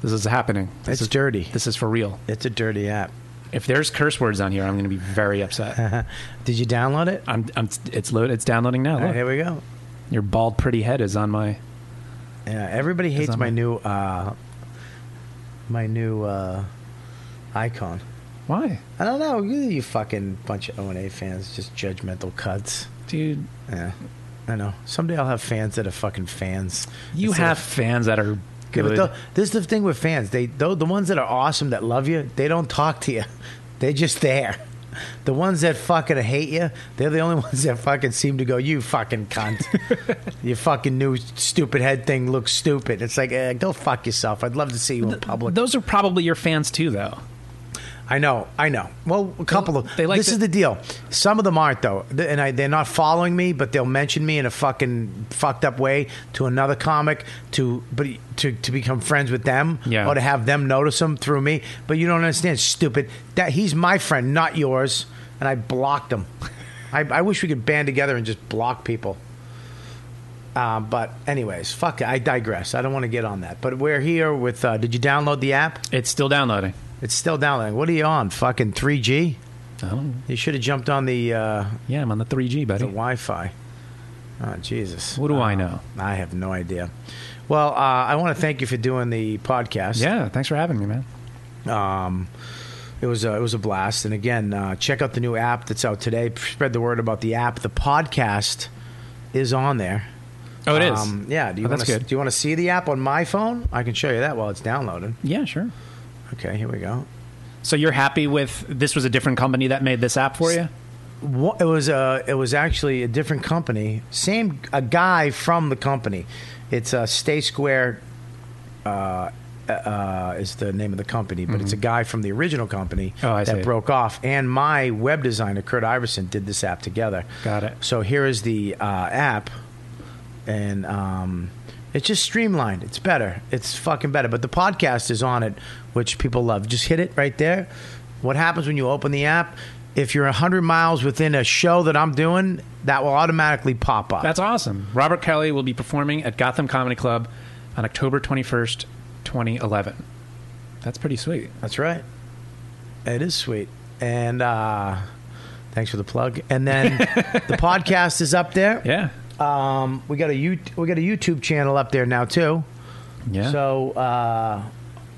[SPEAKER 1] This is happening. This
[SPEAKER 3] It's
[SPEAKER 1] is
[SPEAKER 3] dirty.
[SPEAKER 1] This is for real.
[SPEAKER 3] It's a dirty app.
[SPEAKER 1] If there's curse words on here, I'm going to be very
[SPEAKER 3] Uh.
[SPEAKER 1] upset.
[SPEAKER 3] Did you download it?
[SPEAKER 1] I'm, I'm, it's load, It's downloading now.
[SPEAKER 3] All right,
[SPEAKER 1] Look.
[SPEAKER 3] here we go.
[SPEAKER 1] Your bald, pretty head is on my.
[SPEAKER 3] Yeah, everybody hates
[SPEAKER 1] on
[SPEAKER 3] my
[SPEAKER 1] my-
[SPEAKER 3] new uh, my new uh, icon.
[SPEAKER 1] Why,
[SPEAKER 3] I don't know. You, you fucking bunch of O and A fans, just judgmental cuts.
[SPEAKER 1] dude?
[SPEAKER 3] Yeah, I know. Someday I'll have fans that are fucking fans.
[SPEAKER 1] You
[SPEAKER 3] Instead
[SPEAKER 1] have
[SPEAKER 3] of-
[SPEAKER 1] fans that are
[SPEAKER 3] Yeah,
[SPEAKER 1] good.
[SPEAKER 3] but tho- this is the thing with fans. They tho- the ones that are awesome that love you. They don't talk to you. They're just there. The ones that fucking hate you, they're the only ones that fucking seem to go, "You fucking cunt, your fucking new stupid head thing looks stupid." It's like, eh, go fuck yourself. I'd love to see you in public.
[SPEAKER 1] Those are probably your fans too, though.
[SPEAKER 3] I know, I know. Well, a couple of
[SPEAKER 5] they like
[SPEAKER 3] this
[SPEAKER 5] to-
[SPEAKER 3] is the deal. Some of them aren't though, Th- and I, they're not following me, but they'll mention me in a fucking fucked up way to another comic to but to to become friends with them
[SPEAKER 5] Yeah.
[SPEAKER 3] or to have them notice them through me. But you don't understand, stupid. That he's my friend, not yours, and I blocked him. I, I wish we could band together and just block people. Um, but anyways, fuck it. I digress. I don't want to get on that. But we're here with. Uh, did you download the app?
[SPEAKER 1] It's still downloading.
[SPEAKER 3] It's still downloading. What are you on? Fucking 3G?
[SPEAKER 1] I don't know.
[SPEAKER 3] You should have jumped on the uh,
[SPEAKER 1] Oh, Yeah, I'm on the 3G,
[SPEAKER 3] the
[SPEAKER 1] buddy.
[SPEAKER 3] Wi-Fi. Oh Jesus!
[SPEAKER 1] What do I know?
[SPEAKER 3] I have no idea. Well, uh, I want to thank you for doing the podcast.
[SPEAKER 1] Yeah, thanks for having me, man.
[SPEAKER 3] Um, it was a, it was a blast. And again, uh, check out the new app that's out today. Spread the word about the app. The podcast is on there. Um,
[SPEAKER 1] Oh, it is.
[SPEAKER 3] yeah. Do you
[SPEAKER 1] Oh,
[SPEAKER 3] want
[SPEAKER 1] that's
[SPEAKER 3] to
[SPEAKER 1] good.
[SPEAKER 3] do you want to see the app on my phone? I can show you that while it's downloaded.
[SPEAKER 1] yeah, sure.
[SPEAKER 3] Okay, here we go.
[SPEAKER 1] So you're happy with this? Was a different company that made this app for you?
[SPEAKER 3] Wha- it was uh, it was actually a different company. Same a guy from the company. It's uh, Stay Square. Uh, uh, is the name of the company, but it's a guy from the original company
[SPEAKER 1] Mm-hmm. Oh, I
[SPEAKER 3] that
[SPEAKER 1] see.
[SPEAKER 3] broke off. And my web designer Kurt Iverson did this app together.
[SPEAKER 1] Got it.
[SPEAKER 3] So here is the uh, app, and um, it's just streamlined. It's better. It's fucking better. But the podcast is on it, which people love. Just hit it right there. What happens when you open the app? If you're 100 miles within a show that I'm doing, that will automatically pop up.
[SPEAKER 1] That's awesome. Robert Kelly will be performing at Gotham Comedy Club on October 21st, 2011. That's pretty sweet.
[SPEAKER 3] That's right. It is sweet. And uh, thanks for the plug. And then the podcast is up there.
[SPEAKER 1] Yeah.
[SPEAKER 3] Um, we got a U- we got a YouTube channel up there now too.
[SPEAKER 1] Yeah.
[SPEAKER 3] So uh,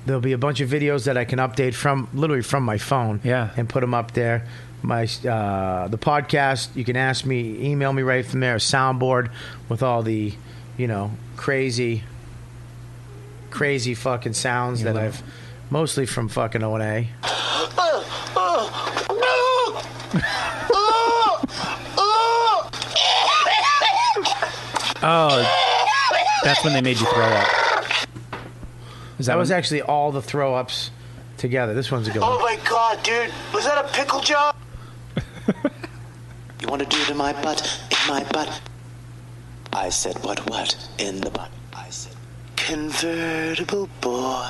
[SPEAKER 3] there'll be a bunch of videos that I can update from literally from my phone.
[SPEAKER 1] Yeah.
[SPEAKER 3] and put them up there. My uh, the podcast you can ask me, email me right from there. A soundboard with all the you know crazy, crazy fucking sounds that
[SPEAKER 1] little-
[SPEAKER 3] I've mostly from fucking O and A.
[SPEAKER 6] Oh
[SPEAKER 1] oh, that's when they made you throw up. Is
[SPEAKER 3] That
[SPEAKER 1] when-
[SPEAKER 3] was actually all the throw ups together. This one's a good
[SPEAKER 6] Oh
[SPEAKER 3] one.
[SPEAKER 6] my god, dude, was that a pickle job? you want to do it in my butt? In my butt. I said, what, what? In the butt. I said, convertible boy.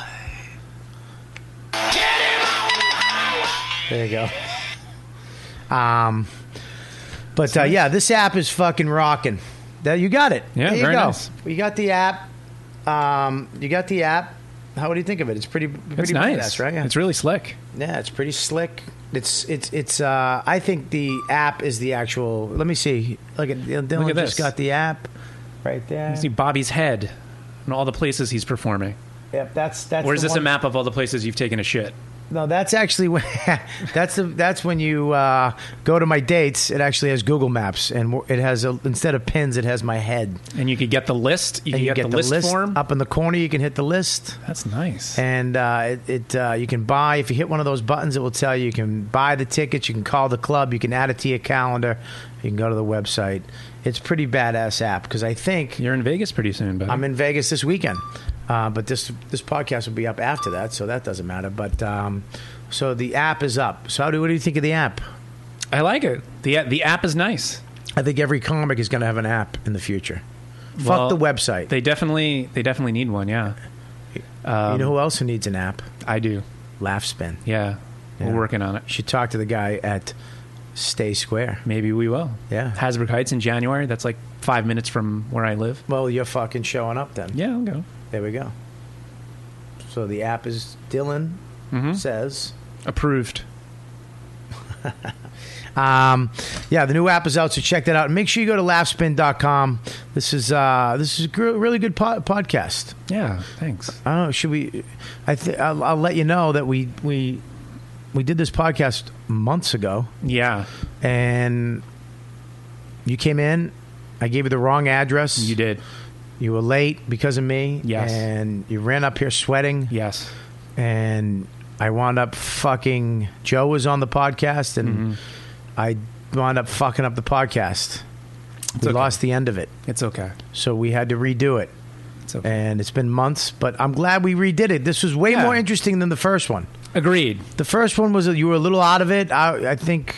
[SPEAKER 3] There you go. Um, but uh, yeah, this app is fucking rocking. There you got it.
[SPEAKER 1] Yeah,
[SPEAKER 3] there you
[SPEAKER 1] very
[SPEAKER 3] go.
[SPEAKER 1] nice.
[SPEAKER 3] You got the app. Um, you got the app. How would you think of it? It's pretty. pretty
[SPEAKER 1] It's nice.
[SPEAKER 3] badass, right? Yeah.
[SPEAKER 1] It's really slick.
[SPEAKER 3] yeah, it's pretty slick. It's it's it's. Uh, I think the app is the actual. Let me see. Look at Dylan
[SPEAKER 1] Look at
[SPEAKER 3] just
[SPEAKER 1] this.
[SPEAKER 3] got the app right there.
[SPEAKER 1] You see Bobby's head and all the places he's performing.
[SPEAKER 3] Yep, that's that's.
[SPEAKER 1] Or is
[SPEAKER 3] the
[SPEAKER 1] this
[SPEAKER 3] one-
[SPEAKER 1] a map of all the places you've taken a shit?
[SPEAKER 3] No, that's actually when that's the, that's when you uh, go to my dates. It actually has Google Maps, and w- it has a, instead of pins, it has my head.
[SPEAKER 1] And you could get the list. You
[SPEAKER 3] And
[SPEAKER 1] could
[SPEAKER 3] you
[SPEAKER 1] get, the, list, form.
[SPEAKER 3] up in the corner. You can hit the list,
[SPEAKER 1] That's nice.
[SPEAKER 3] and uh, it, it uh, you can buy. If you hit one of those buttons, it will tell you you can buy the tickets. You can call the club. You can add it to your calendar. You can go to the website. It's pretty badass app because I think
[SPEAKER 1] You're in Vegas pretty soon, buddy.
[SPEAKER 3] I'm in Vegas this weekend, uh, but this this podcast will be up after that, so that doesn't matter. But um, so the app is up. So how do what do you think of the app?
[SPEAKER 1] I like it. the The app is nice.
[SPEAKER 3] I think every comic is going to have an app in the future.
[SPEAKER 1] Well,
[SPEAKER 3] Fuck the website.
[SPEAKER 1] They definitely they definitely need one. Yeah,
[SPEAKER 3] you know who else who needs an app?
[SPEAKER 1] I do.
[SPEAKER 3] Laughspin.
[SPEAKER 1] Yeah,
[SPEAKER 3] Yeah.
[SPEAKER 1] we're working on it.
[SPEAKER 3] You should talk to the guy at Stay Square.
[SPEAKER 1] Maybe we will.
[SPEAKER 3] Yeah.
[SPEAKER 1] Hasbrook Heights in January. That's like five minutes from where I live.
[SPEAKER 3] Well, you're fucking showing up then.
[SPEAKER 1] Yeah, I'll go.
[SPEAKER 3] There we go. So the app is Dylan says.
[SPEAKER 1] Approved.
[SPEAKER 3] Um, yeah, the new app is out, so check that out. And make sure you go to laughspin.com. This is uh, this is a gr- really good po- podcast.
[SPEAKER 1] Yeah, thanks.
[SPEAKER 3] I don't know. Should we? I th- I'll, I'll let you know that we we we did this podcast months ago,
[SPEAKER 1] Yeah,
[SPEAKER 3] and you came in. I gave you the wrong address.
[SPEAKER 1] you did.
[SPEAKER 3] You were late because of me.
[SPEAKER 1] Yes.
[SPEAKER 3] And you ran up here sweating.
[SPEAKER 1] Yes.
[SPEAKER 3] and I wound up fucking Joe was on the podcast
[SPEAKER 1] Mm-hmm.
[SPEAKER 3] and I wound up fucking up the podcast. we
[SPEAKER 1] okay.
[SPEAKER 3] lost the end of it.
[SPEAKER 1] It's okay.
[SPEAKER 3] So we had to redo it.
[SPEAKER 1] It's okay.
[SPEAKER 3] And it's been months, but I'm glad we redid it. This was way
[SPEAKER 1] Yeah.
[SPEAKER 3] more interesting than the first one.
[SPEAKER 1] Agreed.
[SPEAKER 3] The first one was that you were a little out of it. I, I think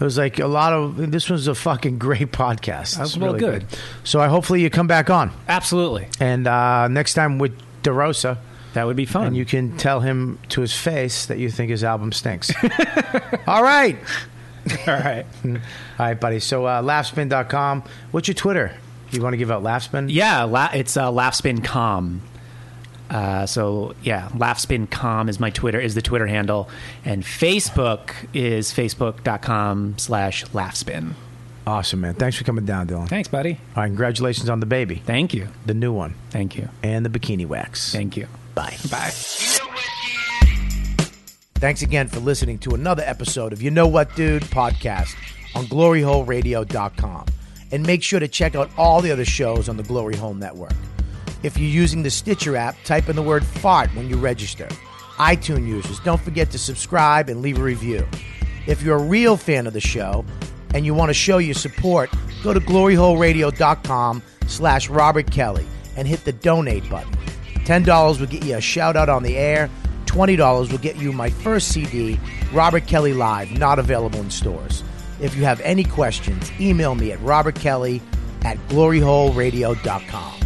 [SPEAKER 3] it was like a lot of. This was a fucking great podcast.
[SPEAKER 1] Oh,
[SPEAKER 3] It's
[SPEAKER 1] well,
[SPEAKER 3] really
[SPEAKER 1] good.
[SPEAKER 3] So I hopefully you come back on,
[SPEAKER 1] Absolutely.
[SPEAKER 3] and uh, next time with DeRosa,
[SPEAKER 1] That would be fun.
[SPEAKER 3] and you can tell him to his face that you think his album stinks. All right,
[SPEAKER 1] All right.
[SPEAKER 3] all right, buddy. So uh, laughspin.com. What's your Twitter? You want to give out laughspin?
[SPEAKER 1] Yeah, la- it's uh, laughspin.com. Uh, so yeah, laughspin.com is my Twitter is the Twitter handle, and Facebook is facebook.com slash laughspin.
[SPEAKER 3] Awesome, man. Thanks for coming down, Dylan.
[SPEAKER 1] Thanks, buddy.
[SPEAKER 3] All right, congratulations on the baby,
[SPEAKER 1] Thank you.
[SPEAKER 3] the new one,
[SPEAKER 1] Thank you.
[SPEAKER 3] and the bikini wax.
[SPEAKER 1] Thank you.
[SPEAKER 3] Bye.
[SPEAKER 1] Bye.
[SPEAKER 3] Thanks again for listening to another episode of You Know What Dude podcast on gloryholeradio.com. And make sure to check out all the other shows on the Glory Hole Network. If you're using the Stitcher app, type in the word fart when you register. iTunes users, don't forget to subscribe and leave a review. If you're a real fan of the show and you want to show your support, go to gloryholeradio.com slash Robert Kelly and hit the donate button. $10 will get you a shout out on the air. $20 will get you my first CD, Robert Kelly Live, not available in stores. If you have any questions, email me at robertkelly at gloryholeradio.com.